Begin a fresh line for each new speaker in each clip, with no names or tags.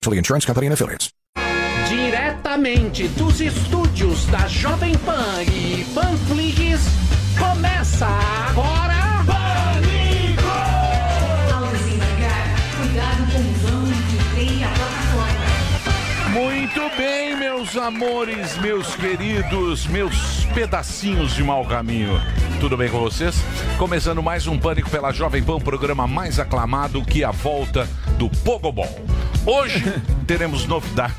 Actually Insurance Company and Affiliates.
Diretamente dos estúdios da Jovem Pan e Panflix, começa agora.
Ao desembarcar, cuidado com o vão que tem a plataforma.
Muito bem, meus amores, meus queridos, meus pedacinhos de mau caminho. Tudo bem com vocês? Começando mais um Pânico pela Jovem Pan, programa mais aclamado que a volta do Pogobol. Hoje teremos novidades.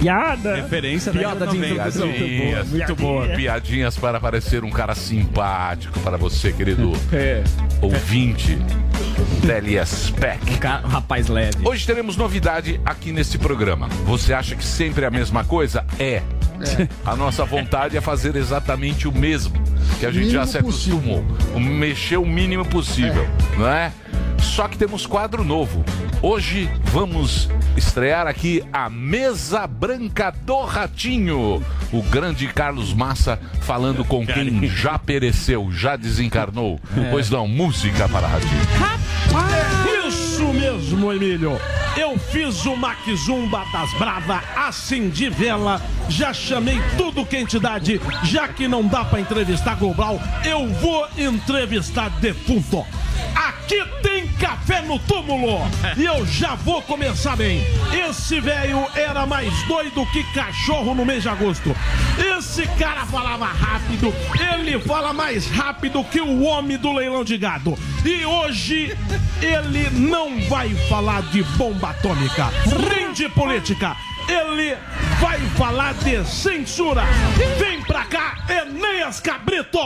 Piada.
Referência da
Piada de introdução.
Piadinhas,
Muito boa.
piadinhas para parecer um cara simpático para você, querido
É.
ouvinte. Telespec.
Cara, rapaz leve.
Hoje teremos novidade aqui nesse programa. Você acha que sempre é a mesma coisa? É. A nossa vontade é fazer exatamente o mesmo que a gente já se acostumou. O Mexer o mínimo possível, não é? Só que temos quadro novo. Hoje vamos estrear aqui a Mesa Branca do Ratinho. O grande Carlos Massa falando com quem já pereceu, já desencarnou. Pois não, música para Ratinho.
Isso mesmo, Emílio. Eu fiz o Maquizumba das Brava, acendi vela, já chamei tudo que é entidade, já que não dá pra entrevistar Global, eu vou entrevistar defunto. Aqui tem café no túmulo e eu já vou começar bem. Esse velho era mais doido que cachorro no mês de agosto. Esse cara falava rápido, ele fala mais rápido que o homem do leilão de gado. E hoje ele não vai falar de bomba atômica, nem de política. Ele vai falar de censura. Vem pra cá, Enéas Cabrito!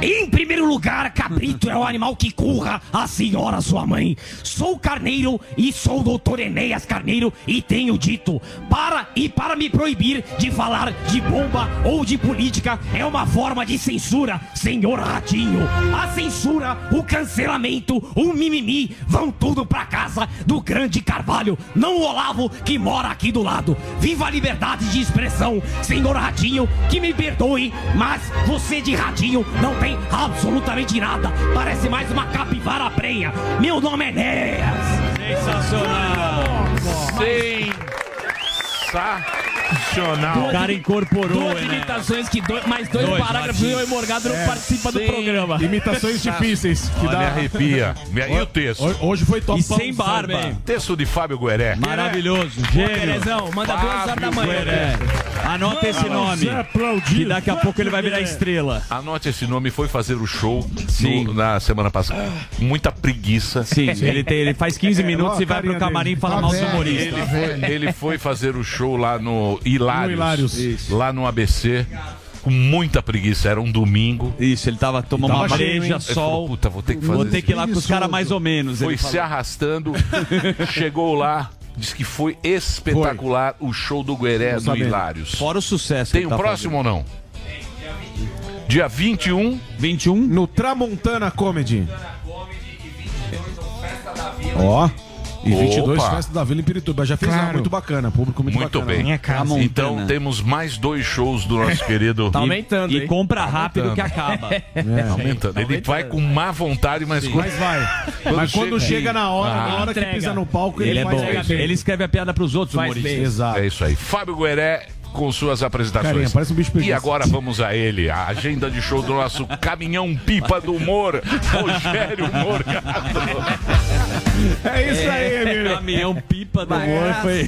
Em primeiro lugar, cabrito é o animal que curra a senhora sua mãe. Sou carneiro e sou o doutor Enéas Carneiro e tenho dito para e para me proibir de falar de bomba ou de política é uma forma de censura, senhor Ratinho. A censura, o cancelamento, o um mimimi vão tudo pra casa do grande Carvalho, não o Olavo que mora aqui do lado. Viva a liberdade de expressão, senhor Ratinho, que me perdoe, mas você de Ratinho não tem absolutamente nada. Parece mais uma capivara prenha. Meu nome é Enéas.
Sensacional.
Sensacional.
O cara incorporou,
Duas
né?
imitações que dois, mais dois,
Dois,
parágrafos e
Martins.
o Morgado não participa do
É. Sim.
programa.
Imitações difíceis. Que
Olha, é me arrepia. Me- E o texto?
Hoje foi top
E sem barba.
Texto de Fábio Gueré.
Maravilhoso. Gênio.
Terezão, manda duas horas da manhã.
É. Anota
é
esse nome. Que daqui a pouco ele vai virar estrela.
Anote esse nome, foi fazer o show no-
Sim.
na semana passada. Muita preguiça.
Sim, ele, tem- ele faz
É,
15 minutos e vai pro camarim e
Tá
fala mal dos humoristas.
Ele foi, ele foi fazer o show lá no Hilários,
No Hilários.
lá no ABC, com muita preguiça. Era um domingo.
Isso, ele tava tomando uma
cheio,
Então
breja,
Ele falou,
sol.
Puta, vou ter que fazer
Vou ter
isso."
que ir lá com os caras mais ou menos.
Foi
Ele
se
falou.
arrastando, chegou lá, disse que foi espetacular o show do Gueré no Hilários.
Fora o sucesso.
Tem
que
o
tá
próximo ou não? Dia 21,
fazendo. 21.
No Tramontana Comedy. Ó. E 22
Opa.
Festa da Vila em Pirituba. Já fez uma muito bacana, público muito,
muito
bacana. né?
bem.
Tramontana.
Então temos mais dois shows do nosso querido. Tá
Tá aumentando,
E
hein?
compra rápido que acaba.
É.
Aumentando. Ele vai com má vontade, mas
Tá Mas vai. Mas quando chega, na
Ah.
hora, na hora que
Entrega.
pisa no palco, ele,
Ele é
faz
bom.
bem.
Ele escreve a piada pros outros
Faz
humoristas.
bem.
Exato.
É isso aí. Fábio Gueré com suas apresentações.
Carinha, parece um bicho
e
preguiça.
agora vamos a ele, a agenda de show do nosso caminhão pipa do humor, Rogério Morgado.
É isso aí, Emílio.
Caminhão pipa do humor foi,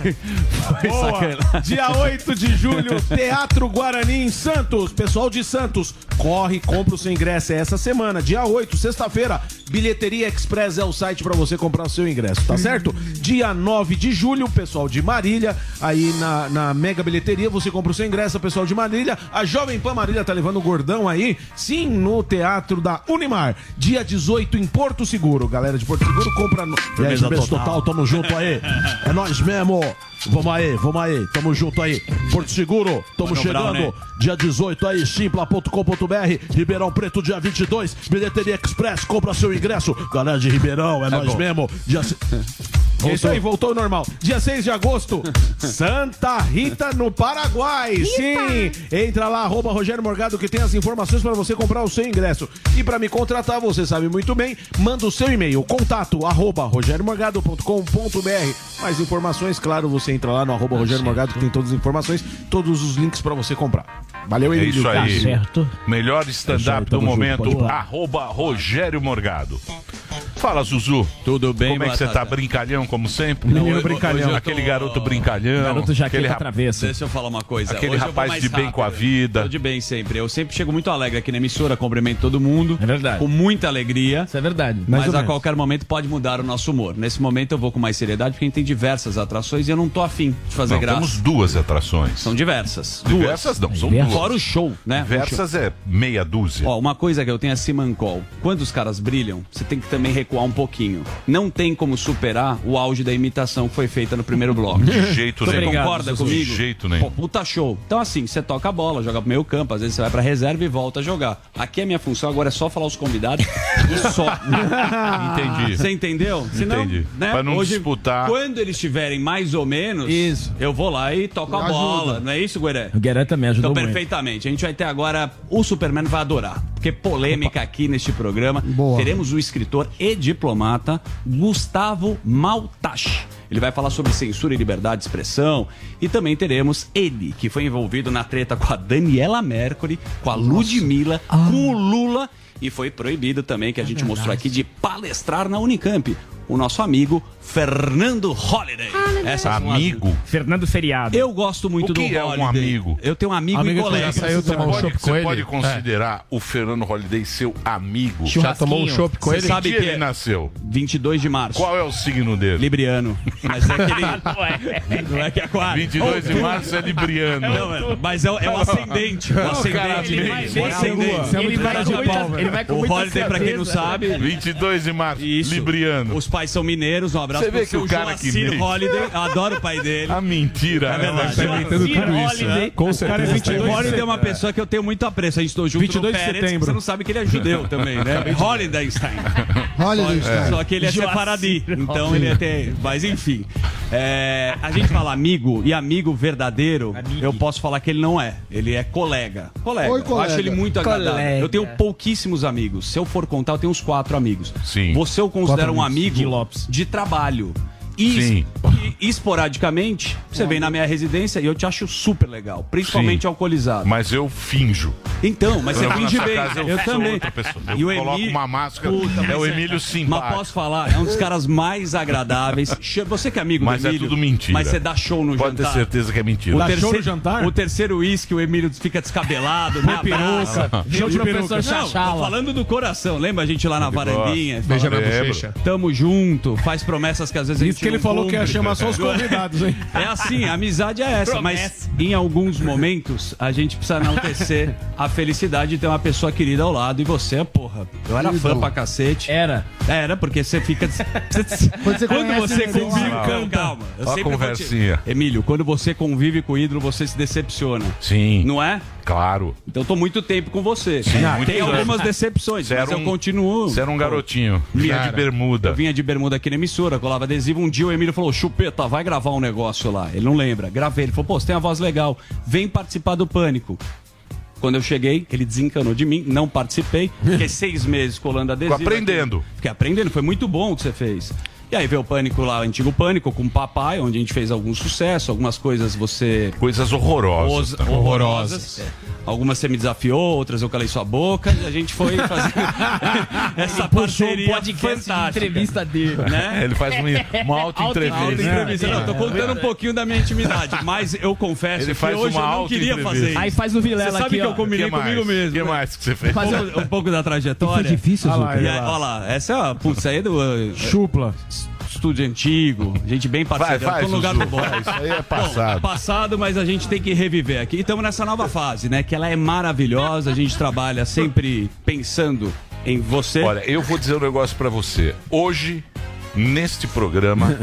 foi
Boa.
sacanagem.
Dia 8 de julho, Teatro Guarani em Santos. Pessoal de Santos, corre, compra o seu ingresso. É essa semana, dia 8, sexta-feira. Bilheteria Express é o site pra você comprar o seu ingresso, tá certo? Dia 9 de julho, pessoal de Marília, aí na, na Mega Bilheteria, você compra o seu ingresso, pessoal de Marília. A Jovem Pan Marília tá levando o gordão aí, sim, no Teatro da Unimar. Dia 18 em Porto Seguro. Galera de Porto Seguro, compra no. É,
Firmeza
Express
total.
total. tamo junto aí. É nós mesmo. Vamos aí, vamos aí, tamo junto aí. Porto Seguro, tamo
Mano Brown,
chegando.
né?
Dia 18 aí, simpla.com.br, Ribeirão Preto, dia 22, Bilheteria Express, compra seu ingresso. Galera de Ribeirão, é, nós mesmo. Dia... se-
É Isso aí, voltou ao normal. Dia 6 de agosto, Santa Rita no Paraguai. Sim, entra lá, arroba Rogério Morgado, que tem as informações para você comprar o seu ingresso. E para me contratar, você sabe muito bem, manda o seu e-mail, contato, arroba rogeriomorgado.com.br. Mais informações, claro, você entra lá no arroba
Tá
Rogério Morgado, que tem todas as informações, todos os links para você comprar. Valeu,
É
Emílio.
isso aí.
Tá certo.
Melhor
É isso aí,
stand-up do
tamo junto, pode
momento,
falar.
arroba Rogério Morgado. Fala, Zuzu.
Tudo bem,
Como é que você tá?
Batata?
Brincalhão, como sempre? é
Não, Menino hoje- brincalhão. hoje eu tô-
Aquele garoto brincalhão.
Garoto jaqueta
aquele rap-
travessa.
Deixa eu falar uma coisa.
Aquele
Hoje eu vou
rapaz
mais
de bem com a vida.
Tô de bem sempre. Eu sempre chego muito alegre aqui na emissora, cumprimento todo mundo.
É verdade.
Com muita alegria.
Isso é verdade.
Mais
Mas
ou
a
menos.
qualquer momento pode mudar o nosso humor. Nesse momento eu vou com mais seriedade, porque a gente tem diversas atrações e eu não tô afim de fazer
Não,
graça.
temos duas atrações.
São diversas.
diversas não, são duas.
Fora o show, né? O show.
Diversas é meia dúzia.
Ó, uma coisa que eu tenho é Simancol. Quando os caras brilham, você tem que também recuar um pouquinho. Não tem como superar o auge da imitação que foi feita no primeiro bloco.
De jeito
Você
nenhum.
concorda comigo?
De jeito
Pô,
nenhum.
puta show. Então, assim, você toca a bola, joga pro meio campo, às vezes você vai pra reserva e volta a jogar. Aqui a minha função agora é só falar os convidados e só.
Entendi.
Você entendeu?
Entendi.
Né,
Pra não
hoje,
disputar.
Quando eles estiverem mais ou menos,
Isso.
eu vou lá e toco a
Ajuda.
bola. Não é isso, Gueré?
O Guerra também ajudou
Então,
muito.
perfeitamente. A gente vai ter agora. O Superman vai adorar. Porque polêmica aqui neste programa.
Boa.
Teremos o escritor e diplomata Gustavo Maltache. Ele vai falar sobre censura e liberdade de expressão. E também teremos ele, que foi envolvido na treta com a Daniela Mercury, com a Ludmilla, com o Lula. E foi proibido também, que a gente mostrou aqui, de palestrar na Unicamp. O nosso amigo Fernando Holiday. Essas são as-
Amigo?
Fernando Feriado.
Eu gosto muito
O que
do
é um
Holiday.
amigo?
Eu tenho um amigo,
Amigo
e
que
colega.
já saiu
Você
tomar um
pode,
chopp com
você
ele?
pode
É.
considerar o Fernando Holiday seu amigo?
Já tomou um chopp com
Você
ele?
sabe
Que
que
ele nasceu.
22 de março.
Qual é o signo dele?
Libriano. Mas é aquele. não é que é aquário.
22 de março é libriano.
Não, é- mas é, o- é o ascendente. O
cara,
ascendente.
ele
o
vai
bem na
ascendente.
lua. Ele vai com muita- ele vai com
O
muita
Holiday, pra quem não sabe.
22 de março,
Isso.
libriano.
Os pais são mineiros. Um abraço
Você vê
pro
que
seu
o cara que
Joacir
mente.
Holiday. Eu adoro o pai dele.
A mentira.
É
ela
verdade.
está inventando
Tudo isso, né? Com
cara é
certeza.
tá
22
O Holiday é uma pessoa que eu tenho muito apreço. A gente estou junto
22
no
de
Pérez,
setembro.
Você não sabe que ele é judeu também, né? Holiday Stein.
Olha,
Só-
Luiz,
é.
cara.
Só que ele é separadi. Então ele até. Mas enfim. É, a gente fala amigo e amigo verdadeiro, eu posso falar que ele não é. Ele é colega. Colega.
Oi,
Eu
colega.
acho ele muito agradável.
Colega.
Eu tenho pouquíssimos amigos. Se eu for contar, eu tenho uns quatro amigos.
Sim.
Você eu considero um amigo
Gui Lopes.
de trabalho. E,
Sim.
e esporadicamente, você vem na minha residência e eu te acho super legal. Principalmente
Sim.
alcoolizado.
Mas eu finjo.
Então, mas você
Quando eu vou
finge
na sua
bem.
casa, eu sou outra pessoa. Eu coloco uma máscara. É
mas
o Emílio simpático.
Mas posso falar, é um dos caras mais agradáveis. Che- Você que é amigo
Mas
do
é
Emílio.
tudo mentira.
Mas você dá show no
Pode ter
jantar.
certeza que é mentira.
Dá show no jantar?
O terceiro uísque, o Emílio fica descabelado, né? Peruca.
Show de peruca.
Não, tô falando do coração. Lembra a gente lá na varandinha?
Beija minha
Lembro.
bochecha.
Tamo junto, faz promessas que às vezes a gente
Isso que ele
não
falou que ia
cumpre.
chamar só os convidados, hein?
É assim, a amizade é essa, mas em alguns momentos a gente precisa enaltecer a felicidade de ter uma pessoa querida ao lado e você, porra. Eu era fã pra cacete.
Era.
Era, porque você fica.
Quando você
quando
conhece,
você
né, você
convive
fala.
com. Calma, eu
Ó a
sempre vou te-
conversinha.
Emílio, quando você convive com o ídolo, você se decepciona.
Sim,
Não é?
claro.
Então eu tô muito tempo com você.
Sim,
Ah,
muitos
Tem
anos.
algumas decepções,
Você
mas
era
eu
um-
continuo.
Você era um garotinho. Vinha de
Cara.
bermuda.
Eu vinha de bermuda aqui na emissora, colava adesivo. Um dia o Emílio falou: Chupeta, vai gravar um negócio lá. Ele não lembra. Gravei. Ele falou: Pô, você tem uma voz legal. Vem participar do Pânico. Quando eu cheguei, ele desencanou de mim, não participei. Fiquei seis meses colando adesivo.
Ficou aprendendo.
aqui. Fiquei aprendendo, foi muito bom o que você fez. E aí veio o Pânico lá, o antigo Pânico, com o Papai, onde a gente fez algum sucesso, algumas coisas você
Coisas horrorosas.
Os-
também.
horrorosas. Algumas você me desafiou, outras eu calei sua boca e a gente foi fazer essa parceria fantástica,
dele. É
né?
É, Ele faz uma, uma né? alta
Alta
entrevista.
entrevista. Não, tô contando um pouquinho da minha intimidade, mas eu confesso
Ele
que
faz
hoje
uma
eu não
alta
queria
entrevista.
fazer
Aí
isso.
faz o
Você
Vilela
sabe
aqui,
que
ó.
eu combinei
mais?
comigo mesmo.
O que
né?
mais que você fez?
Um pouco- Um, pouco da trajetória.
é
difícil, Zuzu.
E aí, olha lá, essa é a. Putz, isso aí é do uh,
Chupla.
estúdio antigo, gente bem
Vai,
parceira.
vai,
tô no lugar do
Zuzu.
bom.
Vai, Isso aí é
Bom, é
passado.
passado, mas a gente tem que reviver aqui. E estamos nessa nova fase, né? Que ela é maravilhosa, a gente trabalha sempre pensando em você.
Olha, eu vou dizer um negócio pra você. Hoje, neste programa,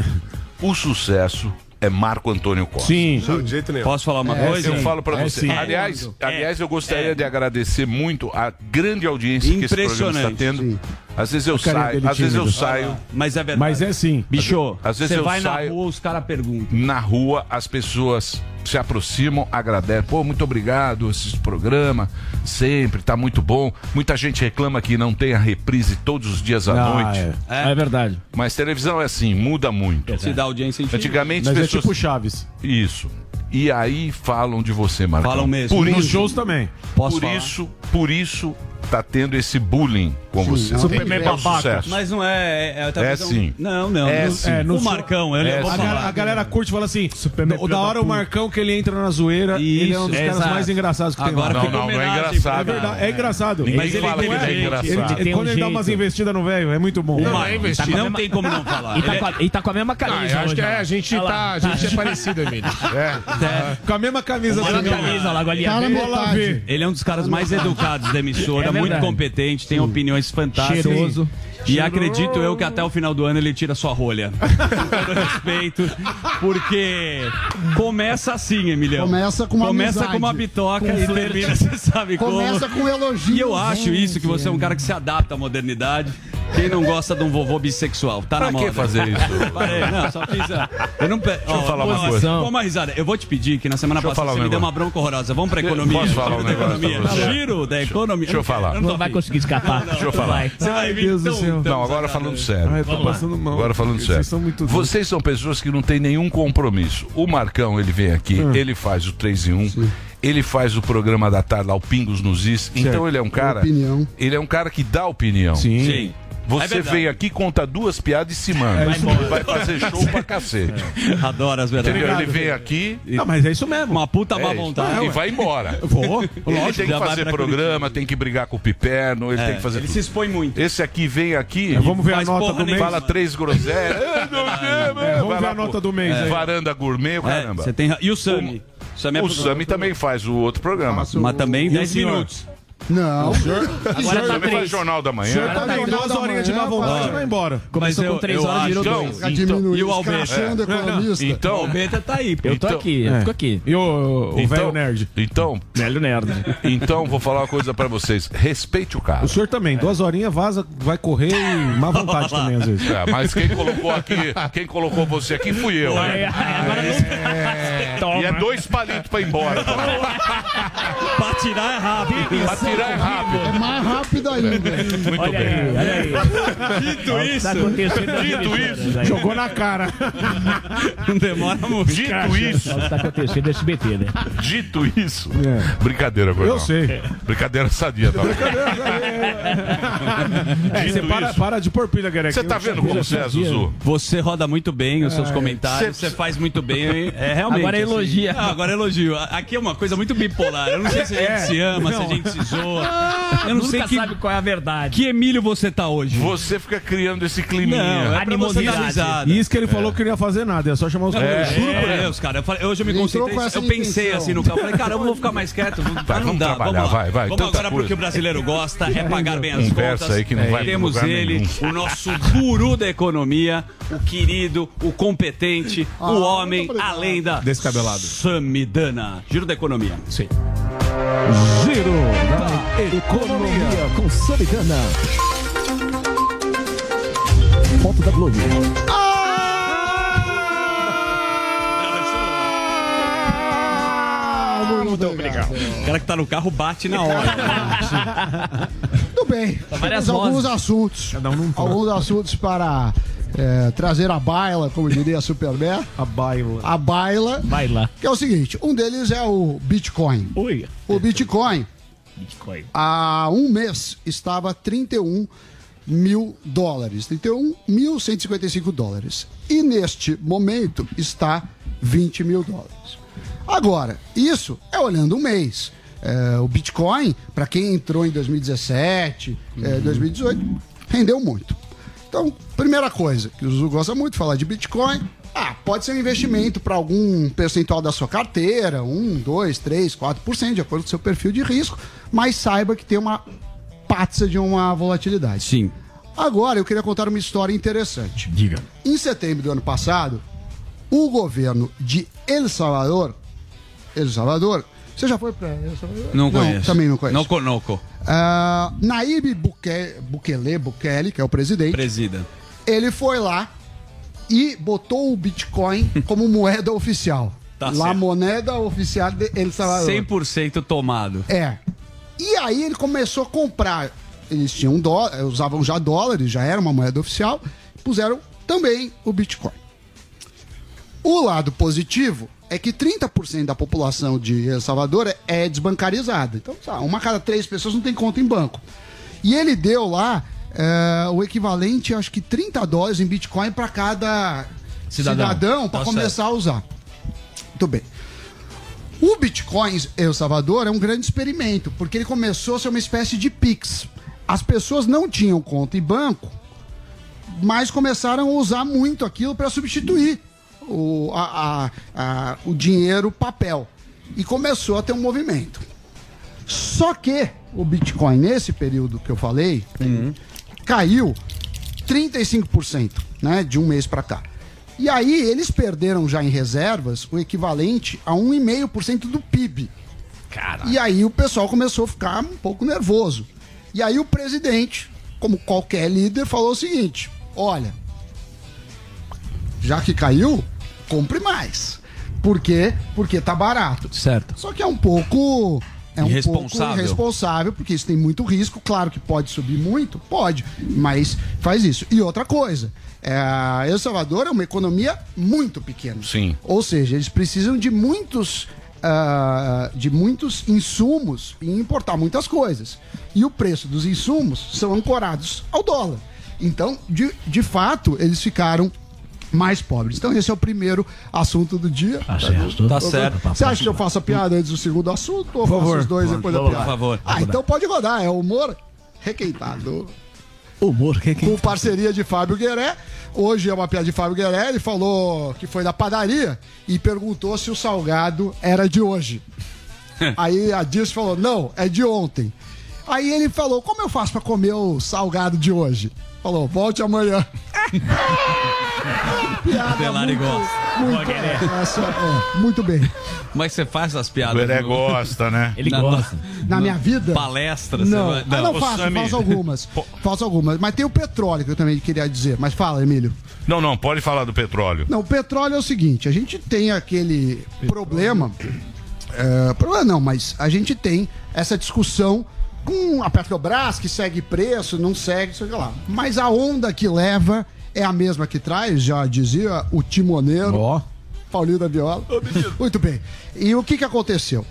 o sucesso é Marco Antônio Costa.
Sim.
Não, de jeito nenhum.
Posso falar uma coisa?
Eu falo pra
É,
você.
sim.
Aliás, aliás, eu gostaria de agradecer muito a grande audiência que esse programa está
Impressionante.
tendo. Às vezes eu
carinha
saio,
dele
às vezes eu
tímido.
saio
é Mas é verdade.
Mas é sim.
Bicho,
Às vezes
você
eu
vai
saio-
na rua, os caras perguntam.
na rua, as pessoas se aproximam, agradecem. Pô, muito obrigado esse programa, sempre tá muito bom. Muita gente reclama que não tem a reprise todos os dias à noite.
É. é verdade.
Mas televisão é assim, muda muito.
É. Se dá audiência em ti.
Antigamente as
Mas é
pessoas
tipo Chaves.
Isso. E aí falam de você, Marcão.
Falam mesmo.
Por
Nos
isso,
shows também.
Posso
por
falar?
isso, por isso tá tendo esse bullying com você.
não tem
é um
jeito.
sucesso.
Mas não é. É, talvez
É
um-
sim.
Não, não.
É
No-
sim.
é, no o Marcão, eu
É
vou
sim.
A,
falar.
galera- a galera curte e fala assim:
Superman
"O da hora é o
puta."
Marcão que ele entra na zoeira. ele é um dos
Isso,
caras
exato.
mais engraçados que
Agora
tem lá.
Não,
fica
não, não é
homenagem pra
engraçado.
É verdade, é engraçado.
Ninguém
Mas ele
fala que
é
ele é
inteligente.
um Ele-
engraçado.
quando ele dá
jeito.
umas investidas no velho, é muito bom.
O
é
Marcão,
investido.
não tem como não falar.
E
Ele
tá,
é-
com a, e tá com a mesma
Ah,
camisa
eu acho
hoje,
que é,
ó.
a gente
Olha
tá.
lá.
A gente é parecido, Emílio.
É.
é,
Com a mesma camisa
Olha a
assim, ó.
camisa lá, Golinha.
Tá na
Vem lá
metade.
ver.
Ele é um dos caras mais educados da emissora,
É
muito
verdade.
competente, tem opiniões fantásticas.
Cheiroso.
E acredito eu que até o final do ano ele tira sua rolha. Com todo respeito, porque começa assim, Emilhão.
Começa com uma
Começa
amizade. um
com uma bitoca e termina, você sabe
Começa
como.
com um elogio.
E eu acho isso, que você é um cara que se adapta à modernidade. Quem não gosta de um vovô bissexual? Tá na
Pra
moda.
que fazer isso?
Parei, não, só fiz a... Eu não... pe- Ó,
falar uma
Bola,
coisa.
Pô, uma risada. Eu vou te pedir que na semana
Deixa eu
passada
falar
você
um
me deu
negócio.
uma bronca horrorosa. Vamos pra economia.
Posso falar um
Vamos pra
negócio pra
economia.
você?
Giro da economia.
deixa eu falar.
não,
Não
tô
vai
afim.
conseguir escapar.
Deixa eu falar.
Você vai vir
Deus do
tão-
céu.
tão
Não, agora
desagradável.
falando
Ah,
sério.
eu tô passando mal.
Agora falando sério.
Vocês são muito doidos.
Vocês são pessoas que não têm nenhum compromisso. O Marcão, ele vem aqui,
Hum.
ele faz o 3 em 1, ele faz o programa da tarde lá, o Pingos nos Is. Então ele é um cara.
Opinião.
Ele é um cara que dá opinião.
Sim.
Sim. É
Você
verdade.
vem aqui, conta duas piadas e se
É
manda. Vai fazer show pra cacete.
É. Adoro as verdades.
Entendeu? Ele vem aqui
Não, mas é isso mesmo.
Uma puta má
é isso.
vontade.
e vai embora.
Vou.
Ele tem que
já vai
fazer
pra
programa, tem que brigar com o Piperno, ele tem que fazer
É. Ele
tudo.
se expõe muito.
Esse aqui vem aqui,
É, Vamos ver a
Faz
nota
porra
do mês.
nenhuma.
fala três groselhas. É, não sei, mano.
vamos
Vai
ver
lá
a
pro-
nota do mês aí.
Varanda gourmet, o
É,
caramba.
você tem... ra- E o Sami? O Sami é
O
pro-
Sami também faz o outro programa. O
Mas também
E
10
senhor?
minutos.
Não.
Agora tá
Sami faz
três.
jornal da manhã.
Tá bem, duas horinhas de má vontade e vai embora.
Começou
eu-
com três
eu
horas, virou
acho-
dois. Então,
Tá diminuindo.
E o Alberto?
É.
escrachando
É.
economista.
O
Então,
Beta tá aí.
Eu tô
Então-
aqui, eu fico aqui.
E o, o velho né?
então,
nerd?
então,
Velho nerd.
então vou falar uma coisa pra vocês. Respeite o cara.
O senhor também, duas horinhas, vaza, vai correr e má vontade também, às vezes.
É, mas quem colocou aqui, quem colocou você aqui fui eu. né?
é.
Agora não.
E é
Toma.
dois palitos pra ir embora.
Pra tirar é rápido.
Pra tirar é rápido.
É mais rápido ainda.
Muito
Olha
bem.
aí, olha aí.
Dito
Tá
isso,
acontecendo né? nas
Dito
emissoras
isso.
aí.
Jogou na cara.
não demora muito.
Dito isso,
Olha o que tá acontecendo no SBT, né?
dito isso.
É.
Brincadeira, Gordão.
Eu sei.
Brincadeira sadia, tá?
É, você
Dito
para,
isso.
para de pôr pilha, Gareca.
Você tá vendo como você é, Zuzu?
Você roda muito bem os seus comentários,
Cê-
você faz muito bem. É realmente.
Ah, é. Agora é elogio.
Ah, agora é elogio. A- Aqui é uma coisa muito bipolar. Eu não sei se a gente se ama, se a gente se zoa. Eu não sei
É. Nunca
que,
sabe qual é a verdade.
que Emílio você tá hoje.
Você fica criando esse climinha.
Não, é pra você dar
Animosidade.
risada.
Isso que ele falou que não ia fazer nada, é só chamar os
Eu
caras.
juro
É,
é,
por Deus, cara. Eu falei- hoje eu me
Ele entrou
concentrei.
com essa
Eu pensei
intenção.
assim no carro. Falei, caramba, eu vou ficar mais quieto. Vou,
Vai,
não
vamos
dá,
trabalhar,
vamos lá.
vai, vai,
Vamos
tanta
agora pro
coisa.
que o brasileiro gosta, é pagar bem as
Conversa
contas.
aí que não vai
Temos
lugar
ele,
nenhum.
o nosso guru da economia, o querido, o competente,
Ah,
o homem,
muito
a
obrigado.
lenda.
Descabelado.
Samidana. Giro da economia.
Giro da
Tá.
economia.
"Ah!"
é
Ah!
Ah, Muito obrigado.
O cara que tá no carro bate na hora.
Tudo bem.
várias
Temos alguns assuntos. alguns assuntos para é, trazer a baila, como diria a Superman.
A baila.
A baila.
Vai lá.
Que é o seguinte: um deles é o Bitcoin.
Oi.
O Bitcoin,
Bitcoin.
há um mês, estava 31 mil dólares. 31.155 dólares. E neste momento está 20 mil dólares. Agora, isso é olhando um mês. É, o Bitcoin, para quem entrou em 2017, é, 2018, rendeu muito. Então, primeira coisa, que o Zuzu gosta muito de falar de Bitcoin. Ah, pode ser um investimento para algum percentual da sua carteira, 1, 2, 3, 4%, de acordo com o seu perfil de risco, mas saiba que tem uma patça de uma volatilidade.
Sim.
Agora eu queria contar uma história interessante. Diga. Em setembro do ano passado, O governo de El Salvador, El Salvador, você já foi para El Salvador?
Não conheço.
também não conheço.
Não conoco.
Ah, Naíbe Buque, Bukele, Bukele, que é o presidente,
Presida.
ele foi lá e botou o Bitcoin como moeda oficial.
Tá
La
certo.
moneda oficial de El Salvador.
100% tomado.
É. E aí ele começou a comprar. Eles tinham um dó, eh, usavam já dólares, já era uma moeda oficial, puseram também o Bitcoin. O lado positivo é que 30% da população de El Salvador é desbancarizada. Então, sabe, uma cada três pessoas não tem conta em banco. E ele deu lá eh, o equivalente, acho que 30 dólares em Bitcoin para cada
Cidadão.
cidadão, para
Tá
começar a usar. Muito bem. O Bitcoin El Salvador é um grande experimento, porque ele começou a ser uma espécie de Pix. As pessoas não tinham conta em banco, mas começaram a usar muito aquilo para substituir o, a- a- a- o dinheiro papel. E começou a ter um movimento. Só que o Bitcoin, nesse período que eu falei, caiu 35%, né, de um mês para cá. E aí eles perderam já em reservas o equivalente a 1,5% do PIB. E aí o pessoal começou a ficar um pouco nervoso. E aí o presidente, como qualquer líder, falou o seguinte: "Olha, já que caiu, compre mais. Por quê? Porque tá barato.
Certo.
Só que é um pouco. É um
Irresponsável.
pouco irresponsável, porque isso tem muito risco. Claro que pode subir muito, pode, mas faz isso. E outra coisa, é, El Salvador é uma economia muito pequena.
Sim.
Ou seja, eles precisam de muitos. ah, de muitos insumos e importar muitas coisas. E o preço dos insumos são ancorados ao dólar. Então, de, de fato, eles ficaram mais pobres. Então, esse é o primeiro assunto do dia.
Tá certo.
Tá certo.
Você acha que eu faço a piada antes do segundo assunto ou faço os dois depois da
Por
piada?
favor.
Ah, então pode rodar, é humor requeitado.
Humor, que que...
Com parceria de Fábio Gueré. Hoje é uma piada de Fábio Gueré, ele falou que foi na padaria e perguntou se o salgado era de hoje. Aí a Dirce falou: "Não, é de ontem". Aí ele falou: "Como eu faço pra comer o salgado de hoje?" Falou: "Volte amanhã". É piada
Delari
muito,
gosta.
muito, essa, é, muito bem.
Mas você faz as
O
piadas.
Beré
no-
gosta, né?
Ele
Não.
gosta.
Na minha vida
Palestra,
Não,
você
Ah,
vai.
não
ô,
faço,
Sammy.
faço algumas. faço algumas. Mas tem o petróleo que eu também queria dizer. Mas fala, Emílio.
Não, não, pode falar do petróleo.
Não, o petróleo é o seguinte: a gente tem aquele problema. é, problema não, mas a gente tem essa discussão com a Petrobras, que segue preço, não segue, sei lá. Mas a onda que leva é a mesma que traz, já dizia o timoneiro. Paulinho da Viola. Muito bem. E o que, que aconteceu?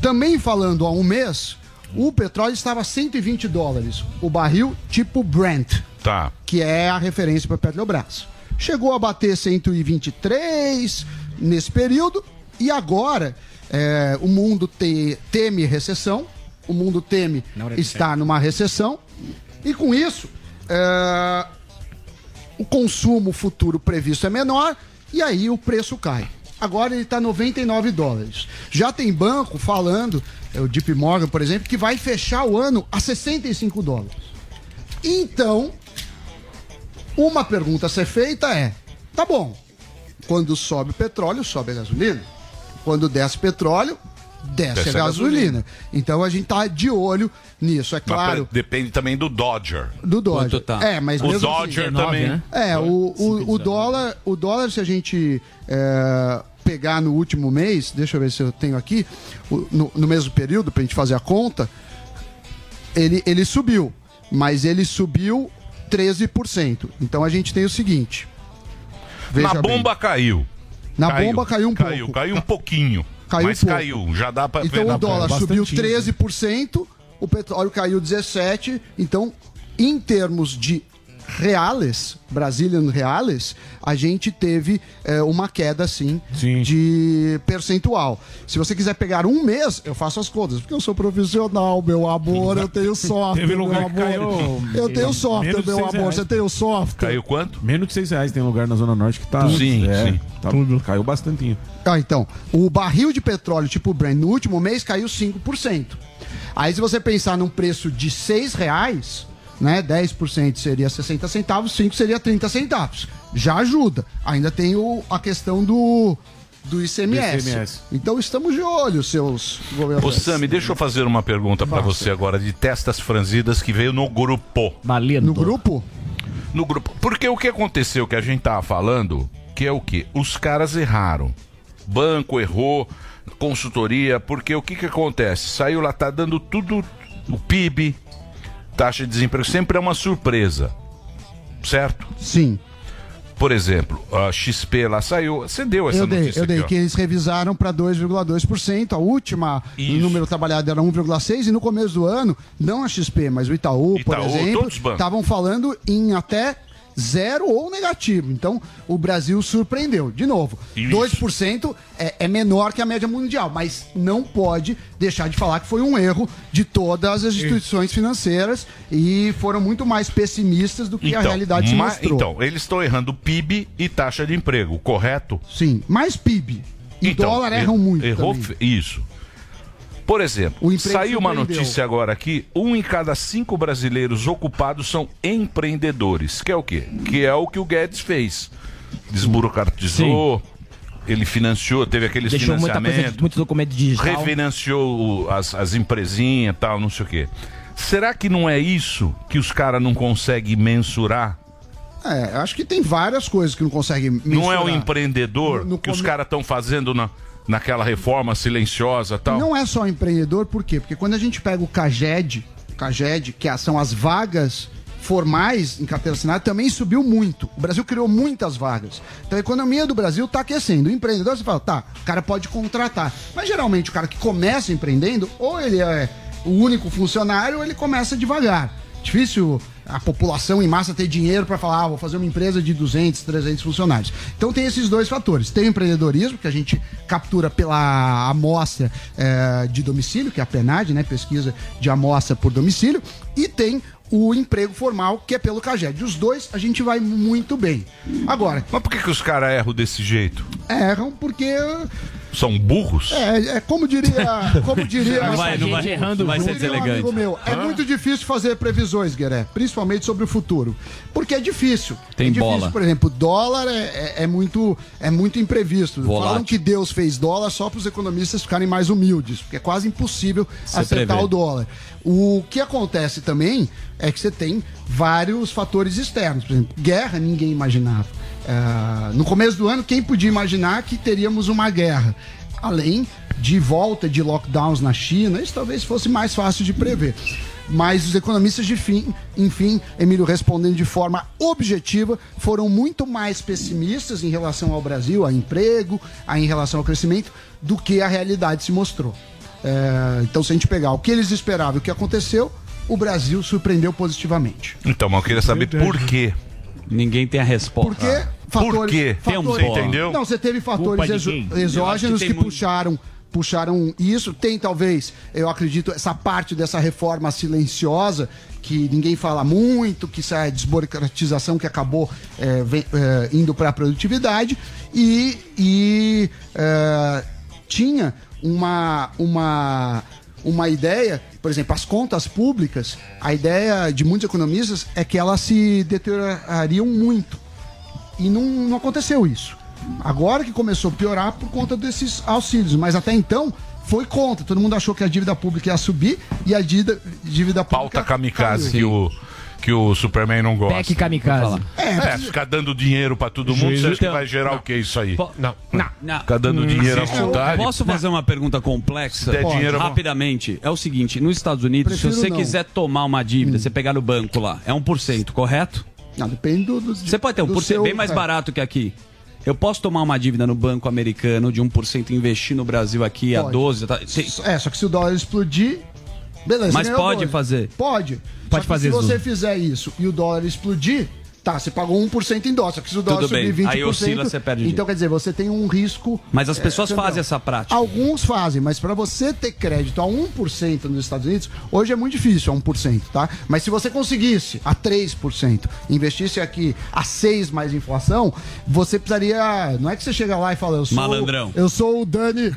Também falando há um mês, o petróleo estava a 120 dólares. O barril tipo Brent
Tá.
que é a referência para Petrobras. Chegou a bater 123 nesse período e agora é, o mundo te- teme recessão, o mundo teme estar numa recessão e com isso é, o consumo futuro previsto é menor e aí o preço cai. Agora ele tá está 99 dólares. Já tem banco falando, é, o Deep Morgan, por exemplo, que vai fechar o ano a 65 dólares. Então, uma pergunta a ser feita é: tá bom, quando sobe o petróleo, sobe a gasolina. Quando desce o petróleo, desce,
Desce
a
a
gasolina. Então a gente tá de olho nisso, é
Mas
claro.
pre- Depende também do Dodger.
Do Dodge.
Quanto tá?
É, mas
O
mesmo assim-
Dodger
19,
também.
né?
é, o, o, o dólar, o dólar, se a gente é, pegar no último mês, deixa eu ver se eu tenho aqui, o- no, no mesmo período, pra gente fazer a conta, ele, ele subiu, mas ele subiu 13%. Então a gente tem o seguinte.
Na
veja bem,
bomba caiu.
na bomba caiu um
caiu,
pouco.
Caiu um pouquinho.
Caiu
mas
um pouco.
caiu, já dá pra ver
Então
na
o dólar
bomba.
subiu
Bastantinho.
13%, o petróleo caiu 17%. Então, em termos de reales, Brazilian reales, a gente teve é, uma queda, sim, de percentual. Se você quiser pegar um mês, eu faço as contas, porque eu sou profissional, meu amor, eu tenho software,
Teve
meu
lugar que
amor.
caiu
Eu tenho software,
menos de
meu
seis
amor,
reais.
você tem o software.
Caiu quanto?
Menos de 6 reais tem lugar na Zona Norte que tá.
Sim,
é,
sim.
Tá, Caiu bastantinho.
Ah, então, o barril de petróleo tipo Brent no último mês caiu 5%. Aí se você pensar num preço de R$ 6 reais, né? 10% seria 60 centavos, 5 seria 30 centavos. Já ajuda. Ainda tem o, a questão do, do ICMS.
Do ICMS.
Então estamos de olho, seus
Ô,
governadores.
Sami, deixa eu fazer uma pergunta pra você agora de testas franzidas que veio no grupo.
No grupo?
No grupo. Porque o que aconteceu que a gente tava falando, que é o quê? Os caras erraram. Banco errou, consultoria, porque o que que acontece? Saiu lá, tá dando tudo o PIB, taxa de desemprego, sempre é uma surpresa. Certo?
Sim.
Por exemplo, a XP lá saiu, você deu essa
Eu dei,
notícia
eu dei,
aqui, ó.
que eles revisaram para 2,2%. A última, o número trabalhado era 1,6%. E no começo do ano, não a XP, mas o Itaú, por
Itaú,
exemplo,
todos os bancos.
estavam falando em até zero ou negativo. Então, o Brasil surpreendeu. De novo, 2% é, é menor que a média mundial, mas não pode deixar de falar que foi um erro de todas as instituições financeiras e foram muito mais pessimistas do que a realidade se
Então, ma-
mostrou.
então, eles estão errando PIB e taxa de emprego, correto? Então,
Sim, mais PIB. E dólar erram muito
Errou fe-
também.
isso. Por exemplo,
O emprego
saiu uma
surpreendeu.
notícia agora aqui: um em cada cinco brasileiros ocupados são empreendedores. Que é o quê? Que é o que o Guedes fez. Desburocratizou, ele financiou, teve aqueles
Deixou muita coisa,
financiamentos.
de- muitos documentos digitais.
Refinanciou o- as, as empresinhas e tal, não sei o quê. Será que não é isso que os caras não conseguem mensurar?
É, acho que tem várias coisas que não consegue
Não é
mensurar.
o empreendedor que os caras estão fazendo na, naquela reforma silenciosa e tal?
Não é só empreendedor, por quê? Porque quando a gente pega o CAGED, CAGED, que são as vagas formais em carteira assinada, também subiu muito. O Brasil criou muitas vagas. Então a economia do Brasil está aquecendo. O empreendedor, você fala, tá, o cara pode contratar. Mas geralmente o cara que começa empreendendo, ou ele é o único funcionário, ou ele começa devagar. Difícil a população em massa ter dinheiro para falar, ah, vou fazer uma empresa de 200, 300 funcionários. Então tem esses dois fatores. Tem o empreendedorismo, que a gente captura pela amostra eh, de domicílio, que é a PNAD, né, pesquisa de amostra por domicílio, e tem o emprego formal, que é pelo CAGED. Os dois a gente vai muito bem. Agora,
Mas por que, que os caras erram desse jeito?
erram porque
São burros?
é, é como diria, como diria
Não vai, não vai- não vai ser
como diria um
deselegante.
amigo meu, é
Hã?
muito difícil fazer previsões, Gueré, principalmente sobre o futuro, porque é difícil.
Tem
é difícil,
bola.
Por exemplo, dólar é, é- é muito é muito imprevisto.
Volátil.
Falam que Deus fez dólar só para os economistas ficarem mais humildes, porque é quase impossível
Você
acertar
prevê.
o dólar. O que acontece também é que você tem vários fatores externos. Por exemplo, guerra ninguém imaginava. Ah, no começo do ano, quem podia imaginar que teríamos uma guerra? Além de volta de lockdowns na China, isso talvez fosse mais fácil de prever. Mas os economistas, de fim, enfim, Emílio respondendo de forma objetiva, foram muito mais pessimistas em relação ao Brasil, a emprego, a, em relação ao crescimento, do que a realidade se mostrou. É, então, se a gente pegar o que eles esperavam e o que aconteceu, o Brasil surpreendeu positivamente.
Então, mas eu queria saber por quê.
Ninguém tem a resposta.
Porque fatores,
Por quê?
fatores-
Tem um
entendeu?
Não, você teve
Culpa
fatores
de
exo-
quem? Eu acho
exógenos
que
que,
tem muito-
puxaram puxaram isso. Tem talvez, eu acredito, essa parte dessa reforma silenciosa que ninguém fala muito, que essa desburocratização que acabou é, vem- é, indo para a produtividade e, e, é, tinha uma uma uma ideia, por exemplo, as contas públicas, a ideia de muitos economistas é que elas se deteriorariam muito. E não, não aconteceu isso. Agora que começou a piorar por conta desses auxílios, mas até então foi contra. Todo mundo achou que a dívida pública ia subir e a dívida, dívida pública.
Pauta kamikaze que o, que o Superman não gosta.
Pack kamikaze.
É, ficar dando dinheiro pra todo mundo,
Juízo
você acha que
tem-
vai gerar o que isso aí? Não.
Não.
Ficar
Hum,
dando dinheiro à
um
vontade.
É,
Posso fazer uma pergunta complexa?
Se der dinheiro, eu vou-
Rapidamente. É o seguinte, nos Estados Unidos,
Prefiro
se você
não.
quiser tomar uma
Hum.
dívida, você pegar no banco lá, é 1%, correto?
Não, Ah, depende do, do
Você pode ter um
do
por cento
seu-
bem mais
é.
barato que aqui. Eu posso tomar uma dívida no banco americano de 1% e investir no Brasil aqui a
Pode.
12, tá? Sim.
É, só que se o dólar explodir. Beleza,
Mas
ganhou
pode
hoje.
fazer.
Pode.
Pode
Só que
fazer,
Se você
Zuzu.
fizer isso e o dólar explodir, Tá, você pagou 1% em dólar, só que se o dólar
Tudo
subir
bem.
20%.
Aí oscila, você perde
Então quer dizer, você tem um risco.
Mas as
é,
pessoas
cambial.
fazem essa prática.
Alguns fazem, mas para você ter crédito a 1% nos Estados Unidos, hoje é muito difícil a 1%, tá? Mas se você conseguisse a 3%, investisse aqui a 6 mais inflação, você precisaria, não é que você chega lá e fala, eu sou
Malandrão.
eu sou o Dani,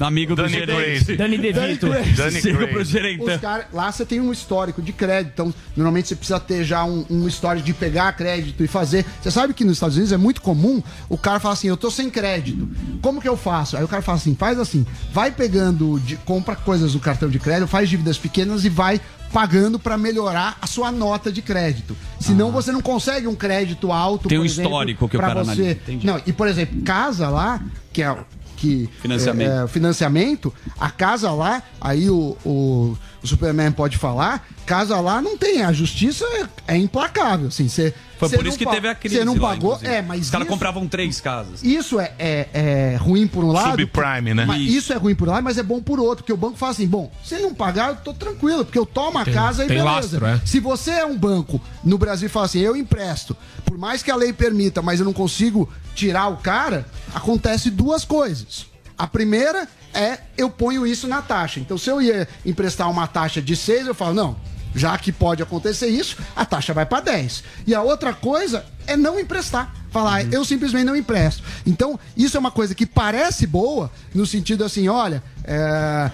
é,
Amigo do
Dani
gerente.
Crazy. Dani DeVito. Dani Crazy.
Sigo pro
os
gerentão.
cara- lá você tem um histórico de crédito, então normalmente você precisa ter já um, um histórico de pegar crédito e fazer. Você sabe que nos Estados Unidos é muito comum o cara falar assim: eu tô sem crédito, como que eu faço? Aí o cara fala assim: faz assim, vai pegando, de- compra coisas no cartão de crédito, faz dívidas pequenas e vai pagando para melhorar a sua nota de crédito. Senão você não consegue um crédito alto.
Ah. Tem um
por
histórico que o
pra
cara analisa.
você. Não, e por exemplo, casa lá, que é que
Financiamento.
é, é, financiamento, a casa lá, aí o, o, o Superman pode falar, casa lá não tem, a justiça é, é implacável, assim, você
Foi
você
por
não
isso que
pa-
teve a crise.
Você não
lá,
pagou,
inclusive.
é, mas
Os caras
isso-
compravam três casas.
isso é, é- é ruim por um lado.
Subprime, né?
Mas
Isso.
isso. é ruim por um lado, mas é bom por outro. Porque o banco fala assim: bom, se ele não pagar, eu tô tranquilo, porque eu tomo a
Tem-
casa e
tem
beleza.
lastro, é.
Se você é um banco no Brasil e fala assim, eu empresto, por mais que a lei permita, mas eu não consigo tirar o cara, acontece duas coisas. A primeira é eu ponho isso na taxa. Então, se eu ia emprestar uma taxa de 6, eu falo, não, já que pode acontecer isso, a taxa vai para 10. E a outra coisa é não emprestar. Falar, eu simplesmente não empresto. Então, isso é uma coisa que parece boa, no sentido assim, olha, é,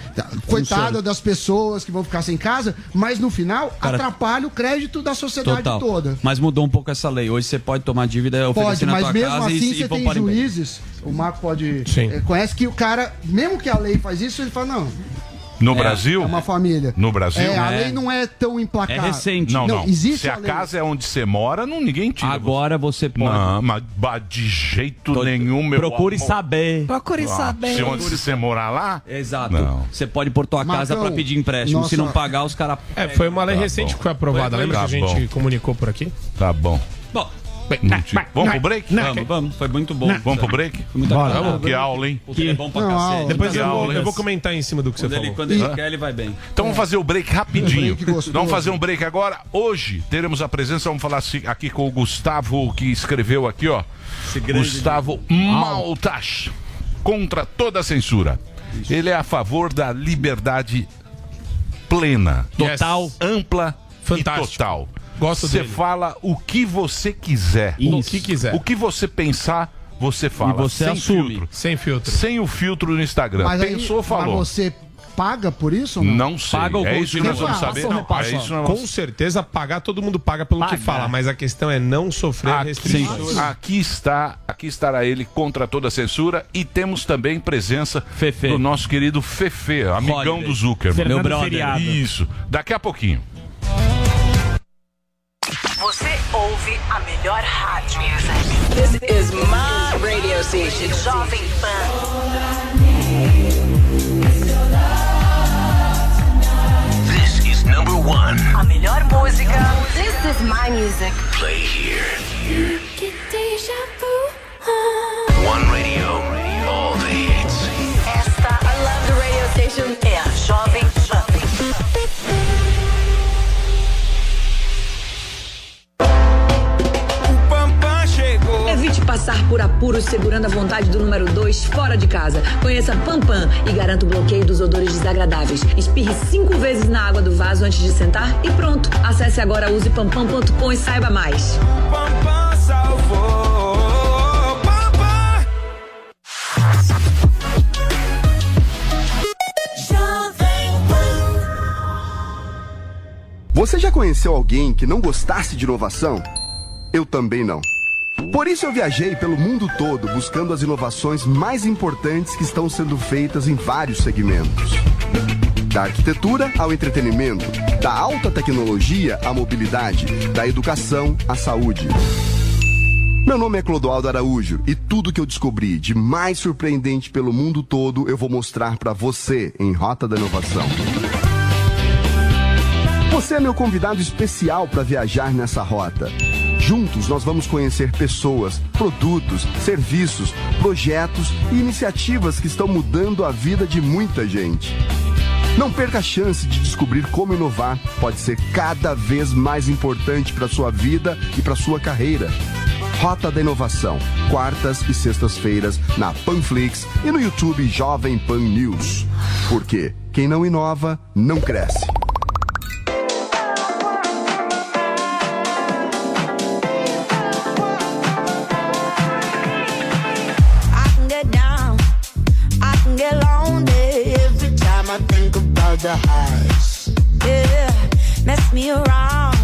coitada das pessoas que vão ficar sem casa, mas no final
Cara,
atrapalha o crédito da sociedade
Total.
é toda.
Mas mudou um pouco essa lei. Hoje você pode tomar dívida é
Pode,
oferecer na
mas
tua
mesmo
casa
assim
e, e
você
vão
tem
para em
juízes, o Marco pode. eh, conhece que o cara, mesmo que a lei faz isso, ele fala, não.
No
é-
Brasil?
É uma família.
No Brasil?
É, a
É.
lei não é tão implacável.
Não, não.
Existe
Se a,
a lei.
casa é onde você mora, não, ninguém tira.
Agora você
pode. Não, mas ba- de jeito nenhum, meu
Procure
amor.
saber.
Ah, Se onde você morar lá?
Exato.
Não.
Você pode pôr tua casa
Marcão,
para pedir empréstimo. Se
nossa.
não pagar, os Tá caras.
É, foi uma lei recente que foi aprovada. Lembra que a gente comunicou por aqui?
Tá bom.
Bom.
Não te-
Vamos pro break?
Vamos, vamos. Foi muito bom.
Não.
Vamos pro break?
Foi muita
Bora.
coisa.
Que aula, hein?
Puta, ele é bom pra
Não,
cacete.
aula. Depois
Que
eu vou-
aula, hein?
eu vou comentar em cima do que você
Quando ele-
falou.
Quando ele
Ih.
quer, ele vai bem.
Então vamos fazer o break rapidinho.
Break gostoso.
vamos fazer um break agora. Hoje teremos a presença, vamos falar assim- aqui com o Gustavo que escreveu aqui, ó.
grande-
Gustavo Maltas. Contra toda a censura. Ele é a favor da liberdade plena, total, ampla e total.
Gosto
Você
dele.
fala o que você quiser.
Isso. O que quiser.
O que você pensar, você fala.
E você assume. Sem filtro.
Sem o filtro no Instagram.
Mas aí,
Pensou, falou.
Mas você paga por isso? ou
Não sei. Paga o É gol isso de que nós vamos
Repassa
saber.
ou
Não,
repassa?
é isso que nós
Com certeza, pagar todo mundo paga pelo que fala, mas a questão é não sofrer
Ah,
restrições.
Aqui, aqui está, aqui estará ele contra toda censura e temos também presença do nosso querido Fefe, amigão
Holiday.
do Zuckerman.
Fernando Meu brother. Feriado.
Isso. Daqui a pouquinho.
Você ouve a melhor rádio. This is my radio station. Jovem Pan.
This is number one.
A melhor música. This is my music.
Play here. One radio. All the hits.
Esta, I love the radio station. É a Jovem Pan.
Evite passar por apuros segurando a vontade do número 2 fora de casa. Conheça Pampam e garanta o bloqueio dos odores desagradáveis. Espirre cinco vezes na água do vaso antes de sentar e pronto. Acesse agora usepampam.com e saiba mais.
Você já conheceu alguém que não gostasse de inovação? Eu também não. Por isso eu viajei pelo mundo todo buscando as inovações mais importantes que estão sendo feitas em vários segmentos. Da arquitetura ao entretenimento, da alta tecnologia à mobilidade, da educação à saúde. Meu nome é Clodoaldo Araújo e tudo que eu descobri de mais surpreendente pelo mundo todo eu vou mostrar para você em Rota da Inovação. Você é meu convidado especial para viajar nessa rota. Juntos nós vamos conhecer pessoas, produtos, serviços, projetos e iniciativas que estão mudando a vida de muita gente.
Não perca a chance de descobrir como inovar pode ser cada vez mais importante para sua vida e para sua carreira. Rota da Inovação, quartas e sextas-feiras na Panflix e no YouTube Jovem Pan News. Porque quem não inova, não cresce.
I can get down, I can get lonely every time I think about the highs. Yeah, mess me around,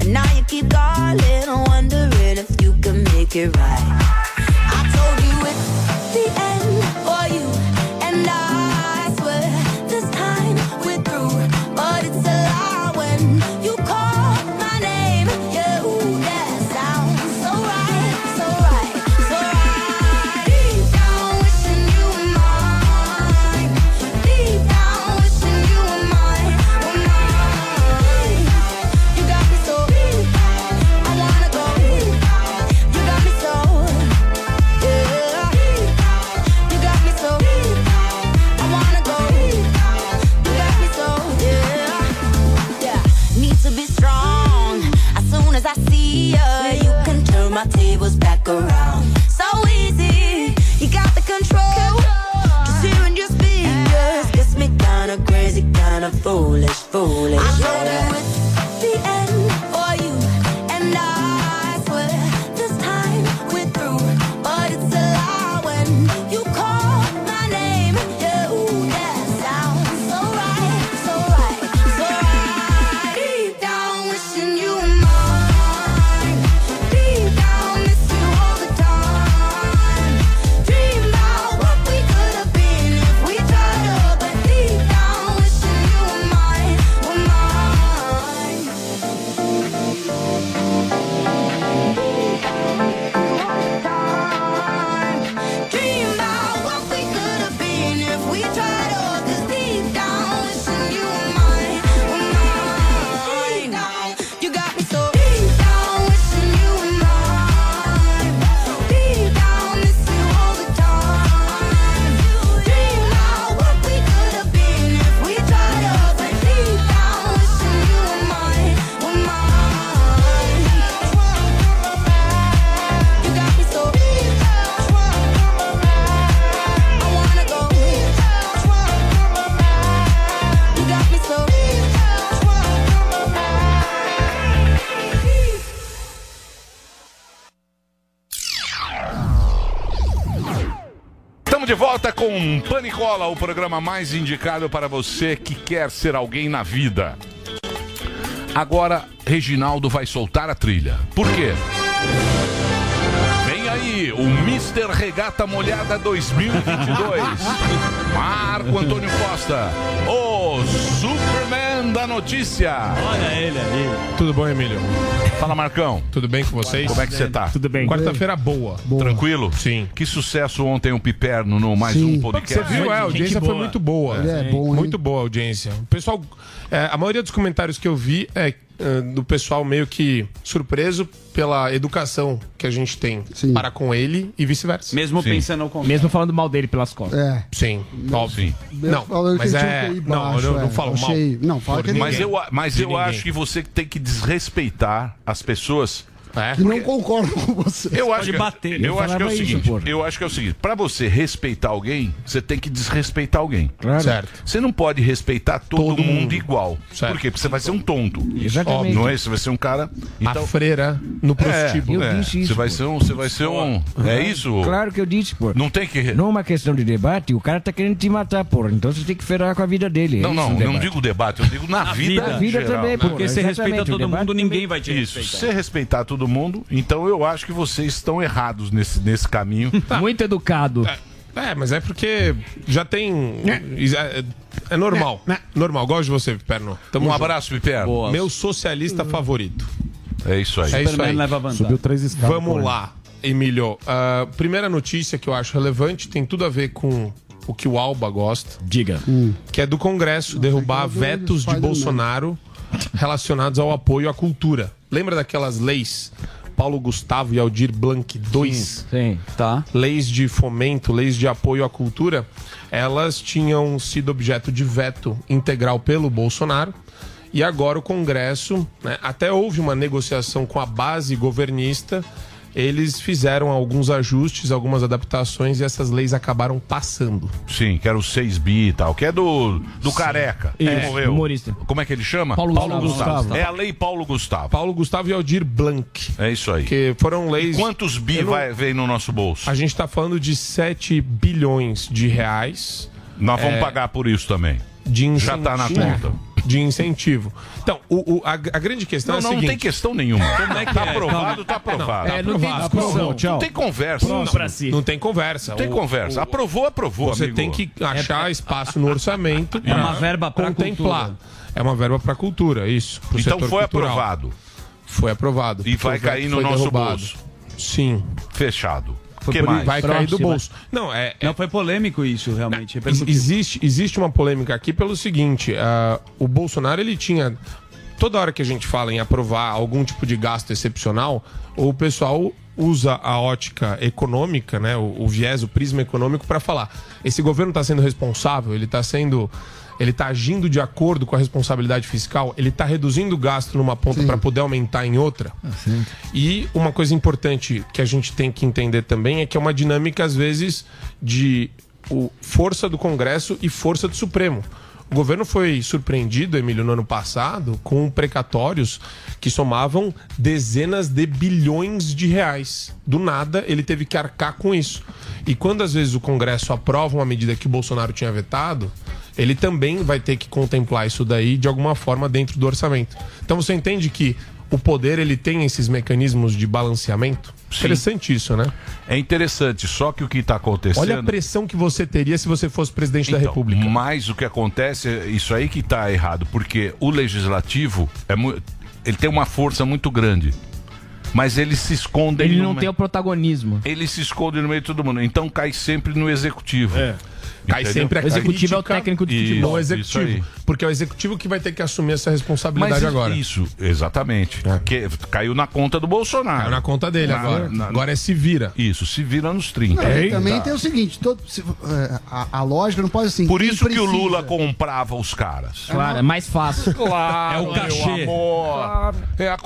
and now you keep calling, wondering if you can make it right. I told you it's the end for you, and I swear this time we're through. But it's a lie when you call my name. Yeah, ooh, that sounds so right, so right, so right. Deep down wishing you were mine. Deep down wishing you were mine, were mine. You got me so deep, I wanna go. You got me so, yeah. You got me so deep, I wanna go. You got me so, yeah, yeah. Need to be strong. As soon as I see ya, you can turn my tables back around. So easy, you got the control. Just hearing your speakers gets me kinda crazy, kinda foolish, foolish. I told you it's the end for you, and I swear this time we're through. But it's a lie when you call my name. Yeah, ooh, that sounds so right, so right, so right. Deep down wishing you were mine. Deep down miss you all the time. Dream about what we could have been if we tried, but deep down wishing you were mine, were mine. Dream about what we could have been if we tried, oh, 'cause deep down wishing you were mine, were mine. You got me so deep down wishing you were mine. Deep down miss you all the time. Dream about what we could have been if we tried, oh, but deep down wishing you were mine, were mine. You got me so deep I wanna go. You got me so
Estamos de volta com Panicola, o programa mais indicado para você que quer ser alguém na vida. Agora, Reginaldo vai soltar a trilha. Por quê? Vem aí o Mr. Regata Molhada 2022. Marco Antônio Costa, o Superman da notícia. Olha ele ali.
Tudo bom, Emílio?
Fala, Marcão.
Tudo bem com vocês?
Como é que você tá? Tudo bem.
Quarta-feira boa.
Tranquilo? Sim. Que sucesso ontem o Piperno no mais
Sim.
um podcast.
Você viu, é, a audiência foi muito boa.
Ele é bom, hein?
muito boa a audiência. O pessoal, é, a maioria dos comentários que eu vi é é, do pessoal meio que surpreso pela educação que a gente tem para com ele e vice-versa.
Mesmo pensando ao contrário.
Mesmo falando mal dele pelas costas.
É.
Sim, óbvio.
Eu
Não,
falando que
mas
ele tinha
é...
um QI
não,
baixo,
eu não,
é.
falo mal.
Achei- não, fala que ele-
Mas eu, a- mas
De
eu
ninguém.
acho que você tem que desrespeitar as pessoas.
Que não concordo com você.
Eu acho, que, eu acho que é o seguinte, eu acho que é o seguinte, para você respeitar alguém, você tem que desrespeitar alguém.
Claro. Certo.
Você não pode respeitar todo,
Todo
mundo,
mundo.
igual. Por quê? Porque você vai ser um tonto.
Exatamente.
Óbvio, Não é? Você vai ser um cara
A freira no prostíbulo.
É, é. Você vai ser um, você vai ser um, é isso?
Uhum. Claro que eu disse, pô.
Não tem que.
Numa questão de debate, o cara tá querendo te matar, porra. Então você tem que ferrar com a vida dele. é
Não,
isso o
não, eu não
debate.
digo debate, eu digo na,
Na
vida.
vida. Na vida
geral.
também, pô, Porque se exatamente, respeita o todo debate mundo, ninguém também.
vai te
Isso,
respeitar.
se respeitar todo mundo, então eu acho que vocês estão errados nesse, nesse caminho.
Tá.
Muito educado. É, mas é porque já tem. É, é normal. Normal. Gosto de você, Piperno. Tamo
Um
junto.
abraço, Piperno. Boa.
Meu socialista favorito.
É isso aí.
É isso aí.
Subiu três escadas.
Vamos
porra.
lá, Emílio. Ah, primeira notícia que eu acho relevante tem tudo a ver com o que o Alba gosta.
Diga.
Que é do Congresso derrubar vetos de Bolsonaro relacionados ao apoio à cultura. Lembra daquelas leis? Paulo Gustavo e Aldir Blanc II.
Sim,
Tá. Leis de fomento, leis de apoio à cultura. elas tinham sido objeto de veto integral pelo Bolsonaro. E agora o Congresso, né, até houve uma negociação com a base governista, eles fizeram alguns ajustes, algumas adaptações e essas leis acabaram passando.
Sim, que era o 6 bi e tal, que é do, do Careca, que
Isso,
morreu.
humorista.
Como é que ele chama?
Paulo Gustavo.
É a lei Paulo Gustavo.
Paulo Gustavo e Aldir Blanc.
É isso aí.
Que foram leis.
Quantos bi
Eu não-
vai, vem no nosso bolso?
A gente está falando de 7 bilhões de reais.
Nós vamos
É,
pagar por isso também.
De
Já
incentivo. É,
tá na conta.
De incentivo. Então, o- o- a, a grande questão
Não,
é a
não
seguinte...
tem questão nenhuma. Como é que
Tá
é?
aprovado,
Calma.
tá aprovado.
Não, é, não tem
Aprovado.
discussão.
Aprovou, tchau.
Não tem conversa.
Próximo.
Não.
Pra si. Não tem conversa.
Não tem
O-
conversa.
o-
Aprovou, aprovou,
Você
amigo.
tem que achar espaço no orçamento.
É uma verba pra
contemplar.
cultura.
É uma verba para cultura, isso. pro
Então
setor
foi
cultural.
aprovado.
Foi aprovado.
E vai
O veto
cair no
é, foi
nosso
derrubado.
bolso.
Sim.
Fechado.
Foi
que
por-
mais?
Vai cair do bolso. Não, é,
Não, foi polêmico isso, realmente.
Ex- existe, existe uma polêmica aqui pelo seguinte: ah, o Bolsonaro ele tinha. Toda hora que a gente fala em aprovar algum tipo de gasto excepcional, o pessoal usa a ótica econômica, né, o, o viés, o prisma econômico para falar. Esse governo está sendo responsável, ele está sendo, ele está agindo de acordo com a responsabilidade fiscal, ele está reduzindo o gasto numa ponta para poder aumentar em outra. E uma coisa importante que a gente tem que entender também é que é uma dinâmica, às vezes, de o- força do Congresso e força do Supremo. O governo foi surpreendido, Emílio, no ano passado, com precatórios que somavam dezenas de bilhões de reais. Do nada, ele teve que arcar com isso. E quando, às vezes, o Congresso aprova uma medida que o Bolsonaro tinha vetado, ele também vai ter que contemplar isso daí de alguma forma dentro do orçamento. Então você entende que o poder ele tem esses mecanismos de balanceamento? Interessante isso, né?
É interessante, só que o que está acontecendo.
Olha a pressão que você teria se você fosse presidente da
Então,
República.
Mas o que acontece, é isso aí que está errado, porque o legislativo é mu- ele tem uma força muito grande. Mas eles se escondem
Ele
no
não
me-
tem o protagonismo.
Ele se esconde no meio de todo mundo. Então cai sempre no executivo.
É. Cai
Entendeu?
sempre a
é
crítica, Não o
Isso,
executivo.
isso aí.
porque é o executivo que vai ter que assumir essa responsabilidade
Mas
agora. É.
Isso, exatamente. Que caiu na conta do Bolsonaro. Caiu na
conta dele agora. Agora é se vira. É,
Isso, se vira nos
Não,
30.
e
Eita.
também tem um o seguinte, todo, se- é, a, a lógica não pode assim.
Por
quem
isso que o
precisa-
Lula comprava os caras.
Claro, é mais fácil.
Claro,
É o cachê.
Meu amor. É a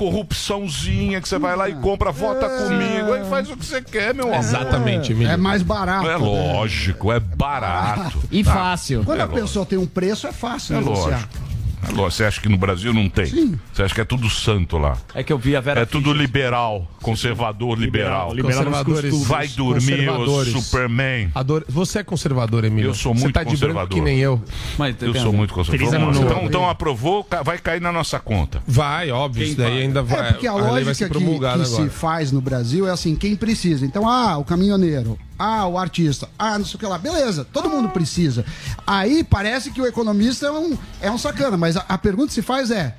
corrupçãozinha que você vai lá e compra, vota
É.
comigo, aí faz o que você quer,
um
meu amor.
Exatamente, Emílio. É mais barato,
É
né?
lógico, é barato.
E
Tá?
fácil. Quando
é
a
lógico.
pessoa tem um preço, é fácil
É
negociar.
lógico. É lógico. Você acha que no Brasil não tem? Você acha que é tudo santo lá?
É que eu vi a Vera
É tudo liberal, conservador, liberal.
Liberal, liberal nos costumes.
Vai dormir, o
Conservadores.
Superman.
Adoro- Você é conservador, Emílio.
Eu sou
Você
muito
tá de branco
conservador.
que nem eu.
eu sou muito conservador. Vamos lá. Então, então aprovou, ca- vai cair na nossa conta.
Vai, óbvio. isso daí ainda vai.
É porque a,
lei vai
lógica
ser
que,
promulgada
que se
agora.
faz no Brasil é assim, quem precisa. Então, ah, o caminhoneiro, ah, o artista, ah, não sei o que lá. Beleza, todo mundo precisa. Aí parece que o economista é um, é um sacana, mas a, a pergunta que se faz é,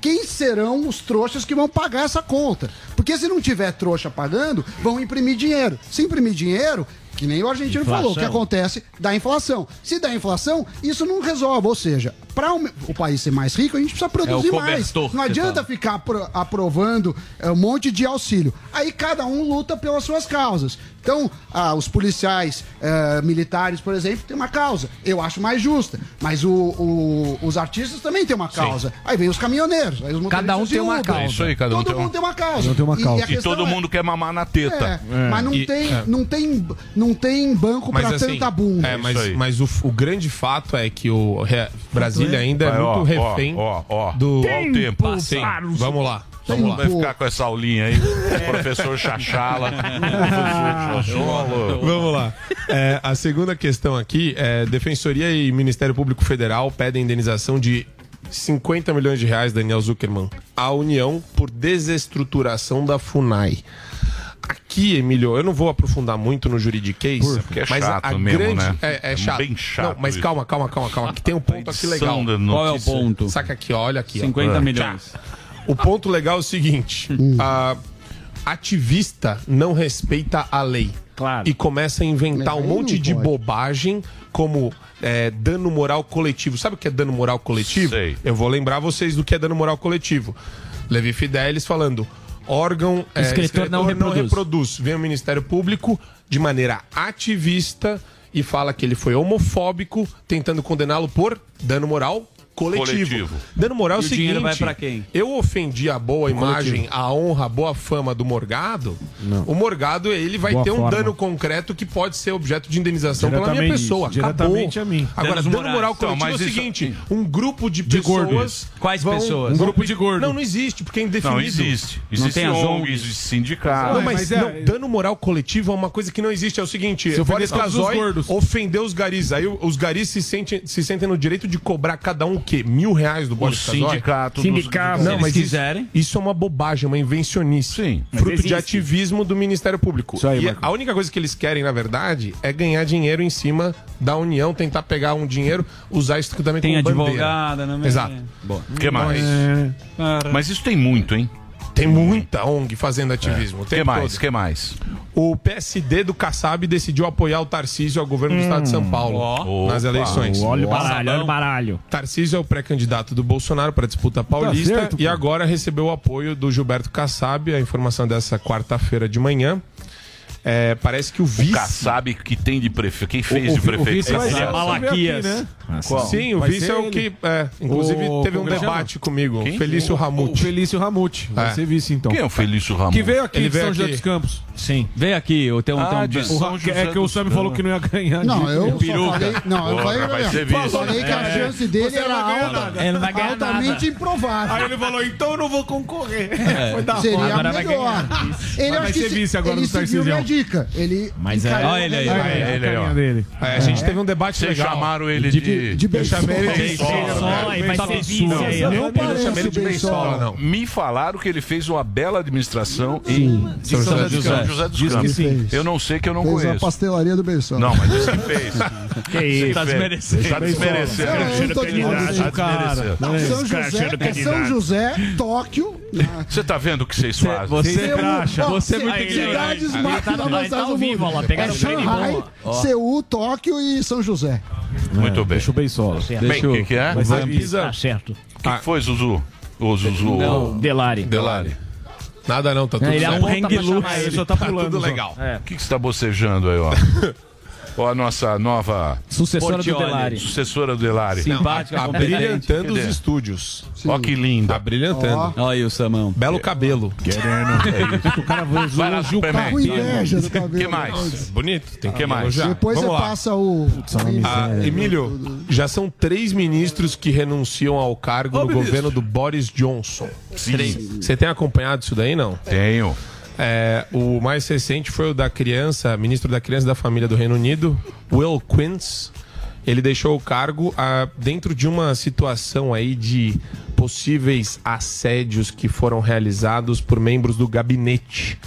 quem serão os trouxas que vão pagar essa conta? Porque se não tiver trouxa pagando, vão imprimir dinheiro. Se imprimir dinheiro... Que nem o argentino
Inflação.
falou, o que acontece da inflação. Se dá inflação, isso não resolve. Ou seja, para o, o país ser mais rico, a gente precisa produzir mais.
É cobertor
Não
que
adianta
fala.
ficar apro- aprovando é, um monte de auxílio. Aí cada um luta pelas suas causas. Então, ah, os policiais eh, militares, por exemplo, têm uma causa. Eu acho mais justa. Mas o- o- os artistas também têm uma causa. Aí vem os caminhoneiros. Aí os motoristas
um
de
tem uma
Uber.
causa. É isso aí, cada um
todo
tem uma-
mundo tem uma
Cada
causa.
um tem uma causa.
a
E
questão
todo mundo quer mamar na teta.
É, Mas não,
É.
tem,
E- é.
não, tem, não tem banco
Mas
pra
assim,
tanta bunda.
É, mas, mas o, o grande fato é que o re- Brasília ainda é
Vai, ó,
muito refém
ó, ó, ó.
do
Ó o tempo.
Sim, vamos lá. Vamos lá.
Vai ficar com essa aulinha aí,
É.
professor Chachala.
Vamos lá. É, a segunda questão aqui é: Defensoria e Ministério Público Federal pedem indenização de 50 milhões de reais, Daniel Zuckerman, à União por desestruturação da FUNAI. Aqui, Emílio, eu não vou aprofundar muito no juridiquês,
Por- porque é
mas a- a
chato mesmo,
grande.
né?
É,
É
é chato.
bem chato
Não, mas
isso.
calma, calma, calma, calma. Aqui tem um ponto aqui legal.
da Qual é o notícia. ponto?
Saca aqui, ó, olha aqui. ó. Ah.
50
Tchá.
milhões.
O ponto legal é o seguinte: a ativista não respeita a lei. Claro. E começa a inventar um monte de bobagem, como é, dano moral coletivo. Sabe o que é dano moral coletivo? Eu vou lembrar vocês do que é dano moral coletivo. Levi Fidelis falando: órgão é,
Escritor não reproduz.
reproduz. Vem o Ministério Público de maneira ativista e fala que ele foi homofóbico, tentando condená-lo por dano moral coletivo.
Coletivo.
Dano moral é o
E o
seguinte:
dinheiro vai pra quem?
eu ofendi a boa imagem,
coletivo.
a honra, a boa fama do Morgado, o Morgado ele vai
Boa
ter um
forma.
dano concreto que pode ser objeto de indenização pela minha
Diretamente,
pessoa.
diretamente
Acabou.
a mim.
Agora,
Danos
dano
morais.
moral
Então,
coletivo é o
mas isso-
seguinte: um grupo de,
De
pessoas.
gordos. Quais
vão-
pessoas?
Um grupo de
gordo.
Não, não existe, porque é indefinido.
Não existe. Existe ONG, existe sindicato.
Não, mas, não, dano moral coletivo é uma coisa que não existe. É o seguinte,
é. Se
o
ofender
Boris
todos os
Casoy
gordos.
ofendeu os garis. Aí os garis se sentem, se sentem no direito de cobrar cada um o quê? Mil reais do Boris Casoy?
sindicato dos- Sindicato.
Não,
Se
mas
eles
isso,
quiserem.
isso é uma bobagem, uma invencionice. Sim. Fruto de
existe.
ativismo do Ministério Público.
Isso aí,
e
Marco.
a única coisa que eles querem, na verdade, é ganhar dinheiro em cima da União, tentar pegar um dinheiro, usar isso também
Tem
como bandeira.
advogada, né?
Exato.
é.
Então, é,
Bom.
O que mais? Mas isso tem muito, hein?
Tem muita ONG fazendo ativismo.
É.
O
Que
tempo
mais?
todo.
Que mais?
O PSD do Kassab decidiu apoiar o
é
Tarcísio ao governo do estado de São Paulo
Ó.
nas
Opa.
eleições.
Olha o baralho, olha o
Hum. baralho. Tá Tarcísio é o pré-candidato do Bolsonaro para a disputa paulista
certo,
e agora recebeu o apoio do Gilberto Kassab, a informação dessa quarta-feira de manhã. É, parece que o vice.
O Kassab que tem de prefeito. Quem fez
o vi-
de
o
prefeito?
vice vai ser-
Malaquias.
né?
Qual?
Sim, o
Vai
vice
ser
é o
ele.
que. é, inclusive,
O-
teve um
como ele
debate
chama?
comigo.
Quem?
Felício
O-
Ramute.
O Felício Ramute. Vai
É.
ser vice, então.
Quem é o Felício Ramute?
Que veio aqui
Ele
de
veio
São José
aqui.
dos Campos.
Sim. Vem aqui, o teu
Ah,
um- tem um- O Ra- é que o Sam falou que não ia ganhar.
Não,
de-
eu
de
só
peruca. É.
falei- não, eu Porra, falei- vai ser vice. falei que a
É.
chance dele
Você
era
não vai ganhar
alta.
nada.
Ele não vai ganhar nada. Altamente improvável.
Aí ele falou, então eu não vou concorrer.
É.
Foi da
Seria
hora.
melhor. Ele
Mas
acho
vai
que
ser
se-
vice agora
ele
do
seguiu minha
Tarcísio.
dica. Ele
Mas é-
encarou
Olha ele aí,
a
olha
realidade.
ele aí, ó. Caminho dele.
É, a gente teve um debate
Vocês
legal.
chamaram ele de- de
Eu chamei ele de
beisola,
beisola,
é né?
vai ser
Absurdo.
vice aí, ó. Eu
Não, eu não
pareço
chamei ele de
beisola,
beisola, não. Me falaram que ele fez uma bela administração em em
São
São José
José
dos
dos
Campos. José dos
Diz que
Campos.
sim.
Eu não sei que eu não
Fez a
conheço.
pastelaria do Benção.
Não, mas isso que fez.
Que isso,
Tá
velho.
desmerecendo. Tá desmerecendo.
Não, eu não tô Tá desmerecendo. Não, São José, é São José, Tóquio.
Você tá vendo o que vocês fazem?
Você é
acha?
cracha, você é muito tá ignorante.
tá
Cidades mais avançadas do mundo. é Shanghai, Seul, Tóquio e São José.
Muito bem. Deixa
o Beisola.
Bem, o que, que é?
Mas a
Tá certo. O que, que foi, Zuzu? Ô, Zuzu.
Não,
ô-
Delari.
Delari.
Nada não, tá
tudo Ele certo. aponta pra chamar ele, só tá pulando,
tudo
só.
legal.
O que, que você tá bocejando aí, ó? Ó, a nossa nova.
Sucessora do
Portioli.
Delari.
Sucessora do Delari.
Simpática,
Não, a-
competente.
abrilhantando
Cadê?
os estúdios. Ó, que
Tá
linda.
Abrilhantando.
Olha aí o Samão.
Belo cabelo.
Querendo.
o cara
Vai lá, Superman.
Com inveja do cabelo.
que mais? Bonito. Tem que mais?
Depois você
Vamos lá.
passa o.
Ah, Emílio, já são três ministros que renunciam ao cargo
Ô,
no
ministro.
governo do Boris Johnson.
Sim. Três.
Você tem acompanhado isso daí, não? É,
Tenho.
o mais recente foi o da criança, ministro da Criança e da Família do Reino Unido, Will Quince. Ele deixou o cargo ah, dentro de uma situação aí de possíveis assédios que foram realizados por membros do gabinete.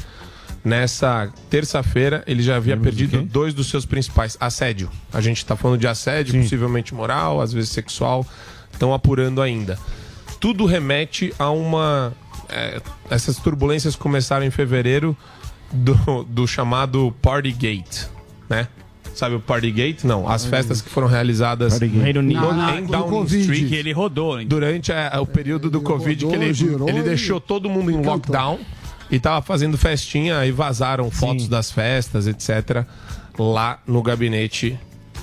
Nessa terça-feira, ele já havia perdido dois dos seus principais. Assédio. A gente está falando de assédio, possivelmente moral, às vezes sexual. Estão apurando ainda. Tudo remete a uma. é, essas turbulências começaram em fevereiro do, do chamado Partygate, né? Sabe o Partygate? Não, as festas que foram realizadas
Partygate. Reino Unido.
no-
Ah,
Na- na-
em
do
Downing
Covid.
Street.
Que ele
rodou,
Durante é, o período do Covid, que ele,
girou
ele
e-
deixou todo mundo em lockdown e tava fazendo festinha e vazaram fotos das festas, etc. lá no gabinete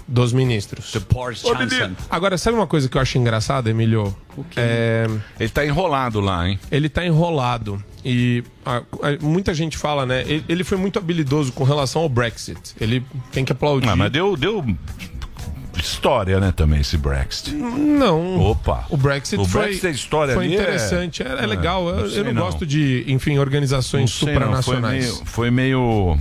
dos ministros.
Ô, Johnson.
Agora, sabe uma coisa que eu acho engraçada, Emilio? É,
Ele tá enrolado lá, hein?
Ele tá enrolado. E a- a- muita gente fala, né? Ele, ele foi muito habilidoso com relação ao Brexit. Ele tem que aplaudir.
Ah, mas deu, deu história, né, também, esse Brexit.
Não.
Opa.
O Brexit,
O
foi,
Brexit é história
foi
ali, é-
interessante, é, é legal. Eu-
É, não
eu,
sei
não,
não.
gosto de, enfim, organizações
Não sei, não,
supranacionais.
né? Foi meio. Foi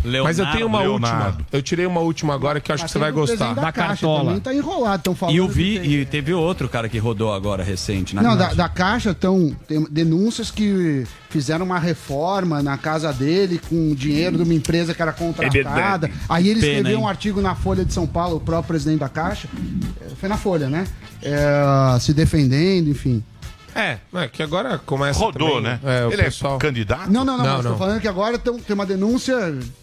meio...
Um Mas eu tenho uma
Leonardo.
última. Eu tirei uma última agora que eu acho que você vai gostar.
Da, caixa, também tá enrolado, estão falando.
E eu vi, e teve outro cara que rodou agora recente, né? na
Não, da,
verdade.
da Caixa estão denúncias que fizeram uma reforma na casa dele com dinheiro de uma empresa
É
que era contratada.
verdade.
Aí ele
Pena,
escreveu um
hein?
artigo na Folha de São Paulo, o próprio presidente da Caixa. eh, Foi na Folha, né? Eh, se defendendo, enfim.
É, é, que agora começa.
Rodou,
também,
né?
É, o
Ele
pessoal...
é candidato?
Não, não, não, mas tô falando que agora tão- tem uma denúncia de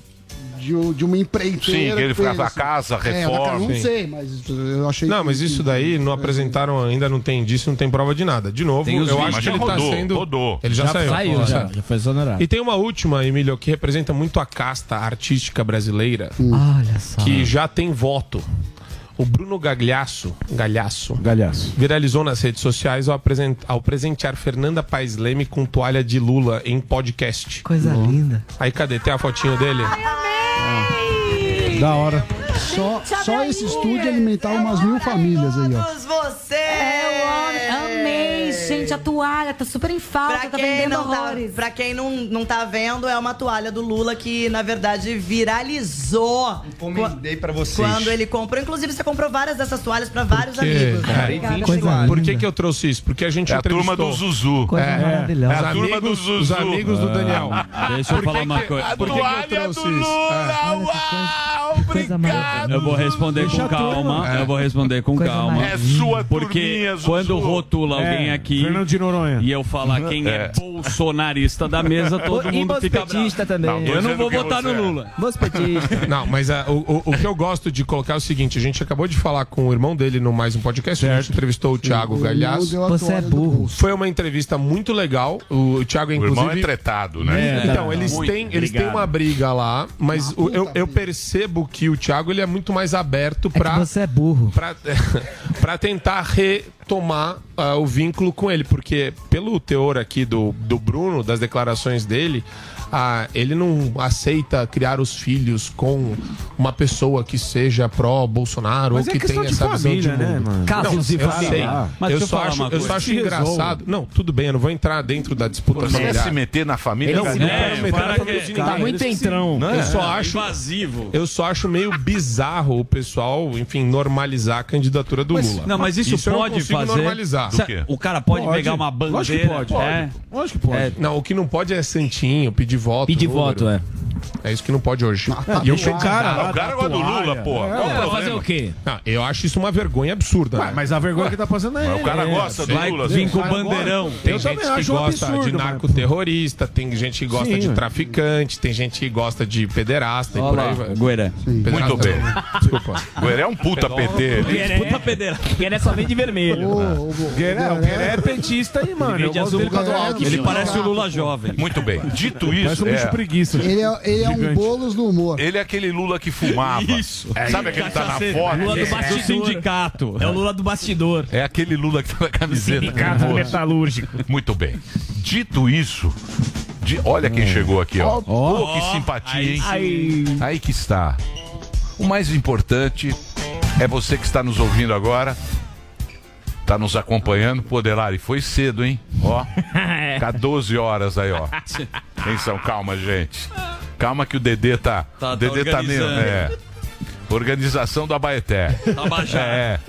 de, um- de uma
Sim,
empreiteira.
que ele
fez,
faz a
assim.
casa,
É, da casa,
reforma.
não sei, mas eu achei.
Não,
que-
mas isso daí não apresentaram ainda, não tem indício, não tem prova de nada. De novo,
Tem os
eu
vídeos.
acho que
Mas
ele
já
tá
rodou,
sendo.
rodou.
Ele já,
Já
saiu.
saiu,
Ó,
já.
sabe?
Já foi
Tá.
exonerado.
E tem uma última, Emílio, que representa muito a casta artística brasileira.
Olha só.
Que já tem voto. O Bruno Gagliasso, Galhaço, Galhaço. viralizou nas redes sociais ao, apresen- ao presentear Fernanda Paes Leme com toalha de Lula em podcast. Hum.
Coisa linda.
Aí cadê? Tem a fotinho dele?
Da hora. Só, só esse estúdio alimentar umas mil famílias aí, ó.
Você! É, Eu amo, amei, gente. A toalha tá super em falta,
Pra
tá
quem,
vendendo
não tá,
horrores.
pra quem não, não tá vendo, é uma toalha do Lula que, na verdade, viralizou.
Encomendei pra vocês.
Quando ele comprou. Inclusive, você comprou várias dessas toalhas pra vários amigos.
É.
Obrigada,
Coisa
Chico.
Por que, que eu trouxe isso? Porque a gente
É a
entrevistou-
turma do Zuzu. Coisa maravilhosa. É a
Os
turma do
amigos-
Zuzu.
Os amigos do
Ah,
Daniel.
deixa eu
Por que
falar uma
que-
coisa.
Por que, que eu trouxe isso? É.
Eu vou responder com calma. Eu vou responder com calma.
É sua
Porque quando rotula alguém
É,
aqui. E eu falar quem é, bolsonarista da mesa, todo
E
mundo fica.
bospetista
bravo.
também.
eu não
dizendo
vou
que
votar
você
no
é.
Lula.
Não, mas ah, o, o- o que eu gosto de colocar é o seguinte: a gente acabou de falar com o irmão dele no mais um podcast, a gente entrevistou o Thiago
o irmão
Galhaço.
deu a Você toalha é do burro.
Foi uma entrevista muito legal. O Thiago,
O irmão
inclusive.
é tretado, né? É,
então,
tá.
eles,
Muito,
têm, eles têm
obrigado.
uma briga lá, mas o- eu, eu percebo que o Thiago ele é muito mais aberto pra.
você é burro.
Pra, pra tentar retomar ah, o vínculo com ele, porque pelo teor aqui do, do Bruno, das declarações dele, ah, ele não aceita criar os filhos com uma pessoa que seja pró-Bolsonaro ou
Mas é
que
questão
tenha
de
essa visão
família,
de
né,
mundo.
mano?
não,
Casos e
eu
família.
sei.
Ah, mas
eu
deixa eu
só
falar
acho,
uma
eu
coisa.
só acho
Se resolve.
engraçado. Não, tudo bem, eu não vou entrar dentro da disputa
Você quer
familiar.
se meter na família?
Ele não se
cara?
quer
É,
meter na
o cara
família
quer-
de ninguém.
tá muito
Ele se-
entrão.
Eu
É.
só acho.
Invasivo.
Eu só acho meio bizarro o pessoal, enfim, normalizar a candidatura do
Mas-
Lula.
Não, mas isso,
eu não
pode
consigo
fazer.
normalizar.
Sa- O cara pode, pegar uma bandeira.
Lógico que pode.
É.
Lógico que pode. Não, o que não pode é santinho, pedir voto. Pedir
voto, é.
É isso que não pode hoje.
tá
e eu
bem.
sou
Ah,
o cara.
o
lá
cara
da
gosta do
toalha.
Lula, pô.
É,
Qual o
pra
problema?
Não, eu acho isso uma vergonha absurda. né?
mas a vergonha que tá passando é
Mas
ele,
O cara
né?
gosta do
Vai
Lula.
vir
né?
com o
O cara
bandeirão.
gosta. Tem
Eu
gente
também
que
acho um
gosta
absurdo,
de
mas-
narcoterrorista, tem gente que gosta
Sim,
de
ué.
traficante, tem gente que gosta de pederasta
Olha
e por
lá,
aí vai.
Goeré.
Pederasta
Muito bem.
não. Desculpa.
Gueré é um puta PT.
né?
ele-
É,
Puta pedeira. Gueré só vem de vermelho.
Gueré, o Gueré é petista aí, mano.
Ele
Eu
de
gosto
azul
dele por causa do
com-
Alckmin.
Ele parece o
Lula jovem.
Muito bem. Dito
Parece
isso,
um bicho
é,
preguiça.
Ele é, ele é um
Gigante.
bolos do humor.
ele é aquele Lula que fumava. Isso. Sabe aquele que tá na
Cachaceiro.
foto?
Lula do
É.
bastidor.
sindicato.
É o Lula do bastidor.
É aquele Lula que tá na camiseta.
Sindicato
nervoso.
metalúrgico.
Muito bem. Dito isso, di- olha quem chegou aqui, Hum. ó. Oh, que simpatia, hein?
Aí.
Aí que está. O mais importante é você que está nos ouvindo agora. Tá nos acompanhando, Podelari. Foi cedo, hein? Ó. Tá 12 horas aí, ó. Atenção, calma, gente. Calma que o Dedê tá.
Tá-
o Dedê
tá
tá meio.
organizando.
É. Organização da Baeté.
Tabajara.
É.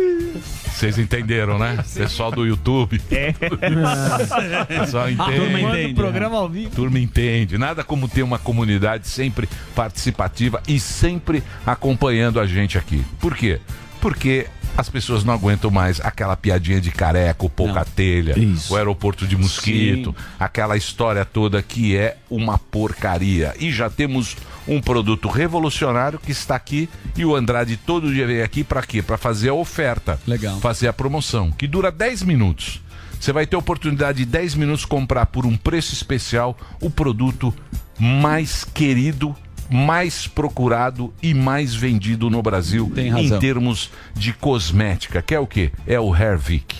Vocês entenderam, né? Pessoal do YouTube. É. Pessoal entende. né?
Turma
né?
entende. Programa ao vivo.
Turma entende. Nada como ter uma comunidade sempre participativa e sempre acompanhando a gente aqui. Por quê? Porque as pessoas não aguentam mais aquela piadinha de careco, pouca telha, o aeroporto de mosquito, aquela história toda que é uma porcaria. E já temos um produto revolucionário que está aqui e o Andrade todo dia vem aqui para quê? Para fazer a oferta. Legal. Fazer a promoção, que dura 10 minutos. Você vai ter a oportunidade de 10 minutos comprar por um preço especial o produto mais querido, mais procurado e mais vendido no Brasil em
razão.
termos de cosmética, que é o quê? É o Hervik.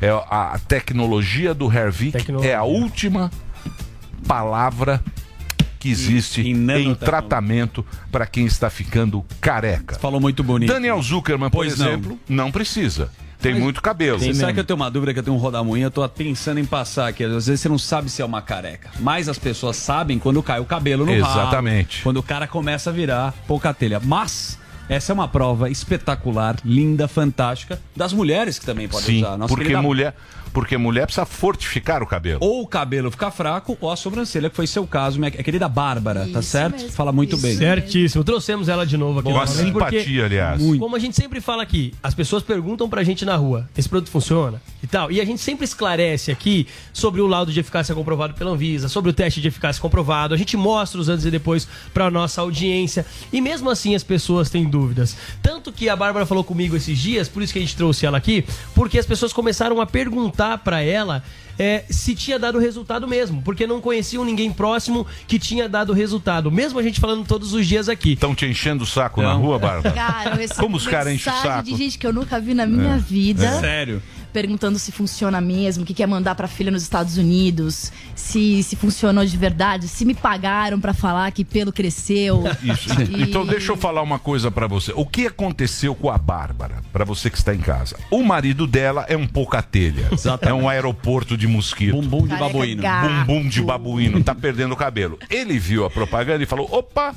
É a a tecnologia do Hervik é a última palavra que existe em tratamento para quem está ficando careca.
Falou muito bonito.
Daniel Zuckerman, por
Pois não.
exemplo, não, precisa. Tem
Mas-
muito cabelo.
Você sabe que eu tenho uma dúvida, que eu tenho um rodamoinho, eu tô pensando em passar aqui. Às vezes você não sabe se é uma careca, mas as pessoas sabem quando cai o cabelo no ralo,
Exatamente.
quando o cara começa a virar pouca telha. Mas essa é uma prova espetacular, linda, fantástica, das mulheres que também podem
Sim,
usar. Nossa
porque
querida-
mulher, porque mulher precisa fortificar o cabelo.
Ou o cabelo ficar fraco, ou a sobrancelha, que foi seu caso, minha é querida Bárbara, tá certo? Fala muito bem.
Certíssimo. Trouxemos ela de novo aqui.
Boa
novamente,
simpatia, aliás.
Como a gente sempre fala aqui, as pessoas perguntam pra gente na rua, esse produto funciona? e tal. E a gente sempre esclarece aqui sobre o laudo de eficácia comprovado pela Anvisa, sobre o teste de eficácia comprovado. A gente mostra os antes e depois para nossa audiência. E mesmo assim as pessoas têm dúvidas. Tanto que a Bárbara falou comigo esses dias, por isso que a gente trouxe ela aqui, porque as pessoas começaram a perguntar para ela é, se tinha dado resultado mesmo, porque não conheciam ninguém próximo que tinha dado resultado, mesmo a gente falando todos os dias aqui.
Estão te enchendo o saco na rua, Bárbara?
Cara, eu recebo
Como os caras enchem o
mensagem
saco? É.
de gente que eu nunca vi na
É.
minha vida.
Sério.
Perguntando se funciona mesmo, o que, que é mandar pra filha nos Estados Unidos, se, se funcionou de verdade, se me pagaram pra falar que pelo cresceu.
Isso.
E-
Então deixa eu falar uma coisa pra você. O que aconteceu com a Bárbara, Pra você que está em casa? O marido dela é um pouca telha. É um aeroporto de mosquito. Bumbum
de Careca babuíno. gato.
Bumbum de babuíno, tá perdendo o cabelo. Ele viu a propaganda e falou: "Opa,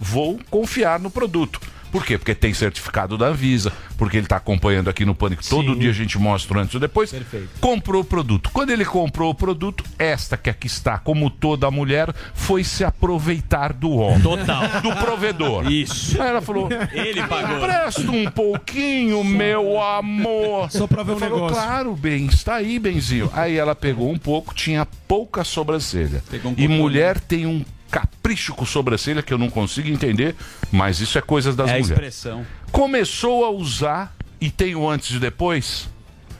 vou confiar no produto". Por quê? Porque tem certificado da Anvisa, porque ele está acompanhando aqui no Pânico. Todo dia a gente mostra o antes ou depois. Comprou o produto. Quando ele comprou o produto, esta que aqui está, como toda mulher, foi se aproveitar do homem.
Total.
Do provedor. É, Isso. Aí ela falou:
Ele pagou.
Presta um pouquinho, meu amor.
Só pra ver
Eu
um
falou,
negócio.
Claro, bem, está aí, benzinho. Aí ela pegou um pouco, tinha pouca sobrancelha.
um
e
pouco.
mulher tem um capricho com sobrancelha que eu não consigo entender, mas isso é coisa das
É a
mulheres.
expressão.
Começou a usar e tem o antes e depois.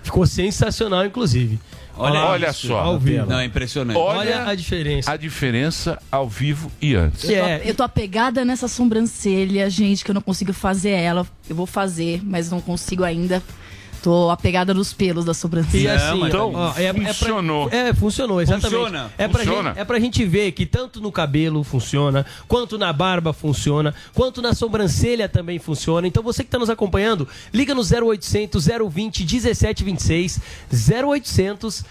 Ficou sensacional, inclusive.
Olha, olha
isso,
só.
Ao vivo.
Não, é impressionante.
Olha a diferença. tá
A diferença ao vivo e antes.
Eu, tô, eu tô apegada nessa sobrancelha, gente, que eu não consigo fazer ela. Eu vou fazer, mas não consigo ainda. Tô apegada nos pelos da sobrancelha.
E assim,
então,
ó, é- é pra-
funcionou.
É, funcionou, exatamente.
Funciona.
É pra,
Funciona.
Gente, é pra gente ver que tanto no cabelo funciona, quanto na barba funciona, quanto na sobrancelha também funciona. Então você que tá nos acompanhando, liga no 0800 020 1726, 0800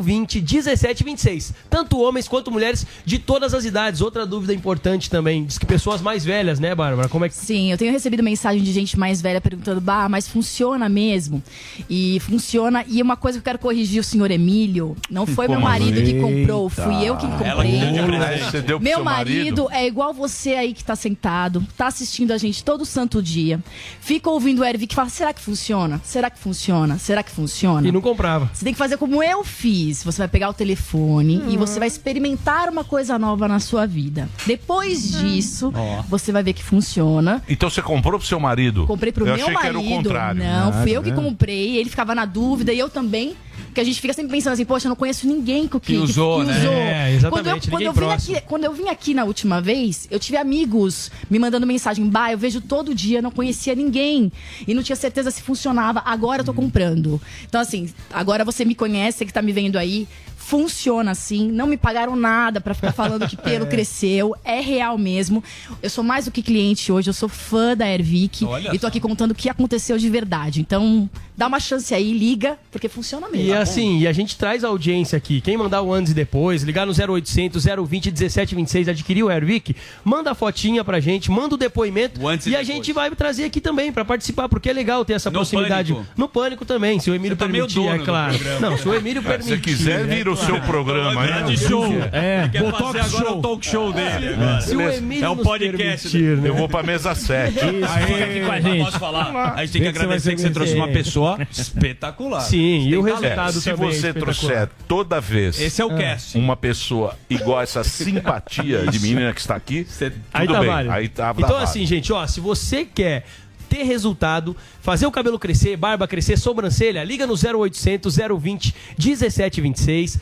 020 1726. Tanto homens quanto mulheres de todas as idades. Outra dúvida importante também, diz que pessoas mais velhas, né, Bárbara? Como é que...
Sim, eu tenho recebido mensagem de gente mais velha perguntando, bah, mas funciona mesmo? E funciona. E uma coisa que eu quero corrigir o senhor Emílio: não foi meu
Como
marido
assim?
que comprou, fui eu que
Eita.
comprei.
Ela que deu de presente. Você deu pro
meu
seu marido?
marido é igual você aí que tá sentado, tá assistindo a gente todo santo dia, fica ouvindo o Ervic e fala: será que funciona? Será que funciona? Será que funciona?
E não comprava.
Você tem que fazer como eu fiz. Você vai pegar o telefone
Hum.
e você vai experimentar uma coisa nova na sua vida. Depois
Hum.
disso,
Ó.
você vai ver que funciona.
Então você comprou pro seu marido?
Comprei pro
eu
meu
achei
marido.
Que era o contrário. né?
Não, fui eu que comprei. Ele ficava na dúvida e eu também. Porque a gente fica sempre pensando assim, poxa, eu não conheço ninguém que,
Que usou, né?
usou.
É, exatamente,
Quando eu,
ninguém
quando, eu vim
próximo.
aqui, quando eu vim aqui na última vez, eu tive amigos me mandando mensagem. Bah, eu vejo todo dia, não conhecia ninguém. E não tinha certeza se funcionava. Agora
Uhum.
eu tô comprando. Então, assim, agora você me conhece, você que tá me vendo aí. Funciona assim, não me pagaram nada pra ficar falando que pelo
É.
cresceu, é real mesmo. Eu sou mais do que cliente hoje, eu sou fã da Ervic
Olha
e tô aqui contando o que aconteceu de verdade. Então, dá uma chance aí, liga, porque funciona mesmo. tá
E assim, e a gente traz a audiência aqui. Quem mandar o antes e depois, ligar no 0800 020 1726, adquirir o Airwick, manda a fotinha pra gente, manda o depoimento. e, a gente vai trazer aqui também pra participar, porque é legal ter essa proximidade.
Pânico.
No pânico também, se o Emílio
tá meio
permitir,
dono
é
do
claro.
programa.
Não, se o Emílio
Ah, se
permitir.
você quiser,
né,
vira o
claro.
seu programa, né?
Grande show. É,
Quer
Botox
fazer agora
show.
o talk show dele.
É.
agora.
Se o
Beleza?
Emílio
é o
nos
podcast.
permitir, né?
Eu vou pra mesa 7.
Fica aqui com a gente. Posso falar? A gente tem que
Vê que você vai
agradecer
ser
que você trouxe uma
vencedor.
pessoa
Você tem talento.
espetacular. Você tem talento.
É, Se você trouxer toda vez
Esse é o cast.
uma pessoa igual essa simpatia de menina que está aqui, tudo
Aí tá
bem.
válido.
Aí tá, tá
então,
válido.
assim, gente, ó, se você quer ter resultado, fazer o cabelo crescer, barba crescer, sobrancelha, liga no 0800 020 1726,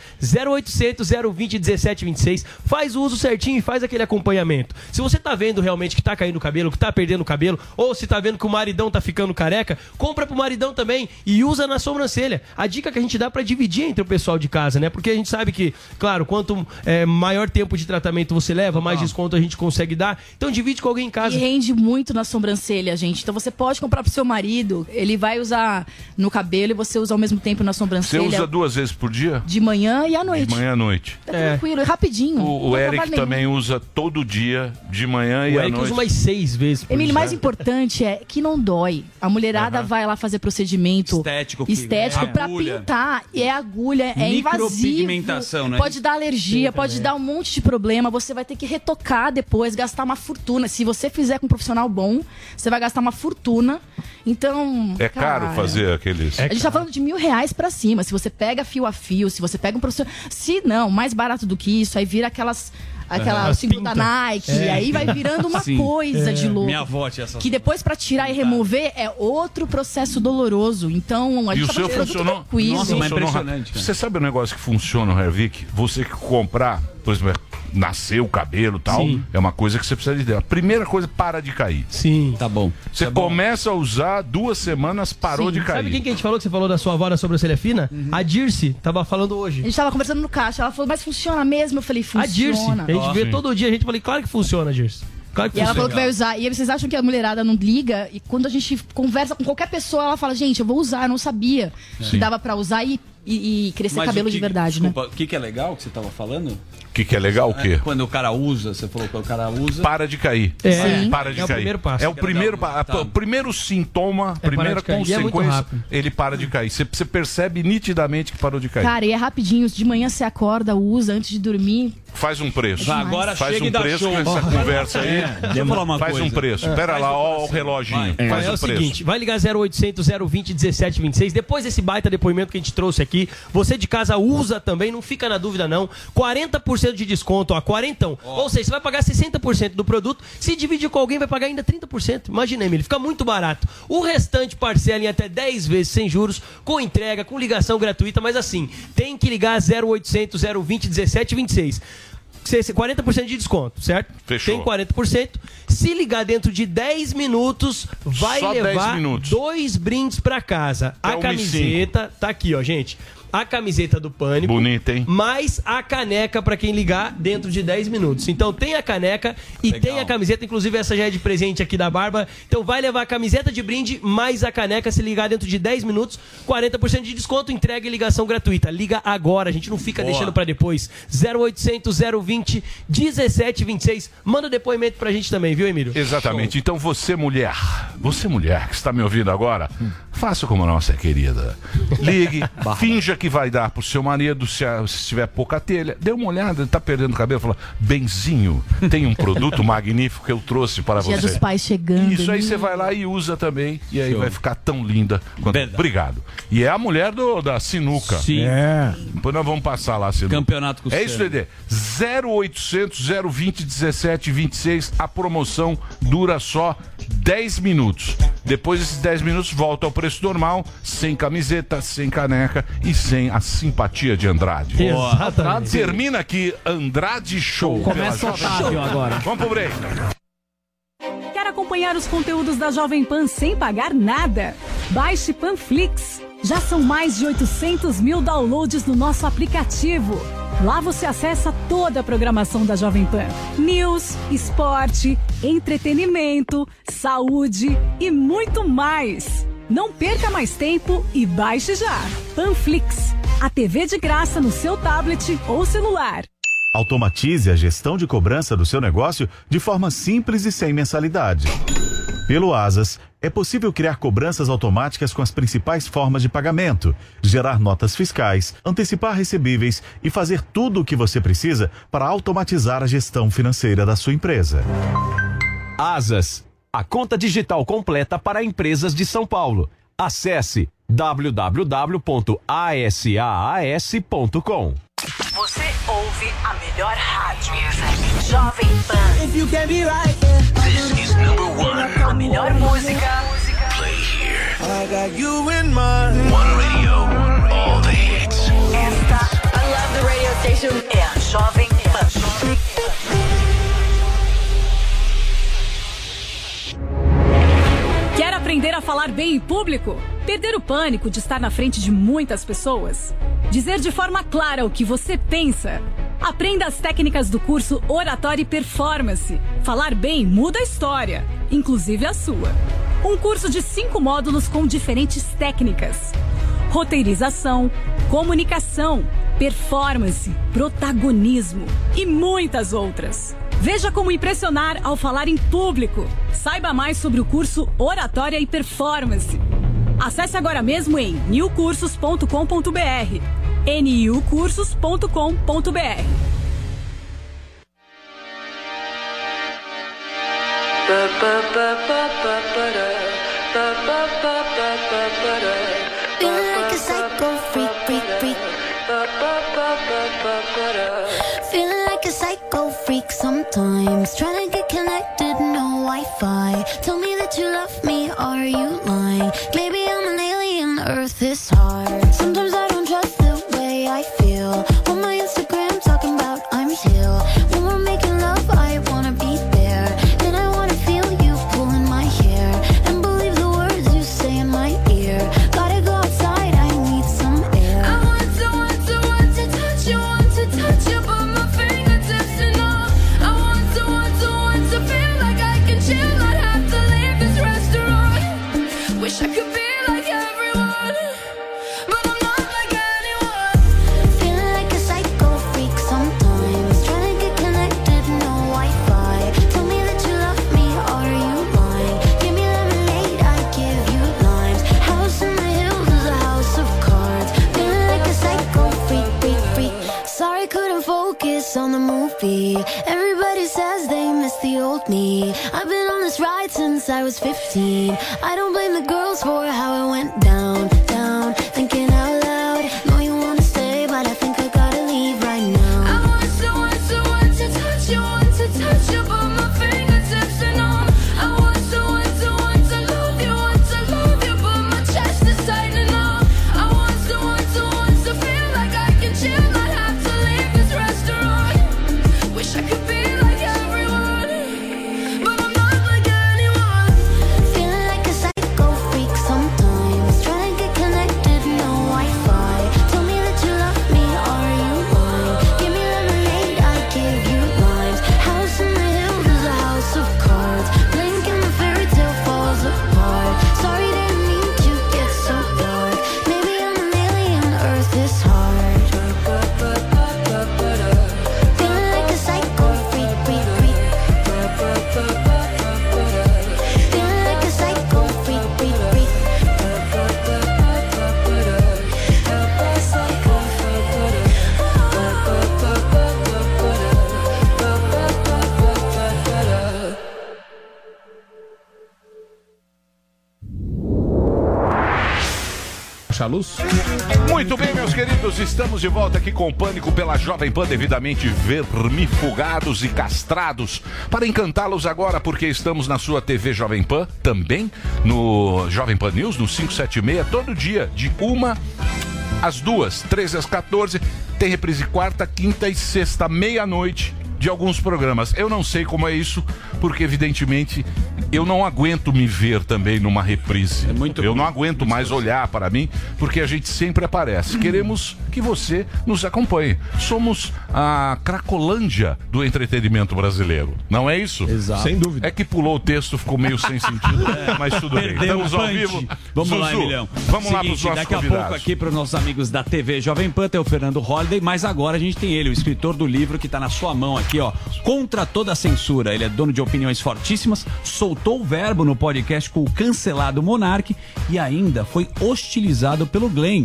0800 020 1726, faz o uso certinho e faz aquele acompanhamento. Se você tá vendo realmente que tá caindo o cabelo, que tá perdendo o cabelo, ou se tá vendo que o maridão tá ficando careca, compra pro maridão também e usa na sobrancelha. A dica que a gente dá pra dividir entre o pessoal de casa, né? Porque a gente sabe que, claro, quanto eh, maior tempo de tratamento você leva, mais desconto a gente consegue dar. Então divide com alguém em
E
casa.
rende muito na sobrancelha, gente. Então você pode comprar pro seu marido, ele vai usar no cabelo e você usa ao mesmo tempo na
Você
sobrancelha.
é
usa duas vezes por dia?
De manhã e à noite.
De manhã à noite.
Tá tranquilo, e rapidinho.
O, o
Não dá
Eric
trabalho nenhum.
também usa todo dia, de manhã e à
Eric
noite.
usa umas seis vezes por
Emílio, o
dia.
mais importante é que não dói. A mulherada vai lá fazer procedimento
Estético, que-
estético
é
pra
agulha.
pintar. E é agulha, é
Micropigmentação,
invasivo.
né?
Pode dar alergia,
Sim,
pode
também.
dar um monte de problema. Você vai ter que retocar depois, gastar uma fortuna. Se você fizer com um profissional bom, você vai gastar uma fortuna. Então.
É caro
cara,
fazer aqueles.
É
a gente tá falando de mil reais pra cima. Se você pega fio a fio, se você pega um profissional. Se não, mais barato do que isso, aí vira aquelas. Aquela
As
símbolo da
pintas.
Nike,
É.
aí vai virando uma
Sim.
coisa
É.
de louco.
Minha avó tinha essas
Que depois pra tirar e remover é outro processo doloroso. Então, a
E
gente
o
tá falando
seu
de produto
funcionou?
tranquilo.
Funcionou rápido. Você sabe o negócio que funciona, Hervik? Você que comprar, por exemplo, nasceu o cabelo e tal,
Sim.
é uma coisa que você precisa de dela. Primeira coisa, para de cair.
Sim.
Tá bom. Você começa a usar, duas semanas, parou
Sim.
de cair.
é?
Sabe quem que a gente falou que você falou da sua avó da sobrancelha fina?
Uhum.
A Dirce, tava falando hoje.
A gente tava conversando no caixa, ela falou, mas funciona mesmo? Eu falei,
A Dirce,
funciona.
a gente vê todo dia, a gente falei, claro que funciona, Dirce. Claro que
E ela falou
funciona.
que vai usar. E vocês acham que a mulherada não liga? E quando a gente conversa com qualquer pessoa, ela fala, gente, eu vou usar, eu não sabia que
Sim.
dava pra usar e, e- e crescer
Mas
cabelo
o que-
de verdade, né?
desculpa, O que, que é legal que você tava falando?
O que, que é legal o quê?
Quando o cara usa, você falou que o cara usa.
Para de cair.
É. Sim.
Para de
É o
cair.
primeiro passo. um
É o primeiro, pa- o primeiro sintoma,
É
primeira
parar de cair. E é muito
consequência,
rápido.
ele para de cair. Você, você percebe nitidamente que parou de cair.
Cara, e é rapidinho. De manhã você acorda, usa antes de dormir.
Faz um preço.
Vai, agora
Faz
chega
um
e dá
preço
show.
com essa
Ó.
conversa aí.
É, deixa eu falar uma
Faz um
coisa.
preço.
É.
Pera
Faz
lá,
um
ó, o reloginho.
É,
Faz
é
um
o
preço.
seguinte, vai ligar 0800 020 1726. Depois desse baita depoimento que a gente trouxe aqui, você de casa usa também, não fica na dúvida não. 40% de desconto, ó, 40. Ou seja, você vai pagar 60% do produto, se dividir com alguém vai pagar ainda 30%. Imagina, Emílio, fica muito barato. O restante parcela em até 10 vezes sem juros, com entrega, com ligação gratuita, mas assim, tem que ligar 0800 020 1726. 40% de desconto, certo?
Fechou.
Tem 40%. Se ligar dentro de 10 minutos, vai
Só 10
levar
minutos.
dois brindes pra casa.
É
A
uma e
camiseta tá aqui, ó, gente. A camiseta do Pânico.
Bonita, hein?
Mais a caneca pra quem ligar dentro de 10 minutos. Então tem a caneca e tem a camiseta. Inclusive essa já é de presente aqui da Barba. Então vai levar a camiseta de brinde mais a caneca se ligar dentro de 10 minutos. 40% de desconto, entrega e ligação gratuita. Liga agora, a gente não fica
Boa.
deixando pra depois. 0800 020 1726. Manda depoimento pra gente também, viu, Emílio?
Exatamente. Então você, mulher, você, mulher, que está me ouvindo agora, faça como a nossa querida. Ligue, finja que vai dar pro seu marido, se, a- se tiver pouca telha. Dê uma olhada, ele tá perdendo cabelo, fala, benzinho, tem um produto magnífico que eu trouxe para
Dia é dos
você.
pais chegando.
Isso aí
né?
você vai lá e usa também, e aí vai ficar tão linda quanto. Obrigado. E é a mulher do, da sinuca.
Sim.
É. Depois nós vamos passar lá, sinuca.
Campeonato
É
Costelo.
isso, Dedê. 0800 020 17 26. A promoção dura só 10 minutos. Depois desses 10 minutos, volta ao preço normal, sem camiseta, sem caneca e sem a simpatia de Andrade.
Boa. Exatamente.
Termina aqui Andrade Show.
Começa
pela
o
Jovem
Otávio
Pan.
agora.
Vamos pro break.
Quer acompanhar os conteúdos da Jovem Pan sem pagar nada? Baixe Panflix. Já são mais de 800 mil downloads no nosso aplicativo. Lá você acessa toda a programação da Jovem Pan: news, esporte, entretenimento, saúde e muito mais. Não perca mais tempo e baixe já. Panflix, a TV de graça no seu tablet ou celular.
Automatize a gestão de cobrança do seu negócio de forma simples e sem mensalidade. Pelo Asas, é possível criar cobranças automáticas com as principais formas de pagamento, gerar notas fiscais, antecipar recebíveis e fazer tudo o que você precisa para automatizar a gestão financeira da sua empresa.
Asas, a conta digital completa para empresas de São Paulo. Acesse www.asaas.com.
Você ouve a melhor rádio. Jovem Pan. If you can be right
This is number one.
A melhor música.
Play here. I got you in mind. One radio, all the hits.
Esta. I love the radio station. É a Jovem Pan.
Quer aprender a falar bem em público? Perder o pânico de estar na frente de muitas pessoas? Dizer de forma clara o que você pensa? Aprenda as técnicas do curso Oratório e Performance. Falar bem muda a história, inclusive a sua. Um curso de cinco módulos com diferentes técnicas: roteirização, comunicação, performance, protagonismo e muitas outras. Veja como impressionar ao falar em público. Saiba mais sobre o curso Oratória e Performance. Acesse agora mesmo em newcursos.com.br. niucursos.com.br
Ba, ba, ba, ba, ba, ba, da.
fine. Tell me that you love me, are you lying? Maybe I'm an alien, Earth is hard. Sometimes I don't trust the way I feel. On my Instagram, talking about I'm chill. When we're making love, I wanna be there. And I wanna feel you pulling my hair. And believe the words you say in my ear. Gotta go outside, I need some air. I want to, want to, want to touch you, want to touch you, but my fingertips are numb. I want to, want to, want to feel like I can chill, not have to leave this restaurant. Wish I could be like everyone, but I'm not like anyone. Feeling like a psycho freak sometimes. Trying to get connected, no Wi-Fi. Tell me that you love me, are you lying? Give me lemonade, I give you limes. House in the hills is a house of cards. Feeling like a psycho freak, freak, freak. Sorry, couldn't focus on the movie. Everybody says they miss the old me. I've been on this ride since I was 15. I don't blame the girls for how I went down, down, thinking out loud. Know you wanna stay, but I think I gotta leave right now. I want to, want to, want to touch you, want to touch you, but my fingertips are numb. I want to, want to, want to love you, want to love you, but my chest is tightening up. I want to, want to, want to feel like I can chill, not have to leave this restaurant. Wish I could be like everyone, but I'm not like anyone. Feeling like a psycho freak sometimes. Trying to get connected, no Wi-Fi. Tell me that you love me, are you lying? Give me lemonade, I give you limes. House in the hills is a house of cards. Blink and the fairy tale falls apart. Sorry didn't mean to get so dark. Maybe I'm an alien, Earth is hard. Feeling like a psycho freak, freak, freak. Feeling like a psycho freak, freak, freak.
Achar a luz?
Muito bem, meus queridos, estamos de volta aqui com o Pânico pela Jovem Pan, devidamente vermifugados e castrados, para encantá-los agora, porque estamos na sua TV Jovem Pan, também no Jovem Pan News, no 576, todo dia, de uma às duas, 13 às 14, tem reprise quarta, quinta e sexta, meia-noite, de alguns programas. Eu não sei como é isso, porque evidentemente eu não aguento me ver também numa reprise. É muito eu não aguento mais olhar para mim, porque a gente sempre aparece.
Uhum.
Queremos que você nos acompanhe. Somos a Cracolândia do entretenimento brasileiro. Não é isso? Exato.
Sem
dúvida. É que pulou o texto, ficou meio sem sentido, mas tudo bem.
Perdeu
Estamos
o
ao
punch.
vivo.
Vamos lá,
Zuzu,
Emilhão.
Vamos lá para
Seguinte,
os nossos
Daqui a
convidados.
pouco aqui para os nossos amigos da TV Jovem Pan, tem o Fernando Holliday, mas agora a gente tem ele, o escritor do livro que está na sua mão aqui, ó. Contra toda a censura. Ele é dono de opiniões fortíssimas, soltou o verbo no podcast com o cancelado Monark e ainda foi hostilizado pelo Glenn.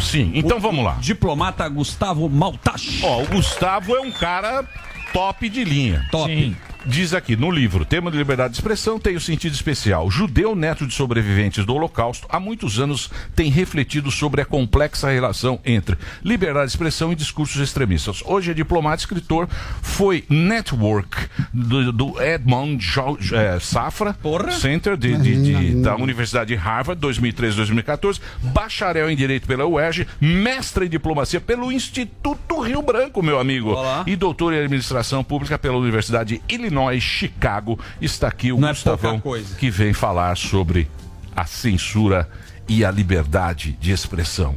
Sim, então vamos lá.
Diplomata Gustavo Maltache.
Ó, o Gustavo é um cara top de linha. Top. Diz aqui no livro, tema de liberdade de expressão tem o sentido especial. Judeu neto de sobreviventes do Holocausto, há muitos anos tem refletido sobre a complexa relação entre liberdade de expressão e discursos extremistas. Hoje é diplomata e escritor, foi network do, do Edmond Jo- eh, Safra Center de, de- de- da Universidade de Harvard, 2013-2014, bacharel em Direito pela UERJ, mestre em Diplomacia pelo Instituto Rio Branco, meu amigo, e doutor em Administração Pública pela Universidade Illinois, Chicago. Está aqui o Gustavão, que vem falar sobre a censura e a liberdade de expressão.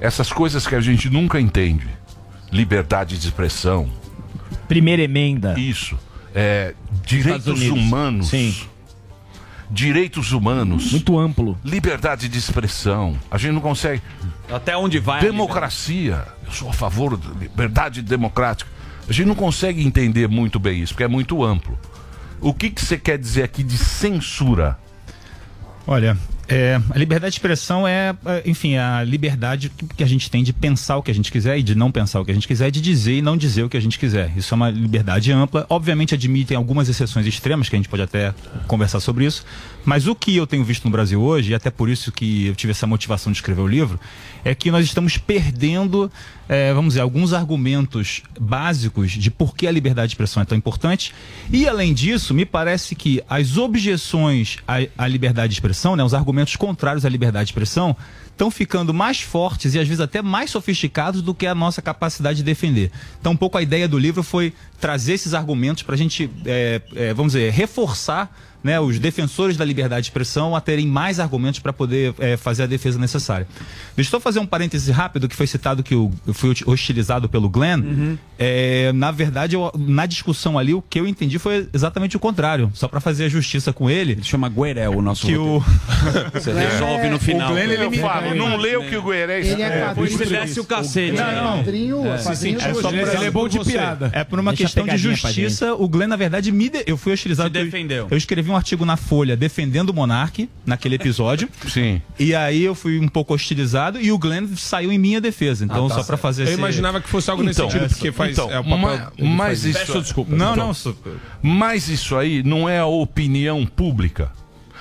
Essas coisas que a gente nunca entende. Liberdade de expressão.
Primeira emenda.
Isso. É, direitos
Unidos.
humanos.
Sim.
Direitos humanos.
Muito amplo.
Liberdade de expressão. A gente não consegue.
Até onde vai? a
Democracia. Eu sou a favor da liberdade democrática. A gente não consegue entender muito bem isso, porque é muito amplo. O que, que você quer dizer aqui de censura?
Olha,
É, a liberdade de expressão é, é, enfim, a liberdade que- que a gente tem de pensar o que a gente quiser e de não pensar o que a gente quiser, e de dizer e não dizer o que a gente quiser. Isso é uma liberdade ampla. Obviamente admitem algumas exceções extremas, que a gente pode até conversar sobre isso, mas o que eu tenho visto no Brasil hoje, e até por isso que eu tive essa motivação de escrever o livro, é que nós estamos perdendo, é, vamos dizer, alguns argumentos básicos de por que a liberdade de expressão é tão importante. E, além disso, me parece que as objeções à, à liberdade de expressão, né, os argumentos contrários à liberdade de expressão, estão ficando mais fortes e, às vezes, até mais sofisticados do que a nossa capacidade de defender. Então, um pouco a ideia do livro foi trazer esses argumentos para a gente, é, é, vamos dizer, reforçar né, os defensores da liberdade de expressão a terem mais argumentos para poder eh, fazer a defesa necessária. Deixa eu só fazer um parêntese rápido que foi citado que eu eu fui hostilizado pelo Glenn. Eh, na verdade, eu- na discussão ali, o que eu entendi foi exatamente o contrário. Só para fazer a justiça com ele. Ele
chama Guerel o nosso
que o...
Você resolve no final.
É, O
né?
Glenn, ele
Eu
me-
falo, não lê o que o Guerreiro
Ele é
por isso
quadrinho.
ele desce o cacete.
Não, não.
Quadrinho,
É,
quadrinho
se sentir
justo.
hostilizado
Ele é bom
por
de
você.
piada.
É por uma
Deixa a
questão de
pegadinha pra
justiça. O Glenn, na verdade, me de- eu fui hostilizado.
Se
porque eu-
defendeu.
Eu escrevi um artigo na Folha defendendo o Monark naquele episódio.
Sim.
E aí eu fui um pouco hostilizado e o Glenn saiu em minha defesa. Então,
Ah, tá
só pra
certo.
fazer
Eu
esse- Então,
imaginava que fosse algo nesse sentido, porque faz- é o papel-
Então, ma-
ele
mas
faz
isso.
isso. Peço desculpas,
Não,
então.
não. su- Mas isso aí não é a opinião pública.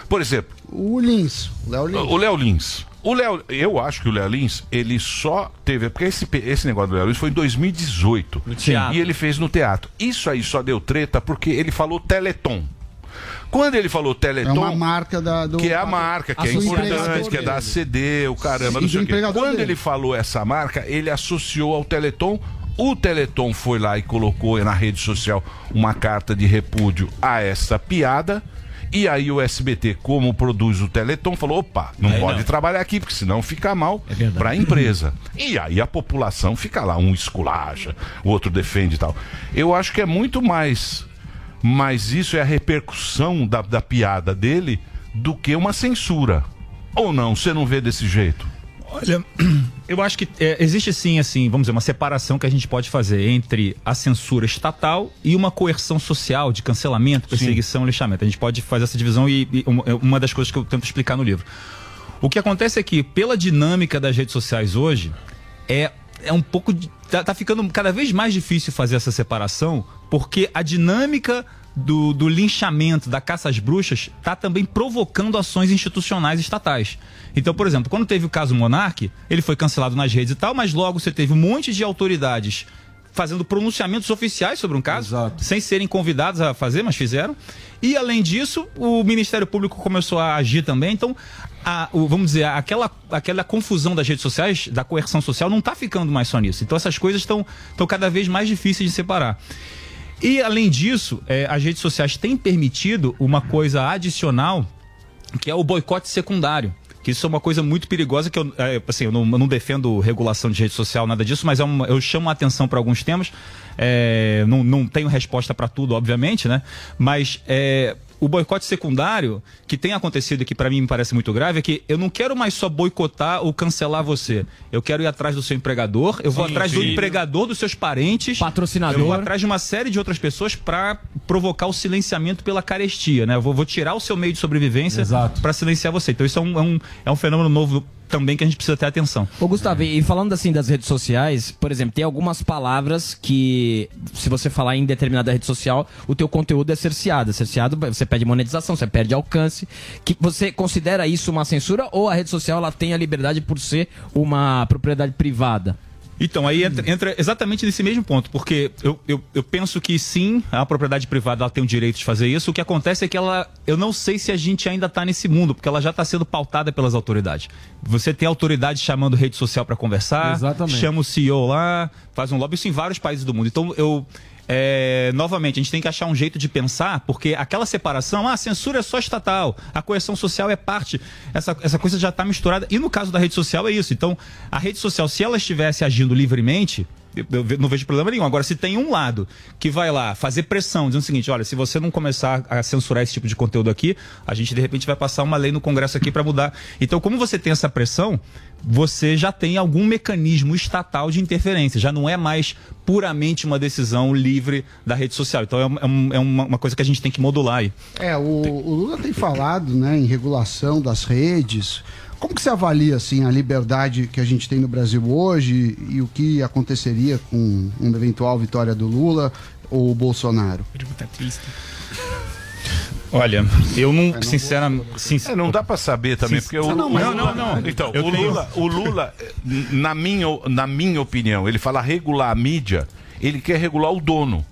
Por exemplo.
O Lins. O Léo Lins.
O Léo Lins. O Léo, eu acho que o Léo Lins, ele só teve. Porque esse, pe- esse negócio do Léo Lins foi em 2018. No
teatro.
E ele fez no teatro. Isso aí só deu treta porque ele falou Teleton. Quando ele falou
É
Teleton,
uma marca da, do.
que é a marca, que é
do
importante,
empregador
que é da
dele.
CD, o caramba,
E
não
do
sei o quê.
empregador
Quando
dele.
ele falou essa marca, ele associou ao Teleton. O Teleton foi lá e colocou na rede social uma carta de repúdio a essa piada. E aí o SBT, como produz o Teleton, falou: opa, não
Aí
pode
não. É
trabalhar aqui, porque senão fica mal pra empresa. E aí a população fica lá, um esculacha, o outro defende e tal. Eu acho que é muito mais mas isso é a repercussão da, da piada dele do que uma censura. Ou não, você não vê desse jeito.
Olha, eu acho que é, existe sim, assim, vamos dizer, uma separação que a gente pode fazer entre a censura estatal e uma coerção social de cancelamento, perseguição, lixamento. A gente pode fazer essa divisão e, e uma, é uma das coisas que eu tento explicar no livro. O que acontece é que, pela dinâmica das redes sociais hoje, é, é um pouco. de- Tá, tá ficando cada vez mais difícil fazer essa separação, porque a dinâmica do, do linchamento, da caça às bruxas, tá também provocando ações institucionais estatais. Então, por exemplo, quando teve o caso Monark, ele foi cancelado nas redes e tal, mas logo você teve um monte de autoridades fazendo pronunciamentos oficiais sobre um caso, sem serem convidados a fazer, mas fizeram. E além disso, o Ministério Público começou a agir também. Então, a- o- vamos dizer, aquela, aquela confusão das redes sociais, da coerção social, não está ficando mais só nisso. Então, essas coisas estão estão cada vez mais difíceis de separar. E além disso, eh, as redes sociais têm permitido uma coisa adicional que é o boicote secundário. Que isso é uma coisa muito perigosa, que eu, é, assim, eu, não, eu não defendo regulação de rede social, nada disso, mas é uma- eu chamo a atenção para alguns temas. É, não, não tenho resposta para tudo, obviamente, né? Mas é, o boicote secundário, que tem acontecido e que para mim me parece muito grave, é que eu não quero mais só boicotar ou cancelar você. Eu quero ir atrás do seu empregador, eu vou
Sim,
atrás do
sim.
empregador dos seus parentes, patrocinador. Eu vou atrás de uma série de outras pessoas para provocar o silenciamento pela carestia, né? Eu vou, vou tirar o seu meio de sobrevivência para silenciar você. Então isso é um, é, um, é um fenômeno novo também que a gente precisa ter atenção.
Ô, Gustavo, e falando assim das redes sociais, por exemplo, tem algumas palavras que, se você falar em determinada rede social, o teu conteúdo é cerceado. É Cerceado, você perde monetização, você perde alcance. Que você considera isso uma censura ou a rede social ela tem a liberdade por ser uma propriedade privada?
Então, aí entra, entra exatamente nesse mesmo ponto, porque eu, eu, eu penso que sim, a propriedade privada ela tem o direito de fazer isso. O que acontece é que ela. Eu não sei se a gente ainda está nesse mundo, porque ela já está sendo pautada pelas autoridades. Você tem autoridade chamando rede social para conversar,
Exatamente.
chama o CEO lá, faz um lobby, isso em vários países do mundo. Então, eu. é, novamente, a gente tem que achar um jeito de pensar, porque aquela separação, ah, a censura é só estatal, a coerção social é parte, essa, essa coisa tá já está misturada. E no caso da rede social é isso. Então, a rede social, se ela estivesse agindo livremente, eu- eu ve- não vejo problema nenhum. Agora, se tem um lado que vai lá fazer pressão, dizendo o seguinte: olha, se você não começar a censurar esse tipo de conteúdo aqui, a gente de repente vai passar uma lei no Congresso aqui para mudar. Então, como você tem essa pressão, você já tem algum mecanismo estatal de interferência. Já não é mais puramente uma decisão livre da rede social. Então, é, um- é um- é uma, uma coisa que a gente tem que modular aí.
É, o, o Lula tem falado né, em regulação das redes. Como que você avalia assim, a liberdade que a gente tem no Brasil hoje e o que aconteceria com uma eventual vitória do Lula ou o Bolsonaro?
Pergunta triste.
Olha, eu não, sinceramente.
É, não dá pra saber também, porque o.
Não, mas- não, não, não.
Então,
Eu
o
tenho-
Lula, o Lula, na minha, na minha opinião, ele fala regular a mídia, ele quer regular o dono.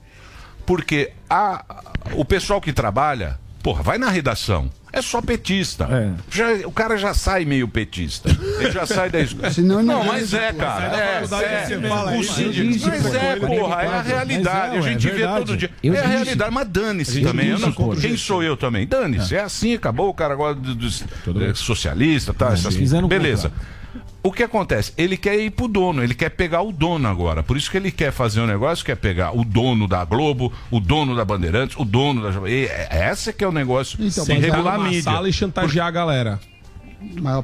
Porque a, o pessoal que trabalha, porra, vai na redação. É só petista.
É.
Já- o cara já sai meio petista. Ele já sai da escola.
Senão ele não
não,
ganha
mas
esse
é,
curso.
cara.
Sai da
É,
faculdade,
é.
você fala
O
isso.
síndico-
Eu disse,
Mas é,
pô,
porra, é a
mas é,
realidade. A
ué,
gente
é
vê
verdade.
todo dia.
Eu
É a
disse.
realidade, mas
A
dane-se
gente
também. Eu
disse,
não-
pô,
Quem sou eu também? Dane-se. É assim, acabou o cara agora do, dos- é, socialista, tá? Essas...
fizeram
Beleza. O que acontece? Ele quer ir pro dono, ele quer pegar o dono agora. Por isso que ele quer fazer um negócio, quer pegar o dono da Globo, o dono da Bandeirantes, o dono da. E é- Essa que é o negócio.
Então,
sem
mas ela
regular a mídia.
amassá-la e chantagear a galera.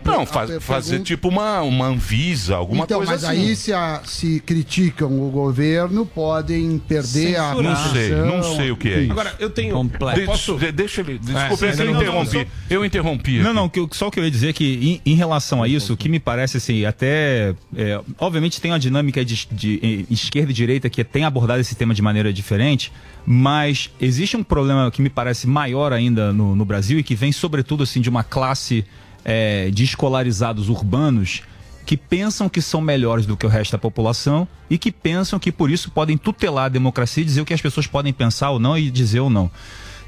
Não, faz- fazer tipo uma, uma Anvisa, alguma
então,
coisa
mas
assim.
aí se, a- se criticam o governo, podem perder a
Censurar. Não sei, não sei o que é isso.
Agora, eu tenho.
Complexo.
Posso-
De- deixa ele. Desculpa,
sim,
eu
não, não,
interrompi.
não, só-
eu interrompi.
Não, não, que eu- só o que eu ia dizer é que em, em relação a isso, o que me parece assim, até. é, obviamente tem uma dinâmica de, de- eh, esquerda e direita que tem abordado esse tema de maneira diferente, mas existe um problema que me parece maior ainda no, no Brasil e que vem, sobretudo, assim, de uma classe eh, de escolarizados urbanos que pensam que são melhores do que o resto da população e que pensam que por isso podem tutelar a democracia e dizer o que as pessoas podem pensar ou não e dizer ou não.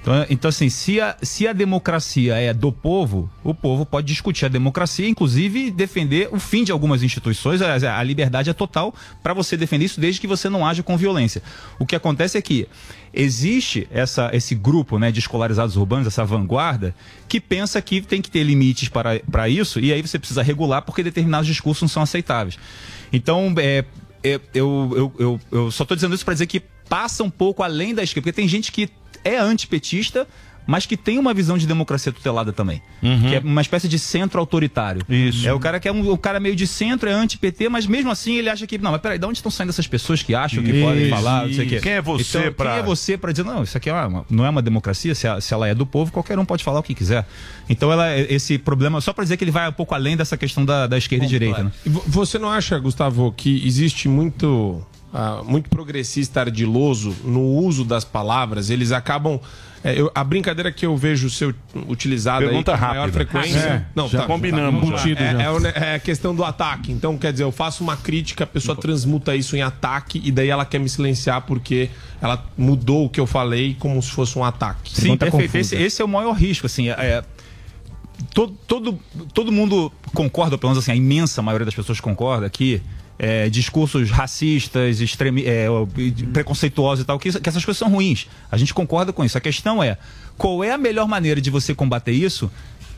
Então, é- então assim, se a, se a democracia é do povo, o povo pode discutir a democracia, inclusive defender o fim de algumas instituições. A, a liberdade é total para você defender isso desde que você não haja com violência. O que acontece é que existe essa, esse grupo né, de escolarizados urbanos, essa vanguarda, que pensa que tem que ter limites para, para isso, e aí você precisa regular porque determinados discursos não são aceitáveis. Então, é, é, eu, eu, eu, eu só estou dizendo isso para dizer que passa um pouco além da esquerda, porque tem gente que é antipetista, mas que tem uma visão de democracia tutelada também.
Uhum.
Que é uma espécie de centro autoritário. Isso. É o cara que é um o cara meio de centro, é anti-PT, mas mesmo assim ele acha que. Não, mas peraí, de onde estão saindo essas pessoas que acham que
Isso,
podem falar? Não sei o quê.
isso. Quem é você
Então,
pra-
Quem é você para dizer, não, isso aqui é uma- não é uma democracia, se, a- se ela é do povo, qualquer um pode falar o que quiser. Então ela, esse problema, só para dizer que ele vai um pouco além dessa questão da, da esquerda e direita, né?
E vo- Você não acha, Gustavo, que existe muito ah, muito progressista ardiloso no uso das palavras? Eles acabam é, eu- a brincadeira que eu vejo ser utilizada
Pergunta
aí com
rápida.
maior frequência. tá,
É, já combinamos, já.
embutido
É,
já.
é
É,
o ne-
a questão do ataque. Então, quer dizer, eu faço uma crítica, a pessoa transmuta isso em ataque e daí ela quer me silenciar porque ela mudou o que eu falei como se fosse um ataque.
Sim, perfeito. Esse, esse é o maior risco, assim. é- é- todo, todo, todo mundo concorda, pelo menos assim, a imensa maioria das pessoas concorda que é, discursos racistas, extremi, é, o- e de- preconceituosos e tal, que, isso- que essas coisas são ruins. A gente concorda com isso. A questão é, qual é a melhor maneira de você combater isso,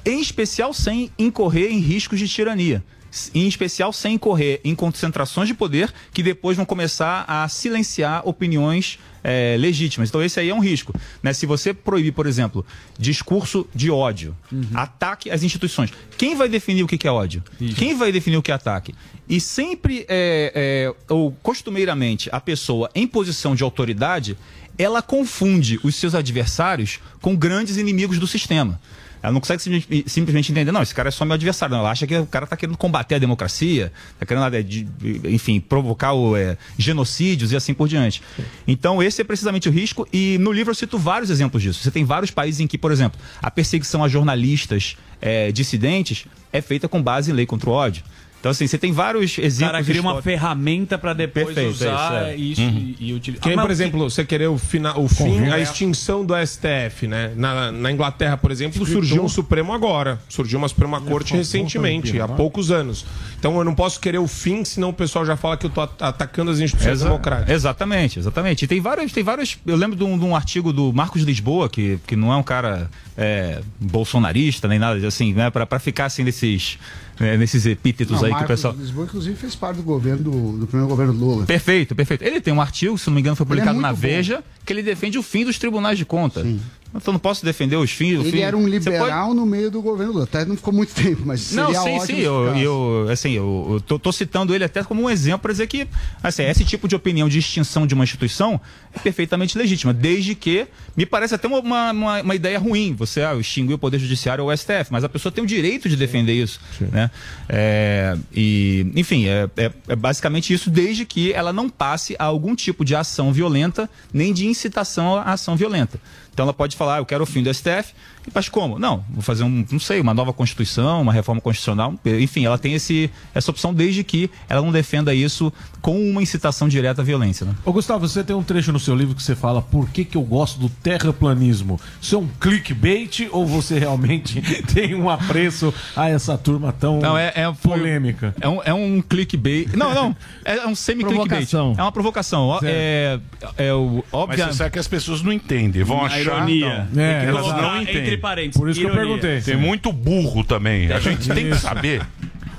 em especial sem incorrer em riscos de tirania? S- Em especial sem incorrer em concentrações de poder que depois vão começar a silenciar opiniões é, legítimas. Então, esse aí é um risco. né? Se você proibir, por exemplo, discurso de ódio, ataque às instituições, quem vai definir o que que é ódio? Quem vai definir o que é ataque? E sempre, é, é, ou costumeiramente, a pessoa em posição de autoridade, ela confunde os seus adversários com grandes inimigos do sistema. Ela não consegue simplesmente- simplesmente entender, não, esse cara é só meu adversário. Não, ela acha que o cara está querendo combater a democracia, está querendo, eh, de- enfim, provocar o, eh, genocídios e assim por diante. Então, esse é precisamente o risco. E no livro eu cito vários exemplos disso. Você tem vários países em que, por exemplo, a perseguição a jornalistas eh, dissidentes é feita com base em lei contra o ódio. Então, assim, você tem vários exemplos.
cara cria uma
históricos.
ferramenta pra depois
Perfeito,
usar
é
isso,
isso, é. Uhum.
e, e utilizar.
Que nem,
Ah, mas
por
o que-
exemplo, você querer o, fina, o fim,
Convenha.
a extinção do STF, né? Na, na Inglaterra, por exemplo,
Escritor.
surgiu um Supremo agora. Surgiu uma Suprema Corte recentemente, há poucos anos. Então eu não posso querer o fim, senão o pessoal já fala que eu tô at- atacando as instituições
Exa-
democráticas.
Exatamente, exatamente. E tem vários, tem vários. Eu lembro de um, de um artigo do Marcos Lisboa, que, que não é um cara é, bolsonarista nem nada, assim, né? Pra, pra ficar assim nesses, né, nesses epítetos
Não,
aí que o
Marcos
pessoal.
Lisboa, inclusive, fez parte do governo do, do primeiro governo Lula.
Perfeito, perfeito. Ele tem um artigo, se não me engano, foi
Ele é
publicado
muito
na
bom.
Veja, que ele defende o fim dos tribunais de contas. Mas eu não posso defender os fins. o
Ele
fim-
era um
Você
liberal no meio do governo Lula. Até não ficou muito tempo, mas seria
Não, sim,
ótimo
sim.
se
Eu,
ficasse.
eu, assim, eu, eu tô, tô citando ele até como um exemplo para dizer que assim, esse tipo de opinião de extinção de uma instituição é perfeitamente legítima, desde que me parece até uma, uma, uma- uma ideia ruim você ah, extinguir o Poder Judiciário ou o STF, mas a pessoa tem o direito de defender isso. Né? É, e, enfim, é, é- é basicamente isso, desde que ela não passe a algum tipo de ação violenta, nem de incitação à ação violenta. Então ela pode falar, eu quero o fim do STF, mas como? Não, vou fazer um, não sei, uma nova constituição, uma reforma constitucional, enfim, ela tem esse, essa opção desde que ela não defenda isso com uma incitação direta à violência. Né?
Ô Gustavo, você tem um trecho no seu livro que você fala por que, que eu gosto do terraplanismo. Isso é um clickbait ou você realmente tem um apreço a essa turma tão
Não, é-
polêmica?
É um, é um clickbait. Não, não. É um semi-clickbait. É
Provocação.
uma provocação. Ó, É, é o
Mas
óbvio.
você sabe que as pessoas não entendem, vão
Na
achar.
ironia.
Não.
É,
que elas
colocar
não
entre
entendem.
parênteses, Por isso que eu ironia. perguntei.
Tem muito burro também. A gente tem que
Isso.
saber.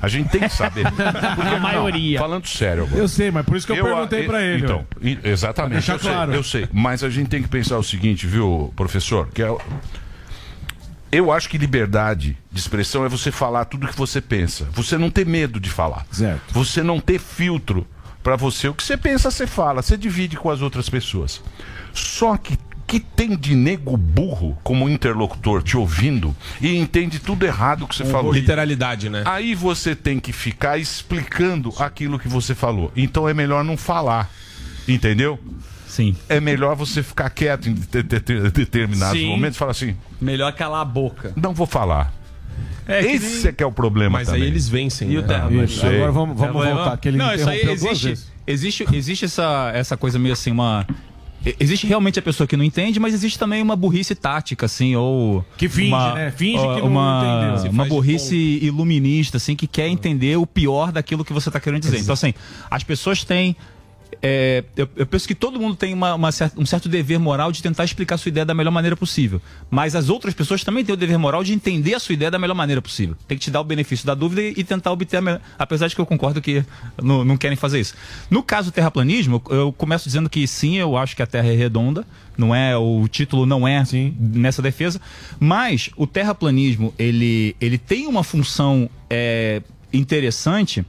A gente tem que saber. Porque,
A maioria.
não, falando sério agora.
Eu sei, mas por isso que eu, perguntei
ah,
pra ele.
Então, i- exatamente.
Pra deixar
eu,
claro.
sei, eu sei. Mas a gente tem que pensar o seguinte, viu, professor? Que é- eu acho que liberdade de expressão é você falar tudo o que você pensa. Você não ter medo de falar. Certo. Você não ter filtro pra você. O que você pensa, você fala. Você divide com as outras pessoas. Só que que tem de nego burro como um interlocutor te ouvindo e entende tudo errado
Um
que você falou.
Literalidade, né?
Aí você tem que ficar explicando aquilo que você falou. Então é melhor não falar. Entendeu?
Sim.
É melhor você ficar quieto em de- de- de- determinados
Sim.
momentos e falar assim:
Melhor calar a boca.
não vou falar.
É que nem-
Esse é que é o problema.
Mas aí
também. É.
eles vencem, E né? o terra-
Não
Isso.
sei.
Agora vamos- vamos
Agora
voltar, que ele
É, Não, isso aí
interrompeu duas
existe.
vezes.
Existe, existe essa, essa coisa meio assim, uma. e- Existe realmente a pessoa que não entende, mas existe também uma burrice tática, assim, ou.
Que finge,
uma,
né? Finge que não
uma,
entendeu. Se
Uma
faz de
burrice iluminista, assim, que quer entender o pior daquilo que você está querendo dizer. Então, assim, as pessoas têm. é, eu, eu penso que todo mundo tem uma- uma cer- um certo dever moral de tentar explicar a sua ideia da melhor maneira possível. Mas as outras pessoas também têm o dever moral de entender a sua ideia da melhor maneira possível. Tem que te dar o benefício da dúvida e, e tentar obter a melhor. Apesar de que eu concordo que não, não querem fazer isso. No caso do terraplanismo, eu eu começo dizendo que sim, eu acho que a Terra é redonda. Não é o título não é nessa defesa, mas o terraplanismo ele, ele tem uma função é, interessante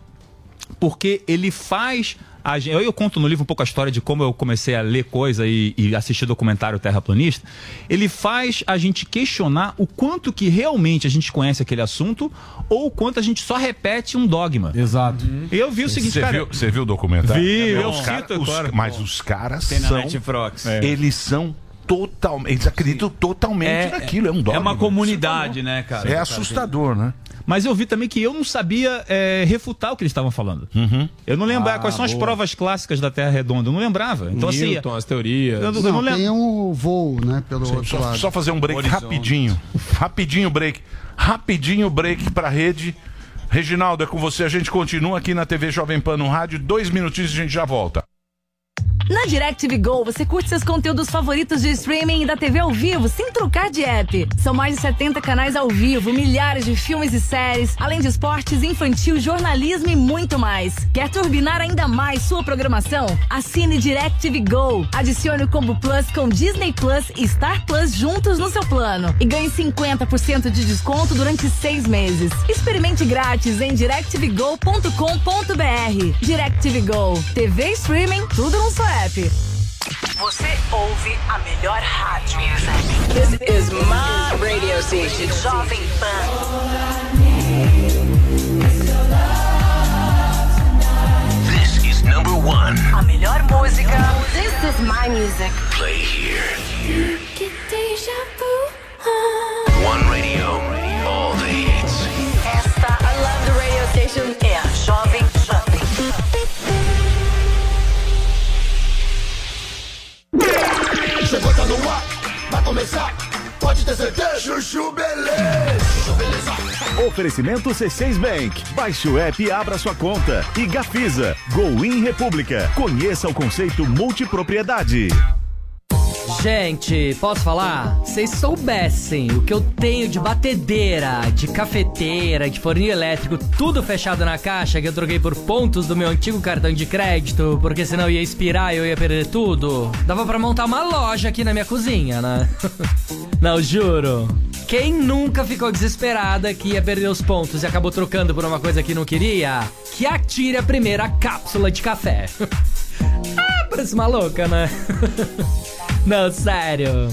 porque ele faz. A gente, eu, eu conto no livro um pouco a história de como eu comecei a ler coisa e, e assistir documentário terraplanista. Ele faz a gente questionar o quanto que realmente a gente conhece aquele assunto ou o quanto a gente só repete um dogma.
Exato.
E eu vi o seguinte,
Você
cara.
viu, você viu o documentário?
Vi,
É bom.
eu
Os
cito,
cara- os-
claro.
Mas os caras
Tem na
são...
Netflix. É.
Eles são totalmente... Eles acreditam totalmente naquilo. É um dogma.
É uma comunidade, né, cara?
É assustador, né?
Mas eu vi também que eu não sabia é, refutar o que eles estavam falando.
Uhum.
Eu não lembrava
Ah,
quais são as
boa.
provas clássicas da Terra Redonda. Eu não lembrava. Então, assim,
Newton, as teorias.
Eu não- eu não lembro.
Tem um voo, né, pelo outro
Só,
lado.
só fazer um break rapidinho. Rapidinho break. Rapidinho break pra rede. Reginaldo, é com você. A gente continua aqui na TV Jovem Pan no rádio. Dois minutinhos e a gente já volta.
Na DirecTV Go, você curte seus conteúdos favoritos de streaming e da TV ao vivo, sem trocar de app. São mais de 70 canais ao vivo, milhares de filmes e séries, além de esportes, infantil, jornalismo e muito mais. Quer turbinar ainda mais sua programação? Assine DirecTV Go. Adicione o Combo Plus com Disney Plus e Star Plus juntos no seu plano. E ganhe 50% de desconto durante seis meses. Experimente grátis em directvgo.com.br. DirecTV Go. TV e streaming, tudo num só app.
Você ouve a melhor rádio. This is my radio station, Jovem
This is number one.
Pan. A melhor música.
This is my music.
Play here. Here. One radio. All the hits.
Esta, I love the radio station. É a Jovem Pan.
Chegou, tá no ar. Vai começar. Pode ter certeza. Chuchu Beleza. Chuchu Beleza.
Oferecimento C6 Bank. Baixe o app e abra sua conta. E Gafisa, Go In República. Conheça o conceito multipropriedade.
Gente, posso falar? Vocês soubessem o que eu tenho de batedeira, de cafeteira, de forninho elétrico, tudo fechado na caixa que eu troquei por pontos do meu antigo cartão de crédito, porque senão ia expirar e eu ia perder tudo. Dava pra montar uma loja aqui na minha cozinha, né? Não, juro. Quem nunca ficou desesperada que ia perder os pontos e acabou trocando por uma coisa que não queria? Que atire a primeira cápsula de café. ah, parece maluca, né? Não, sério.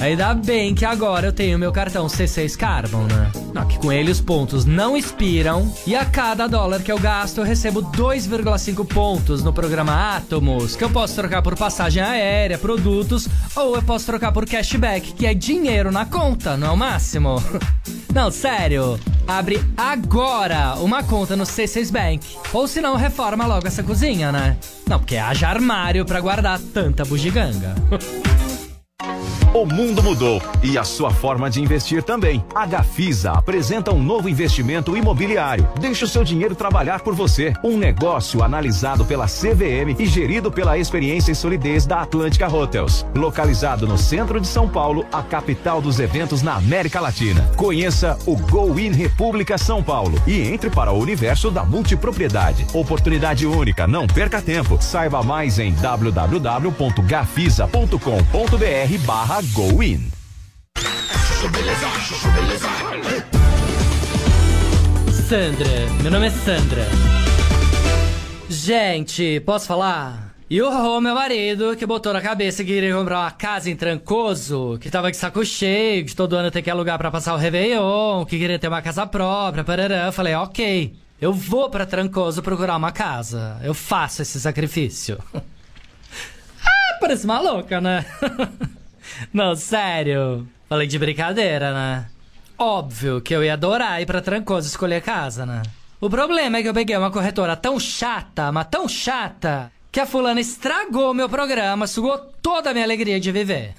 Ainda bem que agora eu tenho meu cartão C6 Carbon, né? Não, que com ele os pontos não expiram e a cada dólar que eu gasto eu recebo 2,5 pontos no programa Atomos, que eu posso trocar por passagem aérea, produtos ou eu posso trocar por cashback, que é dinheiro na conta, não é o máximo? Não, sério. Abre agora uma conta no C6 Bank. Ou se não, reforma logo essa cozinha, né? Não, porque haja armário pra guardar tanta bugiganga.
O mundo mudou e a sua forma de investir também. A Gafisa apresenta um novo investimento imobiliário. Deixe o seu dinheiro trabalhar por você. Um negócio analisado pela CVM e gerido pela experiência e solidez da Atlântica Hotels. Localizado no centro de São Paulo, a capital dos eventos na América Latina. Conheça o Go In República São Paulo e entre para o universo da multipropriedade. Oportunidade única, não perca tempo. Saiba mais em www.gafisa.com.br barra Go In.
Sandra, meu nome é Sandra. Gente, posso falar? E o Rô, meu marido, que botou na cabeça que iria comprar uma casa em Trancoso, que tava de saco cheio, que todo ano tem que alugar pra passar o Réveillon, que queria ter uma casa própria, parará. Eu falei, ok, eu vou pra Trancoso procurar uma casa. Eu faço esse sacrifício. ah, parece maluca, né? Não, sério. Falei de brincadeira, né? Óbvio que eu ia adorar ir pra Trancoso escolher casa, né? O problema é que eu peguei uma corretora tão chata, mas tão chata, que a fulana estragou meu programa, sugou toda a minha alegria de viver.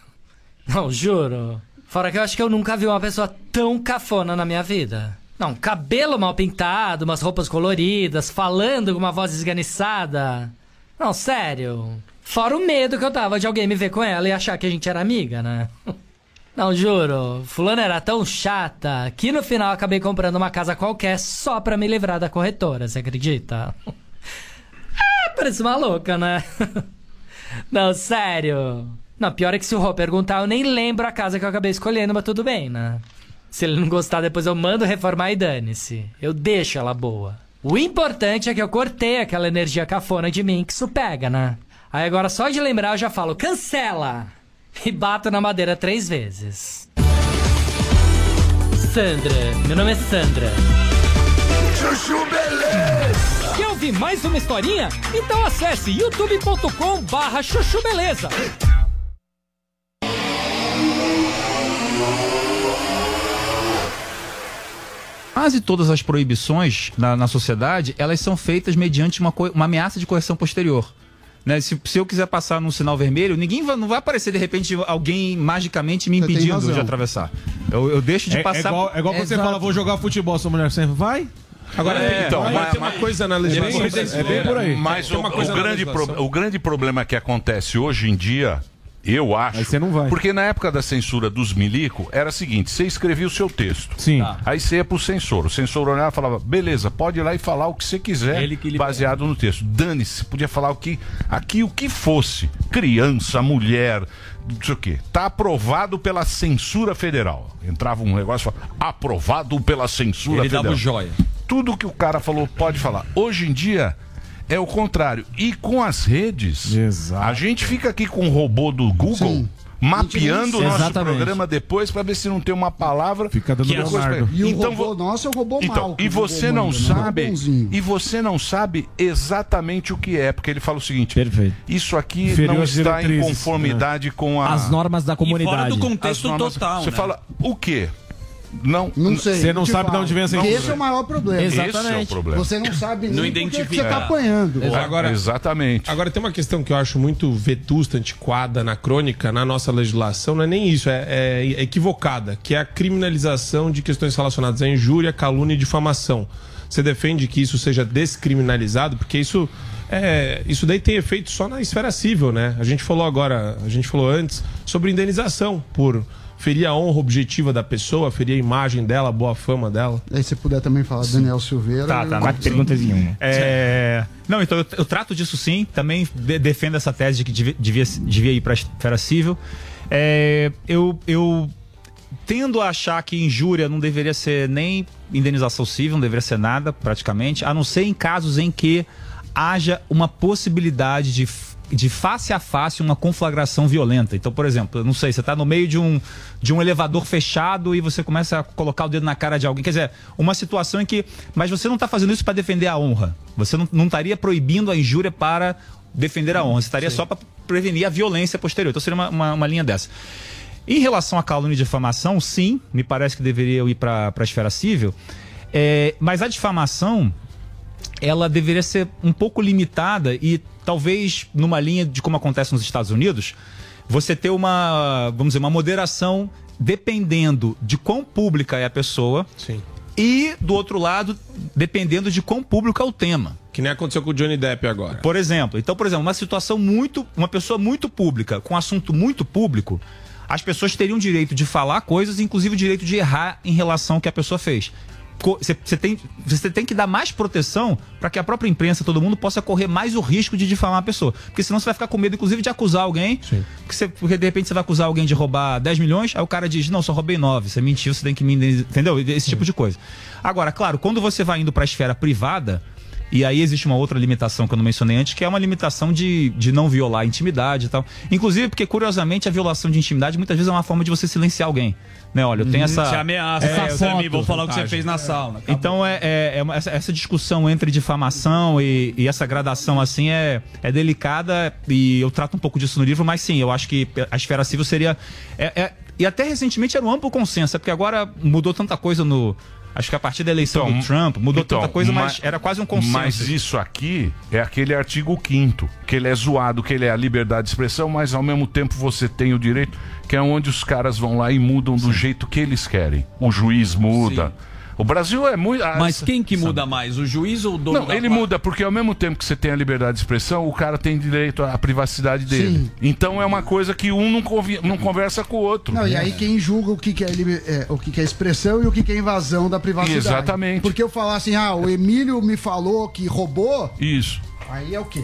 Não, juro. Fora que eu acho que eu nunca vi uma pessoa tão cafona na minha vida. Não, cabelo mal pintado, umas roupas coloridas, falando com uma voz esganiçada. Não, sério. Fora o medo que eu tava de alguém me ver com ela e achar que a gente era amiga, né? Não, juro. Fulana era tão chata que no final acabei comprando uma casa qualquer só pra me livrar da corretora, você acredita? Ah, parece maluca, né? Não, sério. Não, pior é que se o Rô perguntar, eu nem lembro a casa que eu acabei escolhendo, mas tudo bem, né? Se ele não gostar, depois eu mando reformar e dane-se. Eu deixo ela boa. O importante é que eu cortei aquela energia cafona de mim que isso pega, né? Aí agora só de lembrar eu já falo, cancela! E bato na madeira três vezes. Sandra, meu nome é Sandra.
Chuchu Beleza!
Quer ouvir mais uma historinha? Então acesse youtube.com barra chuchu beleza.
Quase todas as proibições na, na sociedade, elas são feitas mediante uma, co- uma ameaça de correção posterior. Né? Se, se eu quiser passar num sinal vermelho, ninguém vai- não vai aparecer de repente alguém magicamente me
Você tem
impedindo
razão.
de atravessar. Eu, eu deixo de
É- é
passar.
igual- é igual quando você fala, "Vou jogar futebol, sua mulher sempre vai.
Agora,
É,
então,
vai,
mas tem
mas-
uma coisa na
é
legislação.
bem-
brasileira.
é bem por aí.
Mas
Tem
o,
uma
o
coisa na
grande
legislação.
pro- o grande problema que acontece hoje em dia, eu acho. você não vai. Porque na época da censura dos milico, era o seguinte: você escrevia o seu texto. Sim. Aí você ia pro censor. O censor olhava e falava: beleza, pode ir lá e falar o que você quiser, baseado no texto. Dane-se, podia falar o que. Aqui o que fosse. Criança, mulher, não sei o quê. Tá aprovado pela censura federal. Entrava um negócio e falava, aprovado pela censura
Ele
federal.
dava o joia.
Tudo que o cara falou pode falar. Hoje em dia é o contrário. E com as redes, a gente fica aqui com o robô do Google mapeando o nosso
Exatamente.
programa depois para ver se não tem uma palavra fica
dando Leonardo.
E o
então,
robô nosso é o robô
então,
mau.
e
robô
você
bom,
não
né?
sabe,
Robô bonzinho.
e você não sabe exatamente o que é, porque ele fala o seguinte: isso aqui
Inferior
não
às
está em
diretrizes,
né?"
conformidade com a-
As normas da
E
comunidade.
fora do
contexto
As normas-
total,
Você
né?
fala o quê? Não,
Não sei. eu te falo. Porque Tipo, Esse é o maior problema.
Exatamente. Esse é o problema.
Você não sabe nem
Não
por que que
identifica.
você tá apanhando.
Agora,
Exatamente.
Agora, tem uma questão que eu acho muito vetusta, antiquada, anacrônica na nossa legislação, não é nem isso, é, é- é equivocada, que é a criminalização de questões relacionadas à injúria, calúnia e difamação. Você defende que isso seja descriminalizado, porque isso é, isso daí tem efeito só na esfera civil, né? A gente falou agora, a gente falou antes sobre indenização por ferir a honra objetiva da pessoa, ferir a imagem dela, a boa fama dela.
Aí se puder também falar do Daniel Silveira.
Tá, tá.
eu-
Quatro perguntas
em uma.
É, Não, então eu, eu trato disso sim. Também de- defendo essa tese de que devia, devia, devia ir para a esfera civil. É, eu, eu tendo a achar que injúria não deveria ser nem indenização civil, não deveria ser nada praticamente, a não ser em casos em que haja uma possibilidade de f- de face a face uma conflagração violenta. Então, por exemplo, eu não sei, você está no meio de um, de um elevador fechado e você começa a colocar o dedo na cara de alguém. Quer dizer, uma situação em que. Mas você não está fazendo isso para defender a honra. Você não, não estaria proibindo a injúria para defender a honra. Você estaria só para prevenir a violência posterior. Então, seria uma, uma, uma linha dessa. Em relação à calúnia e difamação, sim, me parece que deveria ir para a esfera civil. É, mas a difamação, ela deveria ser um pouco limitada e talvez numa linha de como acontece nos Estados Unidos, você ter uma, vamos dizer, uma moderação dependendo de quão pública é a pessoa. E do outro lado, dependendo de quão público é o tema.
Que nem aconteceu com o Johnny Depp agora.
Por exemplo, então, por exemplo, uma situação muito, uma pessoa muito pública, com um assunto muito público, as pessoas teriam direito de falar coisas, inclusive o direito de errar em relação ao que a pessoa fez. Você tem, cê tem que dar mais proteção para que a própria imprensa, todo mundo, possa correr mais o risco de difamar a pessoa. Porque senão você vai ficar com medo, inclusive, de acusar alguém. Porque, cê- porque de repente você vai acusar alguém de roubar 10 milhões, aí o cara diz: Não, só roubei 9, você mentiu, você tem que me. indenizar", Entendeu? Esse tipo de coisa. Agora, claro, quando você vai indo para a esfera privada, e aí existe uma outra limitação que eu não mencionei antes, que é uma limitação de, de não violar a intimidade e tal. Inclusive, porque curiosamente a violação de intimidade muitas vezes é uma forma de você silenciar alguém. Né, olha, eu tenho essa.
Uhum. Te ameaça,
É, eu
essa
tenho-
vou falar o que você
vantagem.
fez na sauna.
Tá
Então, é, é- é uma- essa, essa discussão entre difamação e, e essa gradação assim é, é delicada e eu trato um pouco disso no livro, mas sim, eu acho que a esfera civil seria. é- é- e até recentemente era um amplo consenso, é porque agora mudou tanta coisa no. Acho que a partir da eleição do Trump mudou
Então,
tanta coisa, mas,
ma-
era quase um consenso.
Mas isso aqui é aquele artigo 5 que ele é zoado, que ele é a liberdade de expressão, mas ao mesmo tempo você tem o direito, que é onde os caras vão lá e mudam do jeito que eles querem. O juiz muda. O Brasil é muito. ah,
Mas quem que muda mais, o juiz ou o dono
Não,
da
ele muda, porque ao mesmo tempo que você tem a liberdade de expressão, o cara tem direito à privacidade dele. Então é uma coisa que um não, convi- não conversa com o outro.
Não, e aí
É.
quem julga o que, que é, liber- é, o que, que é expressão e o que, que é invasão da privacidade.
Exatamente.
Porque eu falar assim, ah, o Emílio me falou que roubou,
Isso.
aí é o quê?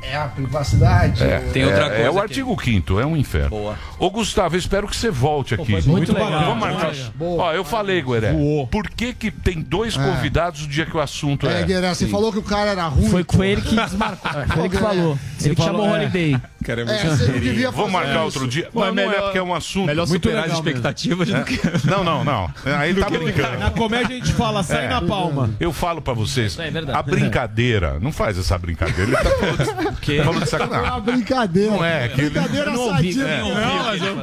É a privacidade.
É,
o-
é, É o artigo 5 é um inferno. Ô, Gustavo, eu espero que você volte aqui.
foi muito legal.
bacana. Vamos
Boa,
marcar.
Gueré.
Ó, eu falei, Gueré. Por que, que tem dois
É.
convidados no dia que o assunto é?
É, Guerra, você falou que o cara era ruim. Foi
com ele que desmarcou.
foi ele que falou. é. Ele que chamou o holiday.
Queremos é, você não devia
Vamos
fazer
marcar
isso.
outro dia.
Não,
Mas melhor,
não, é-
porque é um assunto.
melhor Muito superar as legal mesmo.
expectativas
É.
do que-
Não, não, não. Aí
Do
tá
que brincar.
brincando. É.
Na comédia a gente fala, sai na palma.
Eu falo pra vocês,
É verdade.
a brincadeira, não faz essa brincadeira. Ele tá falando de, falando de
É
sacanagem.
uma brincadeira.
Não é, que ele-
brincadeira
eu não ouvi,
sadia.
né? Eu não ouvi.
mas eu-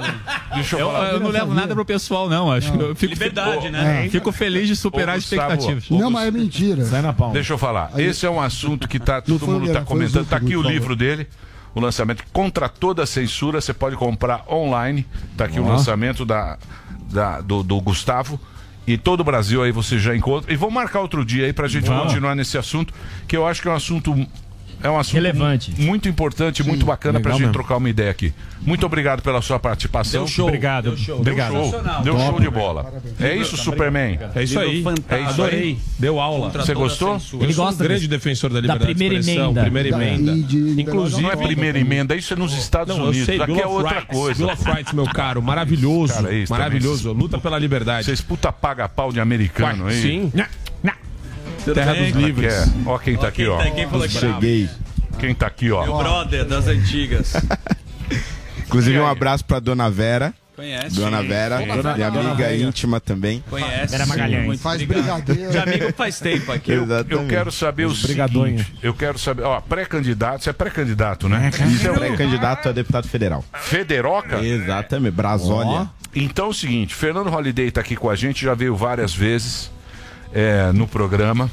Deixa eu
eu,
falar.
eu não levo nada pro pessoal, não. Acho que eu fico,
Liberdade,
Ô,
né?
é. Fico feliz de superar
Ô,
as
Gustavo,
expectativas.
Não, mas é mentira. Sai
na palma.
Deixa eu falar.
Aí-
Esse é um assunto que tá, todo
foi o
um é,
mundo está
Guerra, foi o
comentando.
Zuco
Tá aqui
que
o
falou.
livro dele, o lançamento. Contra toda a censura, você pode comprar online. Tá aqui o
Ó.
lançamento da, da- do, do Gustavo. E todo o Brasil aí você já encontra. E vou marcar outro dia aí pra gente
Vamos.
continuar nesse assunto, que eu acho que é um assunto. É um assunto
Relevante.
mu- muito importante, muito bacana pra
legal
gente
mesmo.
trocar uma ideia aqui. Muito obrigado pela sua participação.
Deu show. Obrigado. Deu show.
Obrigado. Deu show,
Sensacional.
Deu
Top.
show de bola. É isso,
Obrigado.
Superman.
Obrigado.
É isso aí.
Livro
É isso aí.
Adorei. Deu aula.
Você gostou?
Ele gosta um grande defensor da liberdade de expressão, primeira emenda.
Inclusive, não é primeira emenda, isso é nos Estados
Não, eu
Unidos.
sei,
Daqui
Bill
é
of
outra
Rights.
coisa.
Bill of Rights, meu caro, maravilhoso.
Cara, é isso também.
maravilhoso. Luta pela liberdade.
Vocês puta paga pau de americano,
Ué,
hein?
sim.
Tudo
Terra
bem?
dos livres.
Aqui é. Ó quem tá
Ó,
aqui,
quem
ó.
tá aqui falou que Cheguei.
Quem tá aqui,
Meu
ó.
brother das antigas.
Inclusive, um abraço pra Dona Vera.
Conhece.
Dona
Sim.
Vera,
Sim.
minha
Dona- Dona
amiga
Vera.
íntima também.
Conhece.
Vera Magalhães.
Muito
Faz
obrigado.
brigadeiro.
De amigo faz tempo aqui.
Eu, eu quero saber o
Os brigadonhos.
seguinte. Eu quero saber, ó, pré-candidato, você é pré-candidato, né? Você é um
Pré-candidato a deputado federal.
Federoca?
Exatamente, Brasólia.
Então é o seguinte, Fernando Holiday tá aqui com a gente, já veio várias vezes é, no programa.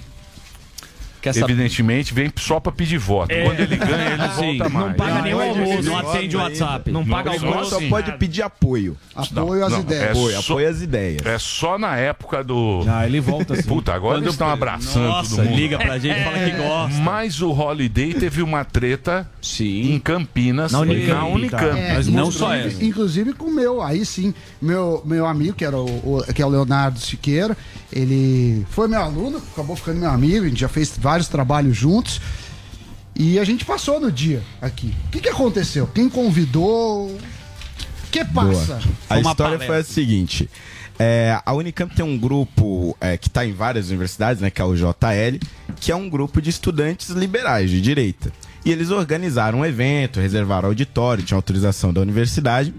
Quer saber-
Evidentemente, vem só pra pedir voto.
É.
Quando ele ganha, ele
Sim.
volta mais.
Não paga nem o almoço, não atende o WhatsApp. Não paga
o
almoço,
Só pode pedir apoio.
Não, não, é
Apoio,
só-
apoio as ideias.
É só na época do. Ah,
ele volta
assim. Puta, agora
Quando
eles estão
eu-
abraçando
Nossa,
todo mundo. É.
liga pra gente,
fala que gosta.
Mas o Holiday teve uma treta em Campinas,
Na
na
Unicamp,
Unicamp.
É, inclusive- Inclusive com o meu, aí sim, meu, meu amigo, que, era o, o- que é o Leonardo Siqueira, ele foi meu aluno, acabou ficando meu amigo, a gente já fez vários trabalhos juntos. E a gente passou no dia aqui. O que, que aconteceu? Quem convidou? O que passa?
Boa. A história foi a seguinte. é, a Unicamp tem um grupo é, que está em várias universidades, né, que é o JL, que é um grupo de estudantes liberais de direita. E eles organizaram um evento, reservaram auditório, tinha autorização da universidade,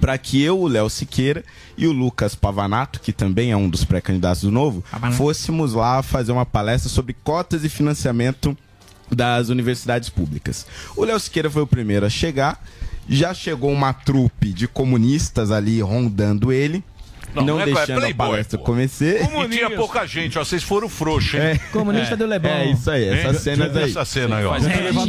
para que eu, o Léo Siqueira e o Lucas Pavanato, que também é um dos pré-candidatos do Novo, fôssemos lá fazer uma palestra sobre cotas e financiamento das universidades públicas. O Léo Siqueira foi o primeiro a chegar. Já chegou uma trupe de comunistas ali rondando ele.
Não,
Não,
não é qual- é
deixando a
Playboy,
palestra começar.
E tinha pouca gente, ó, vocês foram frouxos, hein?
É, É isso aí, essas
Hein?
cenas aí.
Essa cena aí, ó.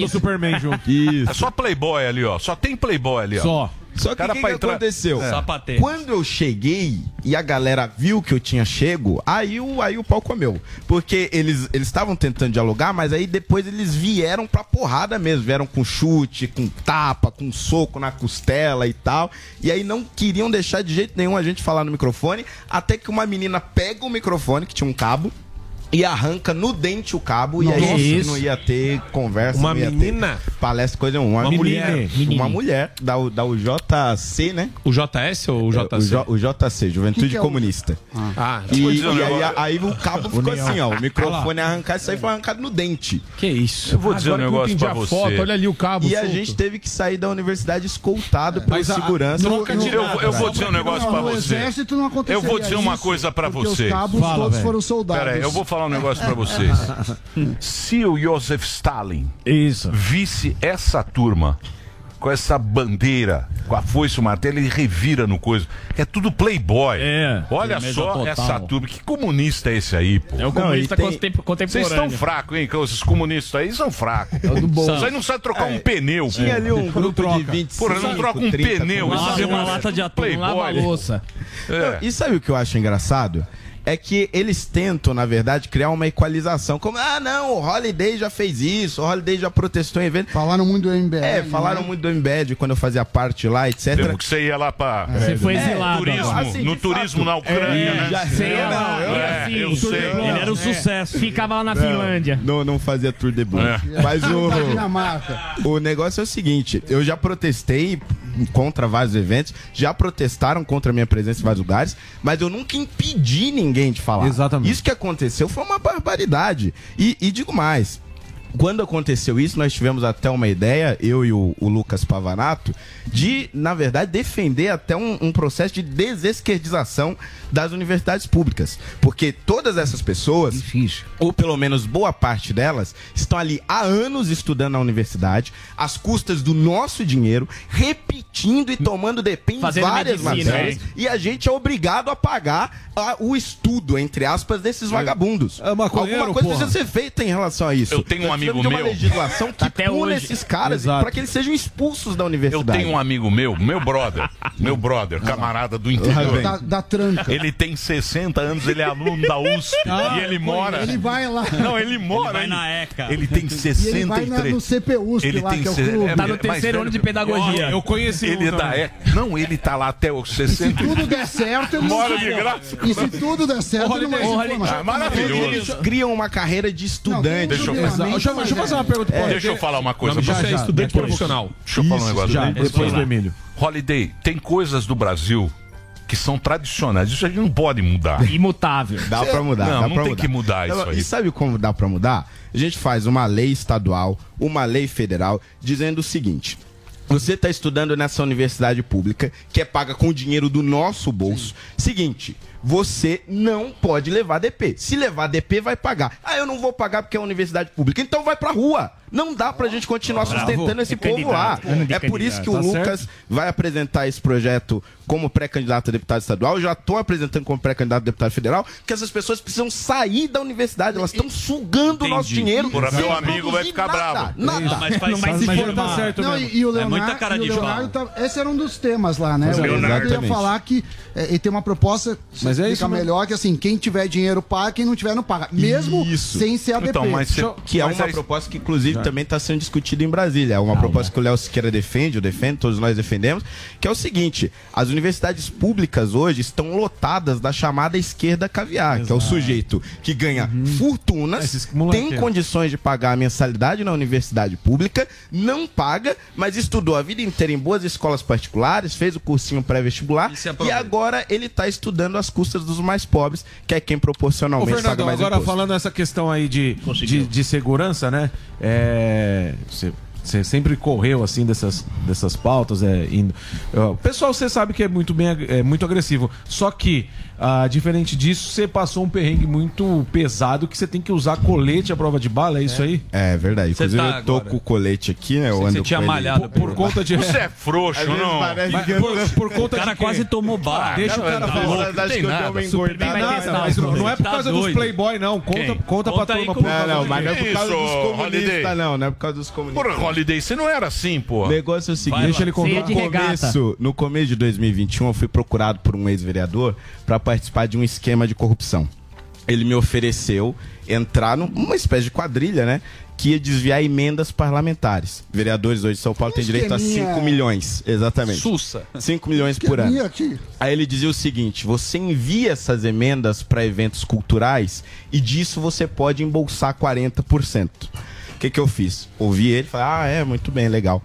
Superman junto.
Isso.
É só Playboy ali, ó. Só tem Playboy ali, ó.
Só que o
Cara
que,
pra
que
entrar-
aconteceu?
É.
Quando eu cheguei e a galera viu que eu tinha chego, aí o, aí o pau comeu. Porque eles eles estavam tentando dialogar, mas aí depois eles vieram pra porrada mesmo. Vieram com chute, com tapa, com soco na costela e tal. E aí não queriam deixar de jeito nenhum a gente falar no microfone. Até que uma menina pega o microfone, que tinha um cabo. E arranca no dente o cabo, e
Nossa.
aí
Isso.
não ia ter conversa.
Uma
não ia ter
menina?
palestra, coisa nenhuma. Uma,
Uma
mulher.
mulher. Menina.
Uma mulher da, U- da UJC, né?
O JS ou o
O, J- o JC, Juventude Que que é o- Comunista.
Ah,
e,
depois
e
eu-
aí, a- aí o cabo ficou
Neon.
assim, ó. O
Olha
microfone arrancado e saiu foi arrancado no dente.
Que isso?
Eu vou dizer
Agora
um
que eu
negócio
entendi
pra
a
você.
foto, olha ali o cabo
E a
solto.
gente teve que sair da universidade escoltado por
Mas a-
segurança.
troca de Eu- eu vou dizer um negócio pra
no
você.
exército não aconteceria
Eu vou dizer uma
isso,
coisa pra
porque
vocês.
Os cabos todos foram soldados.
Pera aí, eu vou falar um negócio pra vocês. Se o Joseph Stalin visse essa turma com essa bandeira, com a foice e o martelo, ele revira no coisa. É tudo playboy.
É.
Olha
firmeza
só
total.
essa turma. Que comunista é esse aí, pô? É
o comunista contem-
Vocês
contemporâneo.
estão fracos, hein? Esses comunistas aí são fracos.
É o do Bolsonaro. É.
Vocês não sabem trocar um pneu.
Tinha
pô.
ali um
Não
grupo de
troca.
25,
Porra, não troca um
30,
pneu.
com
isso
lava
é
uma lata de atum,
playboy. É.
lava a louça. Não, E sabe o que eu acho engraçado? É que eles tentam, na verdade, criar uma equalização. Como, ah, não, o Holiday já fez isso, o Holiday já protestou em evento.
Falaram muito do MBL.
É, falaram muito do MBL quando eu fazia parte lá, etc.
Lembro que você ia lá pra.
Você foi exilado,
É, turismo,
agora. Assim,
no
de fato.
turismo na Ucrânia,
É,
né?
já sei,
É,
não, eu
é,
assim,
eu sei.
um
É. Ficava lá na
Não,
Finlândia.
Não, não fazia tour de blues.
É.
Mas
Da
o.
Dinamarca.
O negócio é o seguinte, eu já protestei contra vários eventos, já protestaram contra a minha presença em vários lugares, mas eu nunca impedi ninguém de falar. Exatamente. Isso que aconteceu foi uma barbaridade. E, e digo mais. Quando aconteceu isso, nós tivemos até uma ideia, eu e o, o Lucas Pavanato, de, na verdade, defender até um, um processo de desesquerdização das universidades públicas. Porque todas essas pessoas, ou pelo menos boa parte delas, estão ali há anos estudando na universidade, às custas do nosso dinheiro, repetindo e tomando DP em
Fazendo
várias
medicina,
matérias,
né?
e a gente é obrigado a pagar ah, o estudo, entre aspas, desses vagabundos.
é maconheiro,
Alguma coisa
porra.
precisa ser feita em relação a isso.
Eu tenho
Nós precisamos
um amigo
de uma
meu.
legislação
Tá
que
Até
pune
hoje.
esses caras
Exato.
para que eles sejam expulsos da
Eu
universidade.
tenho um amigo meu, meu brother, meu brother, camarada do interior.
Da, da tranca.
Ele tem 60 anos, ele é aluno da USP
Ah,
e ele
conhe-
mora.
Ele vai lá.
Não, ele mora.
Ele vai na ECA.
Ele tem
E ele vai na,
63.
no CPUSP
Ele
lá,
tem
que é o
se-
clube.
é, mais velho que- Ó, ele
um
da
também.
ECA. Não, ele tá lá até os 60.
Se tudo der certo, ele
Mora
não
de
sai.
graça.
E se tudo der certo, ele não vai se formar.
é
Eles criam uma carreira de estudante.
Deixa eu- Exato. Deixa eu- deixa eu
É.
fazer uma pergunta pra Deixa eu falar uma coisa.
Não,
pra
já,
você é
já,
estudante
depois.
profissional. Deixa eu falar um
Isso,
negócio.
já,
pra você.
depois do Emílio.
Holiday, tem coisas do Brasil que são tradicionais. Isso a gente não pode mudar.
Imutável.
Dá pra mudar.
Não,
dá
não
pra
tem que mudar isso
Não,
aí.
E sabe como dá pra mudar? A gente faz uma lei estadual, uma lei federal, dizendo o seguinte. Você tá está estudando nessa universidade pública, que é paga com o dinheiro do nosso bolso. Seguinte, Você não pode levar DP. Se levar DP, vai pagar. Ah, eu não vou pagar porque é uma universidade pública. Então vai pra rua. Não dá pra gente continuar
Bravo.
sustentando esse
É
povo lá.
candidato. Eu não dei
É por isso
candidato.
que o
Tá certo.
Lucas vai apresentar esse projeto como pré-candidato a deputado estadual. Eu já estou apresentando como pré-candidato a deputado federal, que essas pessoas precisam sair da universidade. Elas estão sugando o nosso
Entendi.
dinheiro.
Porra,
sem
meu amigo vai
produzir
ficar
nada,
bravo.
Nada.
Não, mas faz- Não, mas faz- mas informar. tá certo
Não,
mesmo.
e, e o
É
Leonardo,
muita cara
e o
de pau.
Leonardo tá- esse era um dos temas lá, né?
Pois é,
O Leonardo ia
exatamente.
falar que é, ele tem uma proposta, se
Mas é
explica
isso
né?
mesmo.
melhor, que assim, quem tiver dinheiro paga, quem não tiver não paga. Mesmo sem ser ADP.
Então, mas cê- que é
Mas
uma
aí-
proposta que, inclusive,
Já.
também está sendo discutida em Brasília. É uma proposta que o Léo Siqueira defende, eu defendo, todos nós defendemos, que é o seguinte: as universidades públicas hoje estão lotadas da chamada esquerda caviar, que é o sujeito que ganha fortunas, tem
molequeiros.
condições de pagar a mensalidade na universidade pública, não paga, mas estudou a vida inteira em boas escolas particulares, fez o cursinho pré-vestibular e, agora ele está estudando às custas dos mais pobres, que é quem
Ô,
proporcionalmente paga
Fernando,
mais
agora
imposto.
falando essa questão aí de, de, de segurança, né? É, você, você sempre correu assim dessas, dessas pautas. É, indo. Ó, O pessoal, você sabe que é muito, bem, ag- é muito agressivo. Só que, ah, diferente disso, você passou um perrengue muito pesado que você tem que usar colete à prova de bala, é isso aí?
É verdade.
Você
Inclusive,
tá
eu tô com o colete aqui, né? Eu ando com ele.
Por, por conta de.
Você é frouxo,
Às vezes
não?
parece
Mas
que eu- por, por conta
O cara
de quê?
quase tomou bala.
Ah, Deixa o
Cara,
cara
tá
falar.
louco, não tem nada. Superman vai
Não,
testar
não, mas
o
não é por
Superman.
causa
Tá
dos
doido.
playboy, não. Conta,
Quem?
conta pra
Conta aí
turma.
como-
por
Não,
causa
não,
de
mas
quê?
não é por causa dos
Isso,
comunistas,
Holiday. não. Não é por causa dos comunistas.
Porra, Holiday, você não era assim, pô.
O negócio é o seguinte,
Vai lá.
no começo, no começo de 2021, eu fui procurado por um ex-vereador para participar de um esquema de corrupção. Ele me ofereceu entrar num- numa espécie de quadrilha, né? Que ia desviar emendas parlamentares. Vereadores hoje de São Paulo têm direito a
esqueminha-
5 milhões, exatamente.
Sussa.
5 milhões
Que
por
é minha
ano.
aqui.
Aí ele dizia o seguinte: você envia essas emendas para eventos culturais e disso você pode embolsar 40%. O que, que eu fiz? Ouvi ele falei: ah, é, muito bem, legal.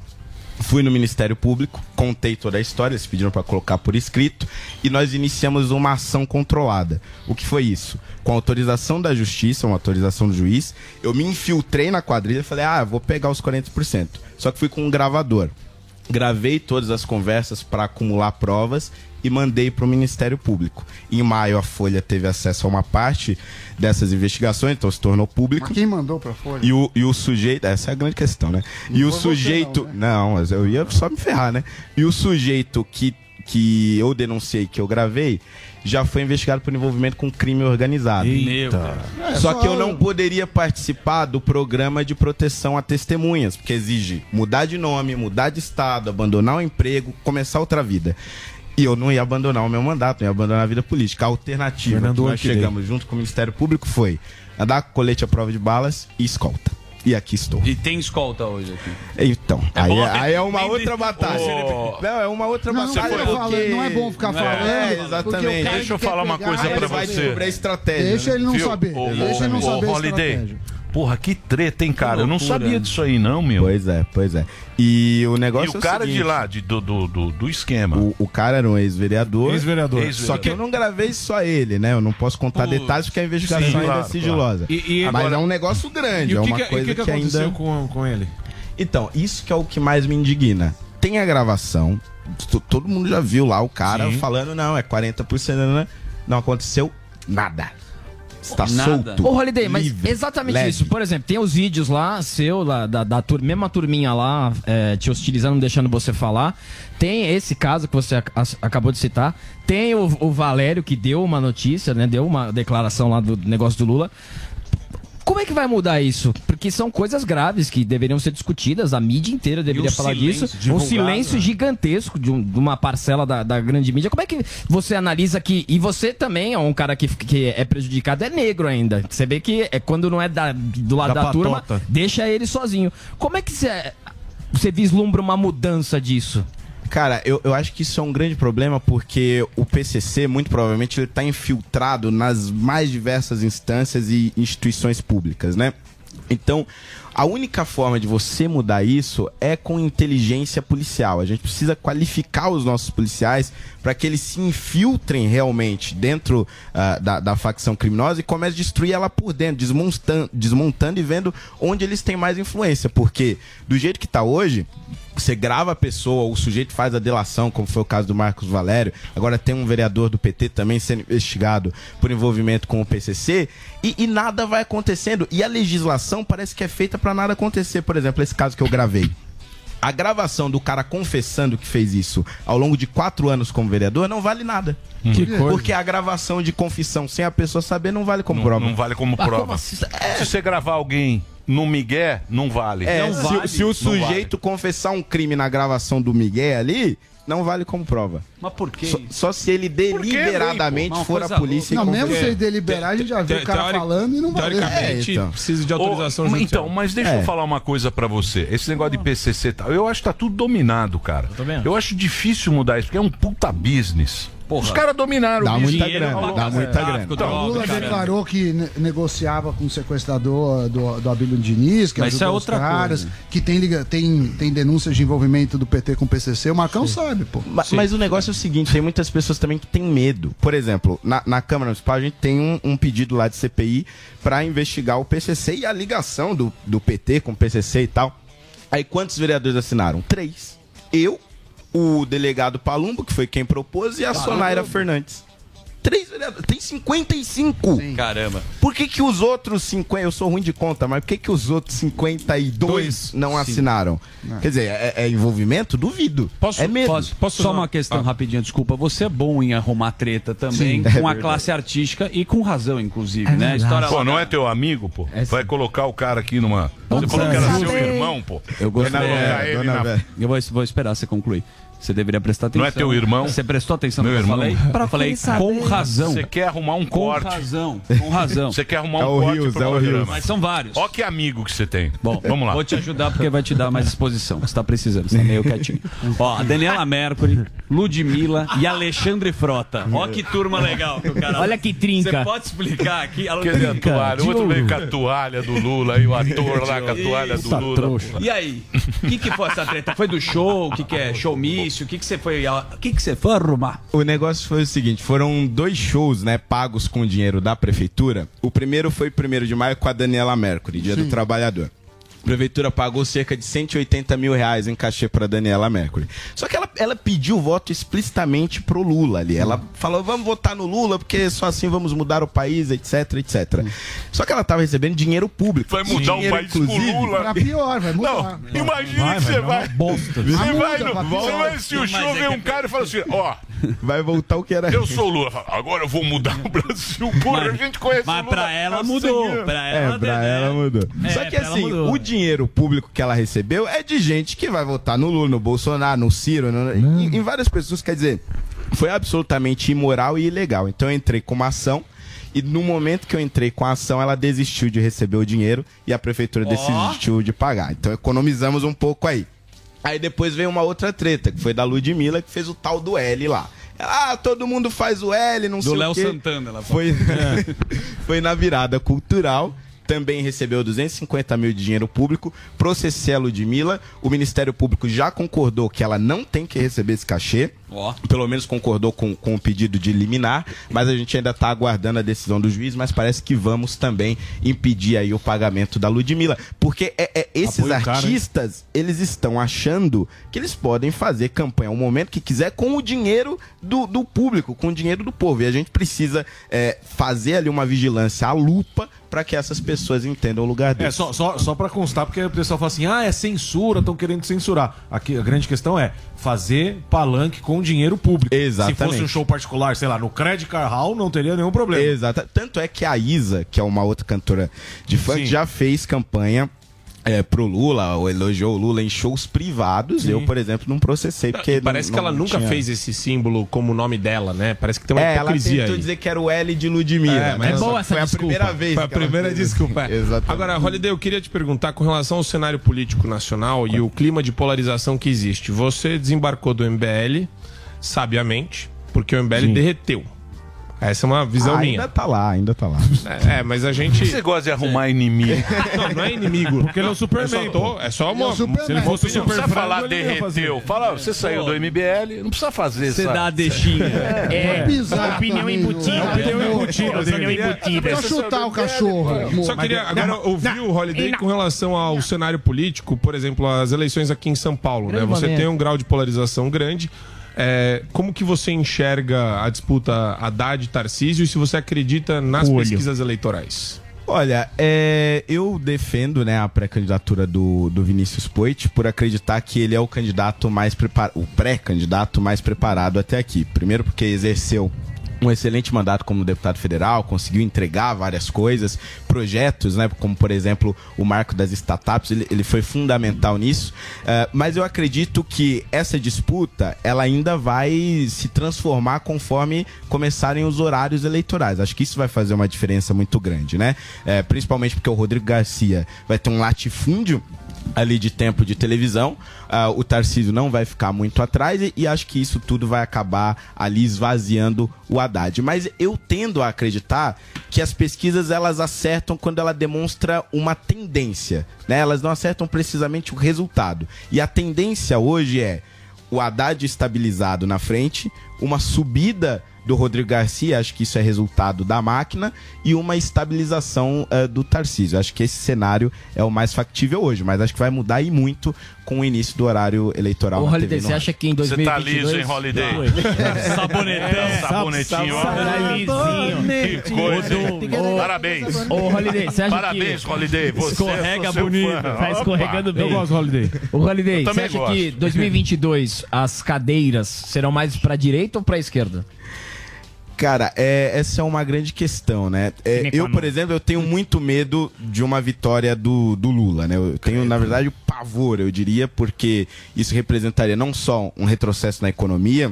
Fui no Ministério Público, contei toda a história, eles pediram para colocar por escrito e nós iniciamos uma ação controlada. O que foi isso? Com autorização da justiça, uma autorização do juiz, eu me infiltrei na quadrilha e falei: ah, vou pegar os 40%. Só que fui com um gravador gravei todas as conversas para acumular provas e mandei para o Ministério Público. Em maio, a Folha teve acesso a uma parte dessas investigações, então se tornou público.
Quem mandou pra Folha?
E o, e o sujeito. Essa é a grande questão, né? E
Não né?
o
foi você,
sujeito. não, mas eu ia só me ferrar, né? E o sujeito que, que eu denunciei, que eu gravei, já foi investigado por envolvimento com crime organizado.
Eita.
É,
só
só
que eu não
eu-
poderia participar do programa de proteção a testemunhas, porque exige mudar de nome, mudar de estado, abandonar o emprego, começar outra vida. E eu não ia abandonar o meu mandato, não ia abandonar a vida política. A alternativa
Fernando
que nós
Orchidei.
chegamos junto com o Ministério Público foi andar com colete à prova de balas e escolta. E aqui estou.
E tem escolta hoje aqui.
Então, aí,
bom,
é- aí é uma
nem de-
outra batalha.
Ô,
Não, é uma outra
Não,
batalha.
não fica falando, não é bom ficar falando,
É,
porque o
exatamente.
cara Deixa eu que quer falar uma pegar, coisa
Ele
pra
vai
você.
descobrir a estratégia.
Deixa ele não
Viu?
saber.
Ô,
Deixa ele não
ô,
saber.
ô,
a
Holiday. Porra, que treta, hein, cara? Eu não
loucura.
né?
sabia disso aí, não, meu.
Pois é, pois é. E o negócio
E o
é
cara
seguinte,
de lá, de- do, do, do, do esquema.
O, o cara era um ex-vereador.
Ex-vereador.
Só que eu não gravei só ele, né? Eu não posso contar detalhes porque a investigação
Sim,
ainda
claro,
é sigilosa.
claro. E- e
Mas
agora-
é um negócio grande,
E
é
o que
uma
que- e o
coisa
que
que,
que
ainda.
aconteceu com, com ele?
Então, isso que é o que mais me indigna. Tem a gravação, t- todo mundo já viu lá o cara
Sim.
falando, não, é 40%, né? não aconteceu nada. Está Tá solto.
Ô, Holiday, mas
livre,
exatamente
leve.
isso. Por exemplo, tem os vídeos lá, seu, lá, da, da tur mesma turminha lá, é, te hostilizando, não deixando você falar. Tem esse caso que você ac- ac- acabou de citar. Tem o, o Valério que deu uma notícia, né? Deu uma declaração lá do negócio do Lula. Como é que vai mudar isso? Porque são coisas graves que deveriam ser discutidas, a mídia inteira deveria
um
falar
silêncio
disso. Um
divulgado,
silêncio
né?
gigantesco de, um- de uma parcela da, da grande mídia. Como é que você analisa que. E você também é um cara que, que é prejudicado, é negro ainda. Você vê que é quando não é da- do lado da,
Da
turma,
patota.
deixa ele sozinho. Como é que você, você vislumbra uma mudança disso?
Cara, eu, eu acho que isso é um grande problema porque o PCC, muito provavelmente, ele está infiltrado nas mais diversas instâncias e instituições públicas, né? Então, a única forma de você mudar isso é com inteligência policial. A gente precisa qualificar os nossos policiais para que eles se infiltrem realmente dentro ah, da, da facção criminosa e comecem a destruir ela por dentro, desmontando, desmontando e vendo onde eles têm mais influência. Porque, do jeito que está tá hoje, Você grava a pessoa, o sujeito faz a delação, como foi o caso do Marcos Valério. Agora tem um vereador do PT também sendo investigado por envolvimento com o PCC. E, e nada vai acontecendo. E a legislação parece que é feita para nada acontecer. Por exemplo, esse caso que eu gravei. A gravação do cara confessando que fez isso ao longo de quatro anos como vereador não vale nada.
Que coisa.
Porque a gravação de confissão sem a pessoa saber não vale como
Não-
prova.
não vale como
Ah,
prova.
assim?
Se você gravar alguém no Miguel, não vale.
É,
Não
se,
vale.
se o
Não
sujeito confessar um crime na gravação do Miguel ali, não vale como prova.
Mas por quê?
Só, só se ele
é
deliberadamente for à polícia
Não,
e
mesmo
confessar.
sem deliberar, a gente já viu o cara falando e não valeu.
teoricamente,
É, então.
precisa de autorização
Ô,
judicial.
Então, mas deixa
É.
eu falar uma coisa pra você. Esse negócio
Ah.
de PCC, e tal, eu acho que tá tudo dominado, cara. Eu, acho difícil mudar isso, porque é um puta business. Os caras dominaram
Dá
o business.
muita grana, dá muita grana. Então,
O Lula declarou que ne- negociava com o sequestrador ah, do, do Abílio Diniz, que
Mas isso
ajudou
é outra
os caras,
coisa.
que tem, liga- tem, tem denúncias de envolvimento do PT com o PCC. O Marcão sabe, pô.
Ma- Mas, o negócio é o seguinte, tem muitas pessoas também que têm medo. Por exemplo, na, na Câmara Municipal a gente tem um, um pedido lá de CPI para investigar o PCC e a ligação do, do PT com o PCC e tal. Aí quantos vereadores assinaram? Três. Eu, o delegado Palumbo, que foi quem propôs, e a
Caramba.
Sonaira Fernandes. Três vereadores. Tem 55.
Caramba.
Por que, que os outros 50. Eu sou ruim de conta, mas por que, que os outros 52 não assinaram?
Ah.
Quer dizer, é, é envolvimento? Duvido. é mesmo.
Posso, Ah. Só uma questão rapidinha, desculpa. Você é bom em arrumar treta
Sim,
também com
é
a
verdade.
classe artística e com razão, inclusive,
É
né? A
verdade.
História
Pô,
lá
não
da-
é teu amigo, pô? Vai colocar o cara aqui numa. Você falou que era seu irmão, pô.
Eu gostei.
Vai colocar
É,
ele
dona
na-
Vera. Eu vou, vou esperar você concluir. Você deveria prestar atenção.
Não é teu irmão?
Você prestou atenção no que
Meu
eu
irmão.
falei?
Pra
Eu falei
quem saber.
com razão.
Você quer arrumar um
com
corte.
razão, com razão.
Você quer
É
arrumar um corte pro programa.
Mas são vários.
Ó que amigo que você tem.
Bom,
vamos lá.
Vou te ajudar porque vai te dar mais exposição. Você tá precisando, você tá meio quietinho. Ó, a Daniela Mercury, Ludmilla e Alexandre Frota. Ó que turma legal que o cara.
Olha que trinca.
Você pode explicar aqui?
Que ele é a toalha. O outro veio com a toalha do Lula e o ator lá com a toalha do
Puta
Lula.
trouxa. E aí? O que, que foi essa treta? Foi do show? O que, que é showmício? O que, que você foi. O que, que você foi arrumar?
O negócio foi o seguinte: foram dois shows, né, pagos com dinheiro da prefeitura. O primeiro foi 1 de maio com a Daniela Mercury, Dia do Trabalhador. A prefeitura pagou cerca de 180 mil reais em cachê para Daniela Mercury. Só que ela, ela pediu voto explicitamente pro Lula ali. Ela falou: vamos votar no Lula, porque só assim vamos mudar o país, etc, etc.
Hum.
Só que ela tava recebendo dinheiro público.
Vai mudar o país com o Lula?
Pra pior, vai é mudar.
Não, imagina que você vai. Você
Muda,
vai, no,
papi.
você vai se o
é
show vem um cara e fala assim: ó,
Vai voltar o que era.
eu sou o Lula. Fala, agora eu vou mudar o Brasil. Porra,
Mas-
a gente conhece
mas
o Lula. Tá
pra ela
há
mudou,
100 anos.
pra
É, pra ela mudou.
É,
Só que
pra ela
assim,
mudou,
o dinheiro público que ela recebeu é de gente que vai votar no Lula, no Bolsonaro, no Ciro, no- em, em várias pessoas. Quer dizer, foi absolutamente imoral e ilegal. Então eu entrei com uma ação. E no momento que eu entrei com a ação, ela desistiu de receber o dinheiro e a prefeitura desistiu de pagar. Então economizamos um pouco aí. Aí depois veio uma outra treta, que foi da Ludmilla, que fez o tal do L lá. Ela, ah, todo mundo faz o L, não
Do
sei
Léo
o quê.
Santana, É. ela
Foi, foi na virada cultural. Também recebeu 250 mil de dinheiro público. Processei a Ludmilla. O Ministério Público já concordou que ela não tem que receber esse cachê. Pelo menos concordou com, com o pedido de liminar. Mas a gente ainda está aguardando a decisão do juiz. Mas parece que vamos também impedir aí o pagamento da Ludmilla. Porque é, é- esses
Apoio caro, hein?
artistas, eles estão achando que eles podem fazer campanha ao momento que quiser com o dinheiro do, do público, com o dinheiro do povo. E a gente precisa é, fazer ali uma vigilância à lupa para que essas pessoas entendam o lugar
É,
deles.
só, só, só pra constar, porque o pessoal fala assim: ah, é censura, estão querendo censurar. Aqui, a grande questão é fazer palanque com dinheiro público.
Exatamente.
Se fosse um show particular, sei lá, no Credit Card Hall, não teria nenhum problema.
Exato. Tanto é que a Isa, que é uma outra cantora de funk, já fez campanha. É, pro Lula, ou elogiou o Lula em shows privados.
Sim.
Eu, por exemplo, não processei. Porque
E parece que ela nunca
fez
fez esse símbolo como o nome dela, né? Parece que tem uma
é,
hipocrisia
ela tentou
aí.
dizer que era o L de Ludmilla.
É, mas
Ela
essa
só-
foi a primeira vez.
que ela fez isso.
é. Agora, Holiday, eu queria te perguntar com relação ao cenário político nacional e o clima de polarização que existe. Você desembarcou do MBL, sabiamente, porque o MBL derreteu. Essa é uma
Ah,
visão
ainda
minha.
tá lá, ainda tá lá.
É, é, mas a
Por que
gente.
você gosta de arrumar inimigo?
Não, não é inimigo.
Porque ele é o Superman,
É só, tô- é só uma.
Ele é o Superman.
se ele fosse o
Não
Superman,
precisa falar derreteu. Fala, você saiu do MBL, não precisa fazer
Você
sabe?
dá a deixinha.
É,
opinião embutida.
Opinião
embutida. Opinião embutida.
né? Pra chutar o cachorro.
Só queria
Mas-
agora ouvir o Holiday com relação ao cenário político, por exemplo, as eleições aqui em São Paulo. Né?
Grande
Você
momento.
tem um grau de polarização grande. É, como que você enxerga a disputa Haddad e Tarcísio e se você acredita nas
Olho.
pesquisas eleitorais?
Olha, é, eu defendo né, a pré-candidatura do, do Vinícius Poit por acreditar que ele é o candidato mais preparado, o pré-candidato mais preparado até aqui. Primeiro porque exerceu um excelente mandato como deputado federal, conseguiu entregar várias coisas, projetos, né, como por exemplo o marco das startups, ele, ele foi fundamental nisso. Eh, mas eu acredito que essa disputa ela ainda vai se transformar conforme começarem os horários eleitorais. Acho que isso vai fazer uma diferença muito grande, né? Eh, principalmente porque o Rodrigo Garcia vai ter um latifúndio ali de tempo de televisão, ah, o Tarcísio não vai ficar muito atrás e, e acho que isso tudo vai acabar ali esvaziando o Haddad. Mas eu tendo a acreditar que as pesquisas elas acertam quando ela demonstra uma tendência, né? Elas não acertam precisamente o resultado. E a tendência hoje é o Haddad estabilizado na frente, uma subida do Rodrigo Garcia, acho que isso é resultado da máquina, e uma estabilização eh, do Tarcísio. Acho que esse cenário é o mais factível hoje, mas acho que vai mudar e muito com o início do horário eleitoral.
Ô,
na
Holiday,
TV
você
no ar.
acha que em
Você tá
2022...
liso, hein, Holiday?
Sabonetão. É, Sabonetinho.
Sabonetinho.
Que coisa. hein? Parabéns.
Ô, Holiday, você acha
Parabéns,
que...
Holiday. Você
Escorrega
eu sou seu
bonito,
fã.
tá escorregando
Opa.
bem. Eu gosto do
Holiday.
Ô, Holiday,
Eu
você
também
acha
gosto.
que 2022 as cadeiras serão mais pra direita ou pra esquerda?
Cara, é, essa é uma grande questão, né? É,
Sine qua
eu,
non.
por exemplo, eu tenho muito medo de uma vitória do, do Lula, né? Eu tenho, na verdade, o pavor, eu diria, porque isso representaria não só um retrocesso na economia,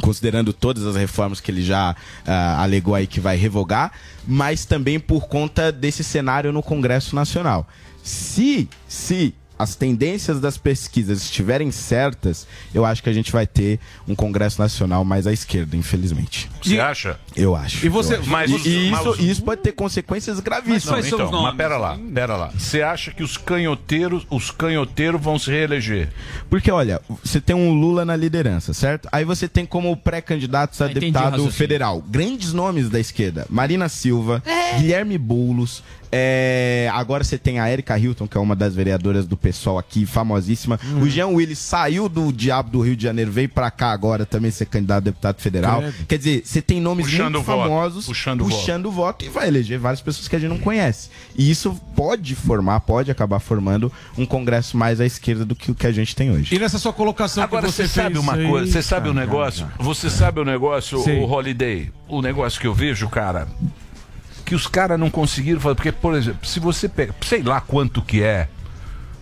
considerando todas as reformas que ele já ah, alegou aí que vai revogar, mas também por conta desse cenário no Congresso Nacional. Se, se as tendências das pesquisas estiverem certas, eu acho que a gente vai ter um Congresso Nacional mais à esquerda, infelizmente.
Você acha?
Eu acho.
E você-
eu acho.
mas
E-
os-
e
mas
isso,
os-
isso pode ter consequências
Mas,
gravíssimas.
não, então, mas pera lá, pera lá. Você acha que os canhoteiros, os canhoteiros vão se reeleger?
Porque, olha, você tem um Lula na liderança, certo? Aí você tem como pré-candidatos a
Ah, entendi o
deputado
raciocínio.
federal grandes nomes da esquerda: Marina Silva, Guilherme Boulos. é, Agora você tem a Erika Hilton, que é uma das vereadoras do pessoal aqui, famosíssima.
Hum.
O Jean Willis saiu do diabo do Rio de Janeiro, veio pra cá agora também ser candidato a deputado federal.
Credo.
Quer dizer, você tem nomes
Puxando
muito
o voto,
famosos
puxando o voto.
puxando o voto e vai eleger várias pessoas que a gente não conhece. E isso pode formar, pode acabar formando um congresso mais à esquerda do que o que a gente tem hoje.
E nessa sua colocação
Agora
que você,
você sabe
fez
uma
aí-
coisa, você sabe o
Ah, cara,
negócio,
cara.
você sabe o negócio,
Sei.
o Holiday, o negócio que eu vejo, cara, que os caras não conseguiram fazer, porque por exemplo, se você pega, sei lá quanto que é,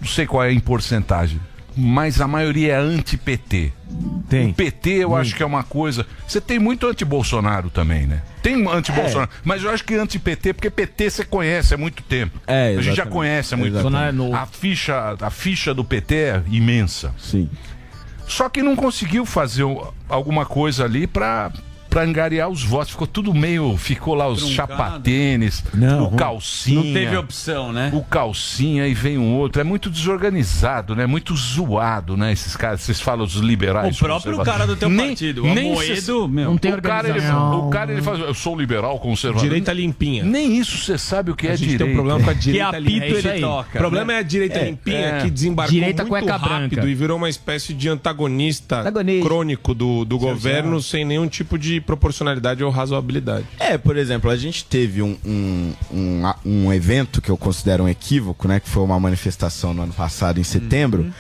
não sei qual é em porcentagem, mas a maioria é anti-PT. Tem. O PT eu acho que é uma coisa, você tem muito anti-Bolsonaro também, né? Tem um anti-Bolsonaro, mas eu acho que anti-PT, porque PT você conhece há muito tempo.
É,
a gente já
exatamente.
conhece há muito
Bolsonaro é
tempo.
novo.
A ficha, a ficha do PT é imensa.
Sim.
Só que não conseguiu fazer o- alguma coisa ali pra pra angariar os votos. Ficou tudo meio. Ficou lá os
Truncado.
chapatênis, o calcinha.
Uhum. Não teve opção, né?
O calcinha e vem um outro. É muito desorganizado, né? Muito zoado, né? Esses caras, vocês falam os liberais.
O próprio
conservadores.
cara do teu
nem,
partido, o
nem
Amoedo,
cês-
meu. Não tem
o cara, ele,
organização.
o cara ele faz. Eu sou um liberal, conservador.
Direita limpinha.
Nem isso você sabe o que
A
é
gente
direita.
tem um problema com a direita limpinha. É O
né?
problema é a direita
É,
limpinha
é.
que desembarcou
Direita
muito
cueca
rápido
branca.
e virou uma espécie de antagonista, crônico do, do governo sem nenhum tipo de proporcionalidade ou razoabilidade.
É, por exemplo, a gente teve um, um, um, a- um evento que eu considero um equívoco, né? Que foi uma manifestação no ano passado, em setembro.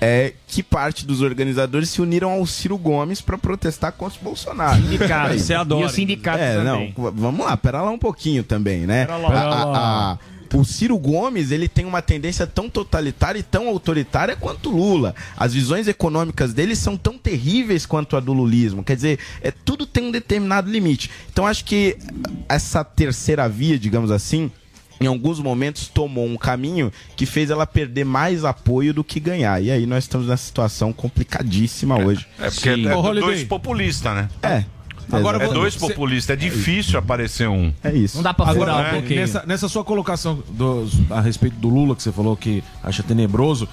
É que parte dos organizadores se uniram ao Ciro Gomes para protestar contra o Bolsonaro.
Sindicato,
Aí.
você adora. E o sindicato
é,
também.
Não, v- vamos lá, pera lá um pouquinho também, né?
Pera lá.
A- a-
Pera lá.
a- o Ciro Gomes ele tem uma tendência tão totalitária e tão autoritária quanto o Lula. As visões econômicas dele são tão terríveis quanto a do lulismo. Quer dizer, é, tudo tem um determinado limite. Então acho que essa terceira via, digamos assim, em alguns momentos tomou um caminho que fez ela perder mais apoio do que ganhar. E aí nós estamos numa situação complicadíssima hoje.
É porque é,
Ô,
é
Holiday,
dois populistas, né?
É.
Agora é
Exatamente.
dois populistas, é difícil aparecer um.
É isso. é,
Não dá pra furar um pouquinho.
Nessa, nessa sua colocação do- a respeito do Lula, que você falou que acha tenebroso,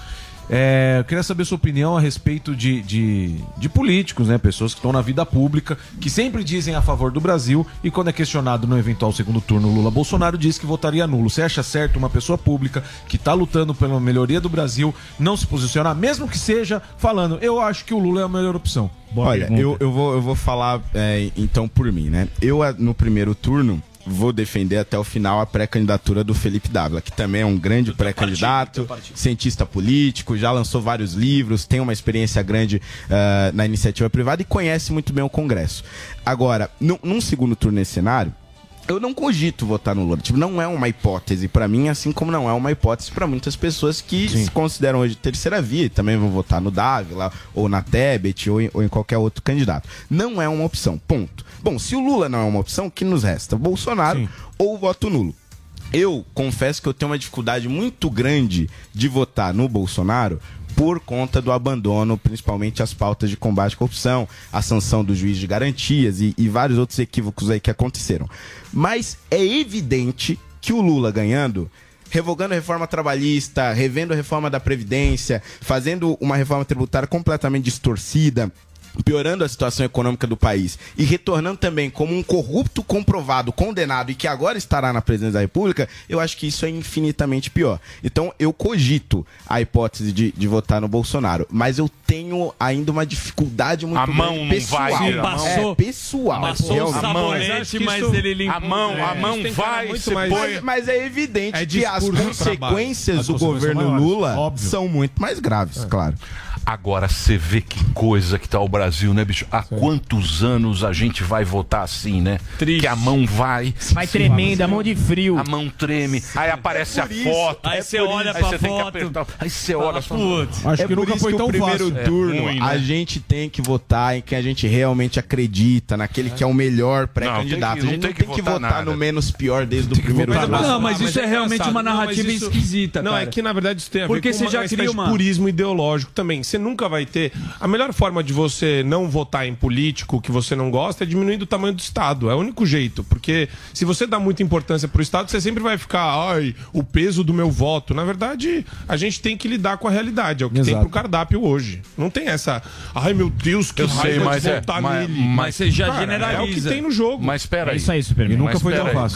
é, eu queria saber sua opinião a respeito de, de, de políticos, né? Pessoas que estão na vida pública, que sempre dizem a favor do Brasil e quando é questionado no eventual segundo turno Lula Bolsonaro diz que votaria nulo. Você acha certo uma pessoa pública que está lutando pela melhoria do Brasil não se posicionar, mesmo que seja falando, eu acho que o Lula é a melhor opção?
Olha, eu, eu, vou, eu vou falar é, então por mim, né? Eu, a- no primeiro turno, vou defender até o final a pré-candidatura do Felipe Dávila, que também é um grande pré-candidato, cientista político, já lançou vários livros, tem uma experiência grande ah, na iniciativa privada e conhece muito bem o Congresso. Agora, num- num segundo turno nesse cenário, eu não cogito votar no Lula. Tipo, não é uma hipótese pra mim, assim como não é uma hipótese pra muitas pessoas que se consideram hoje terceira via e também vão votar no Dávila, ou na Tebet, ou em, ou em qualquer outro candidato. Não é uma opção, ponto. Bom, se o Lula não é uma opção, o que nos resta? Bolsonaro ou voto nulo. Eu confesso que eu tenho uma dificuldade muito grande de votar no Bolsonaro por conta do abandono, principalmente as pautas de combate à corrupção, a sanção do juiz de garantias e, e vários outros equívocos aí que aconteceram. Mas é evidente que o Lula ganhando revogando a reforma trabalhista, revendo a reforma da Previdência, fazendo uma reforma tributária completamente distorcida. Piorando a situação econômica do país e retornando também como um corrupto comprovado, condenado e que agora estará na presidência da República, eu acho que isso é infinitamente pior. Então eu cogito a hipótese de, de votar no Bolsonaro, mas eu tenho ainda uma dificuldade muito
A
grande
mão não
pessoal.
vai,
É,
Ira, a mão.
é, pessoal.
Passou o
realmente.
sabonete, Mas acho que mas isso- ele limpou. a mão- a mão
Isso tem
vai,
cara muito
você
mais-
põe-
Mas, mas é evidente
É
que as
discurso do trabalho.
consequências
As
do
consequências
governo
maiores,
Lula
óbvio.
são muito mais graves, claro.
Agora você vê que coisa que tá o Brasil, né, bicho? Há quantos anos a gente vai votar assim, né? Que a mão vai.
Vai tremendo, a mão de frio.
A mão treme. Aí aparece
É
a
por isso,
foto.
aí você
por
olha
isso.
pra
aí você Tem que
foto.
apertar. Aí você olha É só.
é por isso que o primeiro turno
né?
né? a gente tem que votar em quem a gente realmente acredita, naquele que é o melhor pré-candidato. A
Não, tem que-
gente não tem que, votar,
nada.
no menos pior desde o primeiro
Mas-
turno. é
ah, engraçado. Não, mas isso- Não, é que na verdade isso tem a
Porque
ver
você
com
já
uma
cria
questão
uma-
de purismo ideológico também. Você nunca vai ter... A melhor forma de você não votar em político que você não gosta é diminuindo o tamanho do Estado. É o único jeito. Porque se você dá muita importância pro Estado, você sempre vai ficar, ai, o peso do meu voto. Na verdade, a gente tem que lidar com a realidade. É o que tem pro cardápio hoje. Não tem essa, ai meu Deus, que
Eu sei,
raiva
mas
de
é.
votar
mas,
nele.
mas
Cara, É o que tem no jogo.
Mas espera aí.
E
Mas pera aí. Não, não, não, mas tudo bem.
Não, mas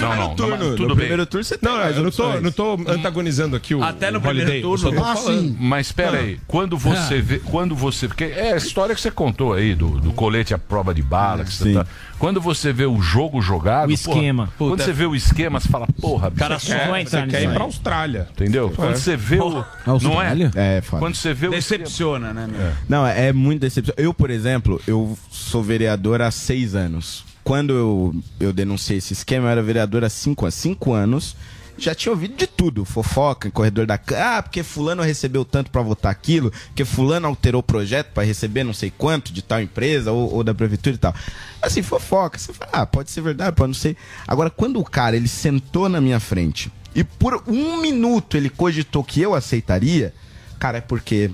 eu não tô, não tô antagonizando aqui o
Até no
o
primeiro
Holiday, eu só
turno.
tô falando.
Mas
Ah.
espera aí, quando você vê, quando você, porque é a história que você contou aí do, do colete à prova de bala, que você tá- quando você vê o jogo jogado,
O
porra,
esquema.
quando
Puta.
você vê o esquema, você fala, porra,
Cara,
você
só
quer-
vai
você
entrar
quer
nisso
ir pra
aí.
Austrália,
entendeu?
É.
Quando você vê o, não é?
É, foda.
Quando você vê o
Decepciona, né, meu?
Não, é muito decepcionante. Eu, por exemplo, eu sou vereador há seis anos. Quando eu, eu denunciei esse esquema, eu era vereador há cinco, há cinco anos. Já tinha ouvido de tudo, fofoca, em corredor da ca- Ah, porque fulano recebeu tanto pra votar aquilo, porque fulano alterou o projeto pra receber não sei quanto de tal empresa ou, ou da prefeitura e tal. Assim, fofoca. Você fala, ah, pode ser verdade, pode não ser. Agora, quando o cara, ele sentou na minha frente e por um minuto ele cogitou que eu aceitaria, cara, é porque...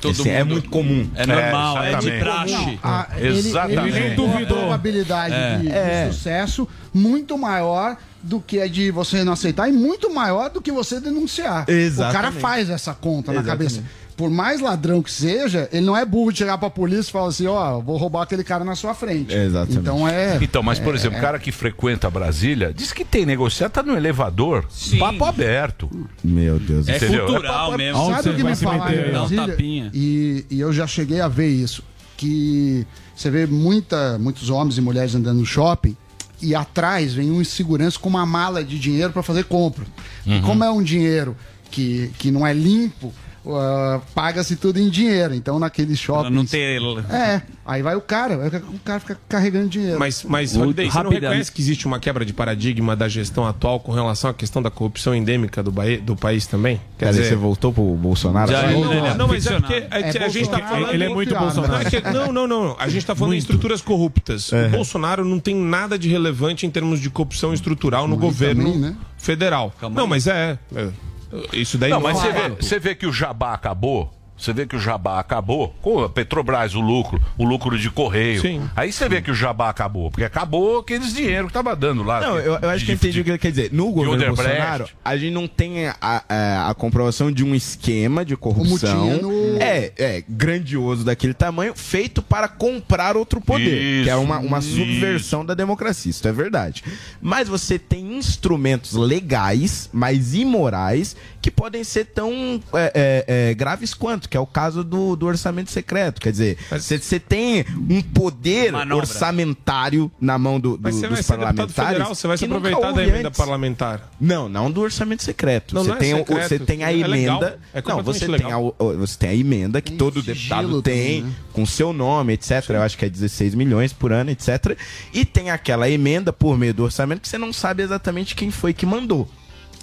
Todo
assim, É
mundo-
muito comum.
É normal, é de praxe. Ah, ele-
Exatamente.
Ele, tem uma probabilidade
É.
de, de
É.
sucesso muito maior do que a de você não aceitar e muito maior do que você denunciar.
Exatamente.
O cara faz essa conta na
Exatamente.
cabeça. Por mais ladrão que seja, ele não é burro de chegar pra polícia e falar assim, ó, vou roubar aquele cara na sua frente.
Exatamente.
Então é...
Então, mas por
é-
exemplo, o
é-
cara que frequenta Brasília diz que tem negociado, tá no elevador, papo aberto.
Meu Deus
do
do
É
céu.
céu. cultural
Sabe
mesmo.
Sabe
Aonde
o
você
que
vai
me
se
falaram
meter?
em
Dá um
Brasília?
tapinha.
E, e eu já cheguei a ver isso. Que você vê muita, muitos homens e mulheres andando no shopping e atrás vem um segurança com uma mala de dinheiro para fazer compra. E
Uhum.
como é um dinheiro que, que não é limpo, ah, paga-se tudo em dinheiro. Então naquele shopping...
Não ter...
É, aí vai o cara, aí o cara fica carregando dinheiro.
Mas, mas Holiday, você não reconhece que existe uma quebra de paradigma da gestão atual com relação à questão da corrupção endêmica do, bae- do país também? Quer
Cara,
dizer,
você voltou pro Bolsonaro?
Já,
agora?
não, não, não, mas é porque a, a gente tá
é
falando. Não, é que- Não, não, não. A gente tá falando de estruturas corruptas.
É.
O Bolsonaro não tem nada de relevante em termos de corrupção estrutural no governo federal. não, mas é. é, Isso daí
não, mas
é
você
fato.
vê, você vê que o jabá acabou. Você vê que o jabá acabou. Com a Petrobras, o lucro, o lucro de correio. Aí você vê que o jabá acabou, porque acabou aqueles dinheiro que tava dando lá.
Não, eu, eu acho que eu entendi o que ele quer dizer. No governo
Odebrecht.
Bolsonaro, a gente não tem a, a- a comprovação de um esquema de corrupção
tinha no-
é, é grandioso daquele tamanho, feito para comprar outro poder,
Isso,
que é uma, uma
isso.
subversão da democracia, isso é verdade. Mas você tem instrumentos legais, mas imorais, que podem ser tão é, é, é, graves quanto, que é o caso do, do orçamento secreto. Quer dizer, você você tem um poder
Manobra.
orçamentário na mão do, do-
Mas você vai
dos
ser deputado
parlamentares.
federal, você vai se
que nunca
aproveitar da
houve
emenda
antes.
parlamentar.
Não, não do orçamento secreto.
Não,
você,
não é
tem o-
secreto.
você tem a
É legal.
emenda.
É
não,
completamente
você tem, a,
legal. Um
o- você tem a emenda que todo deputado tem,
né?
com seu nome, etc. Eu acho que é 16 milhões por ano, etc. E tem aquela emenda por meio do orçamento que você não sabe exatamente quem foi que mandou.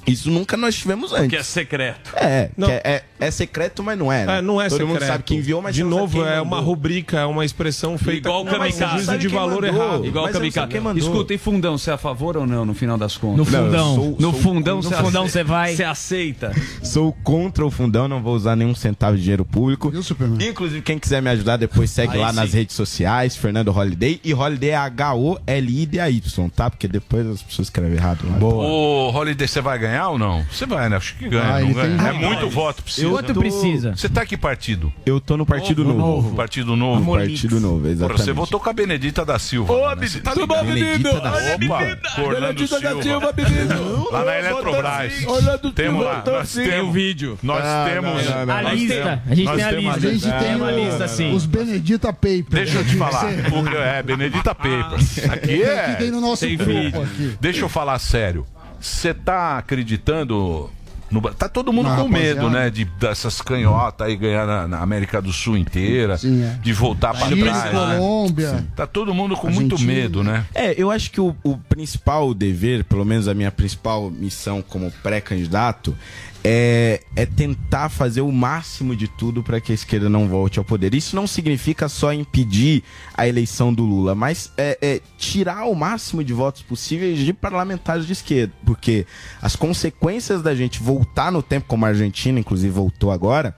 Isso nunca nós tivemos antes.
Que é secreto.
É, que é, é- é secreto, mas não é. né?
É, não é
Todo
secreto.
mundo sabe quem enviou, mas
De
você não sabe
novo,
quem
é
mandou.
uma rubrica, é uma expressão feita
Igual o
com um
Kamikaze.
juízo de valor errado.
Igual o Kamikaze. Escuta, e fundão, você é a favor ou não no final das contas?
No fundão.
Não, eu no
sou-
fundão,
no
você
fundão
ace-
você vai.
Você aceita.
Sou contra o fundão, não vou usar nenhum centavo de dinheiro público. Inclusive, quem quiser me ajudar, depois segue
Aí
lá
sim.
nas redes sociais, Fernando Holiday. E Holiday é H-O-L-I-D-A-Y, tá? Porque depois as pessoas escrevem errado. né? lá.
Ô, Holiday, você vai ganhar ou não? Você vai, né? Acho que ganha.
Ah,
não
ele
ganha.
tem
É
razão.
muito voto precisa.
Eu Quanto tô- precisa?
Você tá que partido?
Eu tô no Partido Novo.
Partido Novo.
No Partido Novo,
Porra,
exatamente.
você votou com a Benedita da Silva.
Ô,
né?
Benedita,
Você tá
tudo
ligado?
bom, menino?
Benedita da
Ô,
Silva.
Benedita.
Com Orlando
Benedita da
Silva.
Silva, menino.
Lá na
Eu voto
Eletrobras.
sim. Orlando
Temos
Silva,
lá.
votou
Nós
sim.
temos
Tem o vídeo.
Nós
Ah,
Não,
temos.
Ah, não, não, não.
nós
A lista.
temos-
A gente
nós
tem a
temos
lista. A gente tem
É,
uma
o-
lista, É, sim.
Os Benedita Papers.
Deixa eu te falar. O que é
Ah,
Benedita Papers. Aqui é.
Aqui tem no nosso grupo
vídeo.
aqui.
Deixa eu falar sério. Você tá acreditando no Ba- Tá todo mundo
Na
com medo,
rapaziada.
né? De, dessas canhotas aí ganhar na, na América do Sul inteira,
Sim, é.
de voltar pra
Chile,
trás. né?
Colômbia.
Tá todo mundo com muito
Argentina.
medo, né?
É, eu acho que o, o principal dever, pelo menos a minha principal missão como pré-candidato, é, é tentar fazer o máximo de tudo para que a esquerda não volte ao poder. Isso não significa só impedir a eleição do Lula, mas é, é tirar o máximo de votos possíveis de parlamentares de esquerda, porque as consequências da gente voltar no tempo, como a Argentina, inclusive, voltou agora.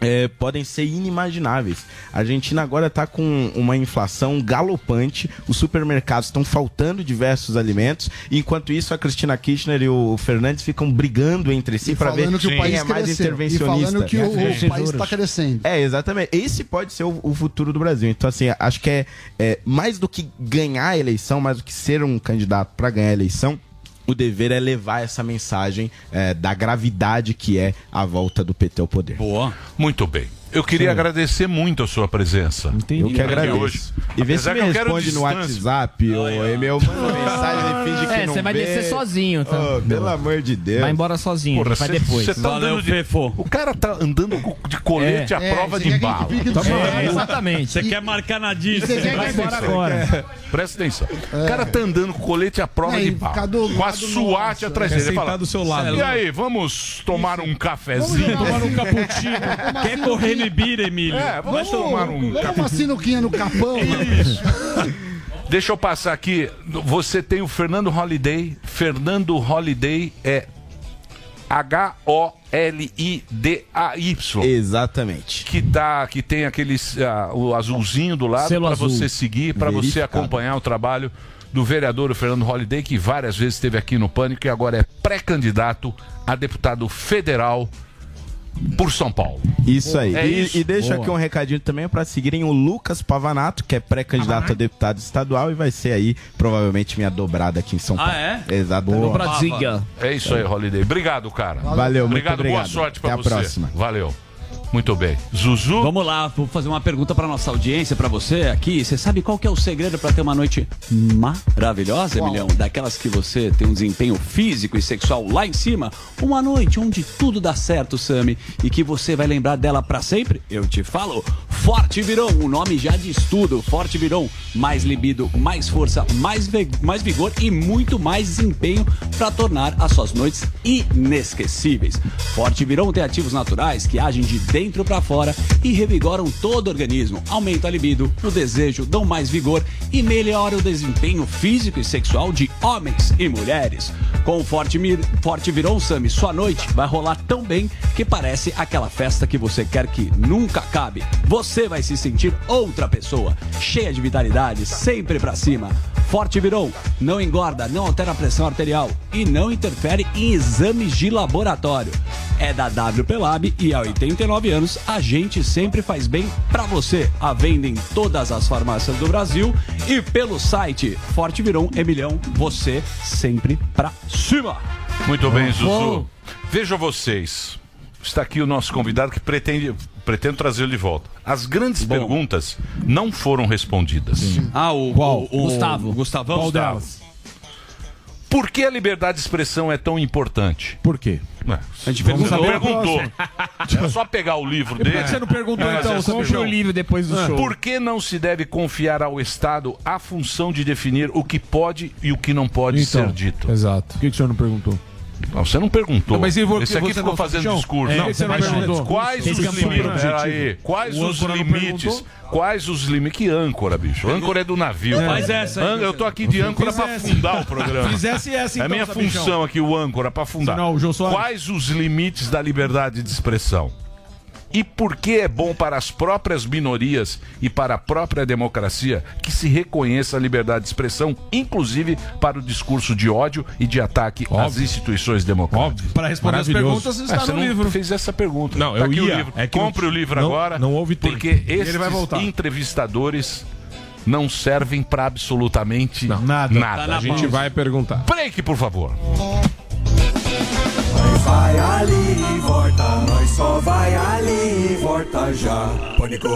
é, podem ser inimagináveis. A Argentina agora está com uma inflação galopante, os supermercados estão faltando diversos alimentos, enquanto isso a Cristina Kirchner e o Fernandes ficam brigando entre si para ver
falando que o
quem
país
é mais
cresceu, e
intervencionista.
falando que o- o Sim. país tá crescendo.
É, exatamente. Esse pode ser o, o futuro do Brasil. Então, assim, acho que é, é, mais do que ganhar a eleição, mais do que ser um candidato para ganhar a eleição, o dever é levar essa mensagem é, da gravidade que é a volta do PT ao poder.
Boa.
Muito bem. Eu queria
Sim.
agradecer muito a sua presença. Entendi.
Eu que agradeço. E vê se me responde no WhatsApp ou e-mail, manda um mensagem e finge que
É,
não
você vai
vê.
descer sozinho, tá?
Oh, pelo amor de Deus.
Vai embora sozinho,
Porra,
vai
cê-
depois.
cê tá Valeu, andando de-
Fefo.
O cara tá andando de
É.
colete à prova de bala. Tá
É,
exatamente.
Você quer marcar na Disney?
Presta
vai embora
atenção.
agora.
É. Presta atenção. O cara tá andando com colete à prova
É,
de
e
pau.
fica do
Com a
lado
SWAT
nosso.
atrás
Quer
dele. Ele
sentar
fala,
do seu lado.
E aí, vamos tomar um cafezinho?
Vamos tomar um
cappuccino. assim? Quer correr no Ibira, Emílio?
É,
Vai
vamos tomar um
Vamos uma sinuquinha no capão.
Deixa eu passar aqui. Você tem o Fernando Holiday. Fernando Holiday é H-O-L-I-D-A-Y.
Exatamente.
Que, tá, que tem aquele ah, o azulzinho do lado
Selo
para
azul.
você seguir, para você
Verificado.
acompanhar o trabalho do vereador Fernando Holiday, que várias vezes esteve aqui no Pânico e agora é pré-candidato a deputado federal por São Paulo.
Isso aí.
É
e,
isso.
e deixo
Boa.
aqui um recadinho também para seguirem o Lucas Pavanato, que é pré-candidato a deputado estadual e vai ser aí provavelmente minha dobrada aqui em São Paulo.
Ah,
é? Exatamente.
É isso aí, Holiday. Obrigado, cara.
Valeu, muito
obrigado. Boa
obrigado.
sorte pra
Até a
você.
próxima.
Valeu. Muito bem. Zuzu.
Vamos lá, vou fazer uma pergunta para nossa audiência, para você aqui. Você sabe qual que é o segredo para ter uma noite maravilhosa,
Qual?
Emilhão? Daquelas que você tem um desempenho físico e sexual lá em cima? Uma noite onde tudo dá certo, Sami, e que você vai lembrar dela para sempre? Eu te falo, Forte Virão, o nome já diz tudo. Forte Virão, mais libido, mais força, mais, ve- mais vigor e muito mais desempenho para tornar as suas noites inesquecíveis. Forte Virão tem ativos naturais que agem de dentro para fora e revigoram todo o organismo, aumentam a libido, o desejo, dão mais vigor e melhoram o desempenho físico e sexual de homens e mulheres. Com o Forte, Mir- Forte Virão Sami, sua noite vai rolar tão bem que parece aquela festa que você quer que nunca acabe. Você vai se sentir outra pessoa, cheia de vitalidade, sempre pra cima. Forte Virão não engorda, não altera a pressão arterial e não interfere em exames de laboratório. É da WP Lab e há 89 anos a gente sempre faz bem pra você. A venda em todas as farmácias do Brasil e pelo site Forte Virão é milhão, você sempre pra cima.
Muito bem, Zuzu.
Bom.
Vejam vocês. Está aqui o nosso convidado que pretende, pretendo trazê-lo de volta. As grandes perguntas não foram respondidas.
Ah, o,
o- o-
Gustavo.
Gustavão? Qual delas? Por que a liberdade de expressão é tão importante?
Por quê?
a gente
Vamos
perguntou.
saber a
perguntou.
próxima.
É só pegar o livro
E por que
dele. É,
você não perguntou,
Mas
então?
essa
Compre
pergunta.
o livro depois do
Ah.
show.
Por que não se deve confiar ao Estado a função de definir o que pode e o que não pode
Então,
ser dito?
Exato. Por que, que o senhor não perguntou?
Não, você não perguntou.
Não, mas e vo-
Esse aqui
você
ficou
não-
fazendo
João,
discurso.
é,
Não,
você não
mas
perguntou.
quais
Fez
os
campanha.
limites?
Pera
Peraí,
aí.
quais
O
os
âncora não
limites? Quais os limites? Que âncora, bicho? Âncora é do navio.
É. Faz essa aí,
Âncora- Eu tô aqui de âncora pra
Fizesse.
afundar o programa.
Fizesse essa,
É a
então,
minha
Sabichão.
função aqui, o âncora, pra afundar.
Senão, o Jô Soares.
Quais os limites da liberdade de expressão? E por que é bom para as próprias minorias e para a própria democracia que se reconheça a liberdade de expressão, inclusive para o discurso de ódio e de ataque às
Óbvio.
instituições democráticas? É,
Para responder as perguntas, está
você
no
não
livro.
fez essa pergunta.
Não,
Tá
eu
aqui
ia.
O livro.
É que
Compre
não-
o livro
não-
agora.
não houve tempo.
Porque
E ele
esses
vai voltar.
entrevistadores não servem para absolutamente nada.
Nada.
Tá
A gente vai perguntar.
Break, por favor.
Vai ali e volta, nós só vai ali e volta já. Pânico.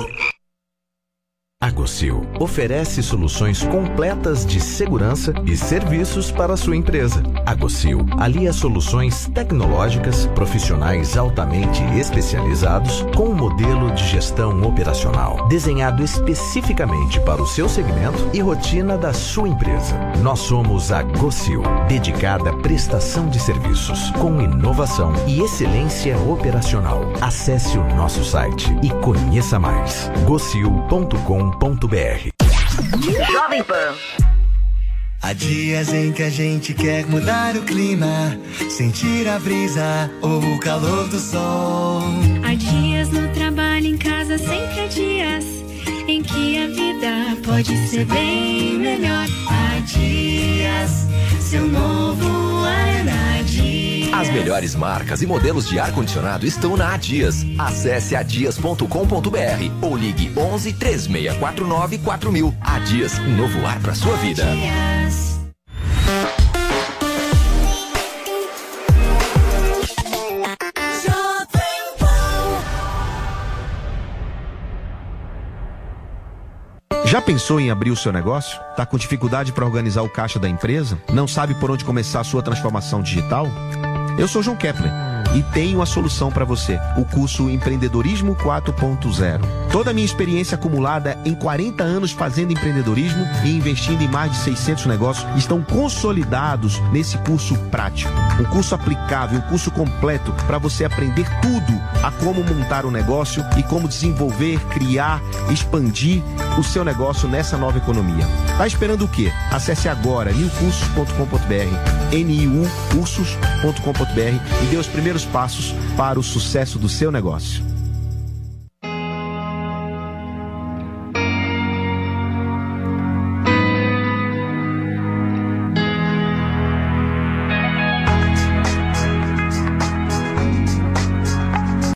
Agosil oferece soluções completas de segurança e serviços para a sua empresa. Agosil alia soluções tecnológicas, profissionais altamente especializados com um modelo de gestão operacional desenhado especificamente para o seu segmento e rotina da sua empresa. Nós somos a Gocil, dedicada à prestação de serviços com inovação e excelência operacional. Acesse o nosso site e conheça mais. gocil.com.br
Jovem Pan.
Há dias em que a gente quer mudar o clima, sentir a brisa ou o calor do sol.
Há dias no trabalho, em casa, sempre há dias em que a vida pode ser bem melhor. Há dias, seu novo ar há dias.
As melhores marcas e modelos de ar-condicionado estão na Adias. Acesse adias.com.br ou ligue 11 3649 4000. Adias, um novo ar para sua vida.
Dias.
Já pensou em abrir o seu negócio? Tá com dificuldade para organizar o caixa da empresa? Não sabe por onde começar a sua transformação digital? Eu sou João Kepler e tenho a solução para você, o curso Empreendedorismo 4.0. Toda a minha experiência acumulada em 40 anos fazendo empreendedorismo e investindo em mais de 600 negócios estão consolidados nesse curso prático. Um curso aplicável, um curso completo para você aprender tudo a como montar um negócio e como desenvolver, criar, expandir o seu negócio nessa nova economia. Tá esperando o quê? Acesse agora niucursos.com.br, niucursos.com.br e dê os primeiros passos para o sucesso do seu negócio.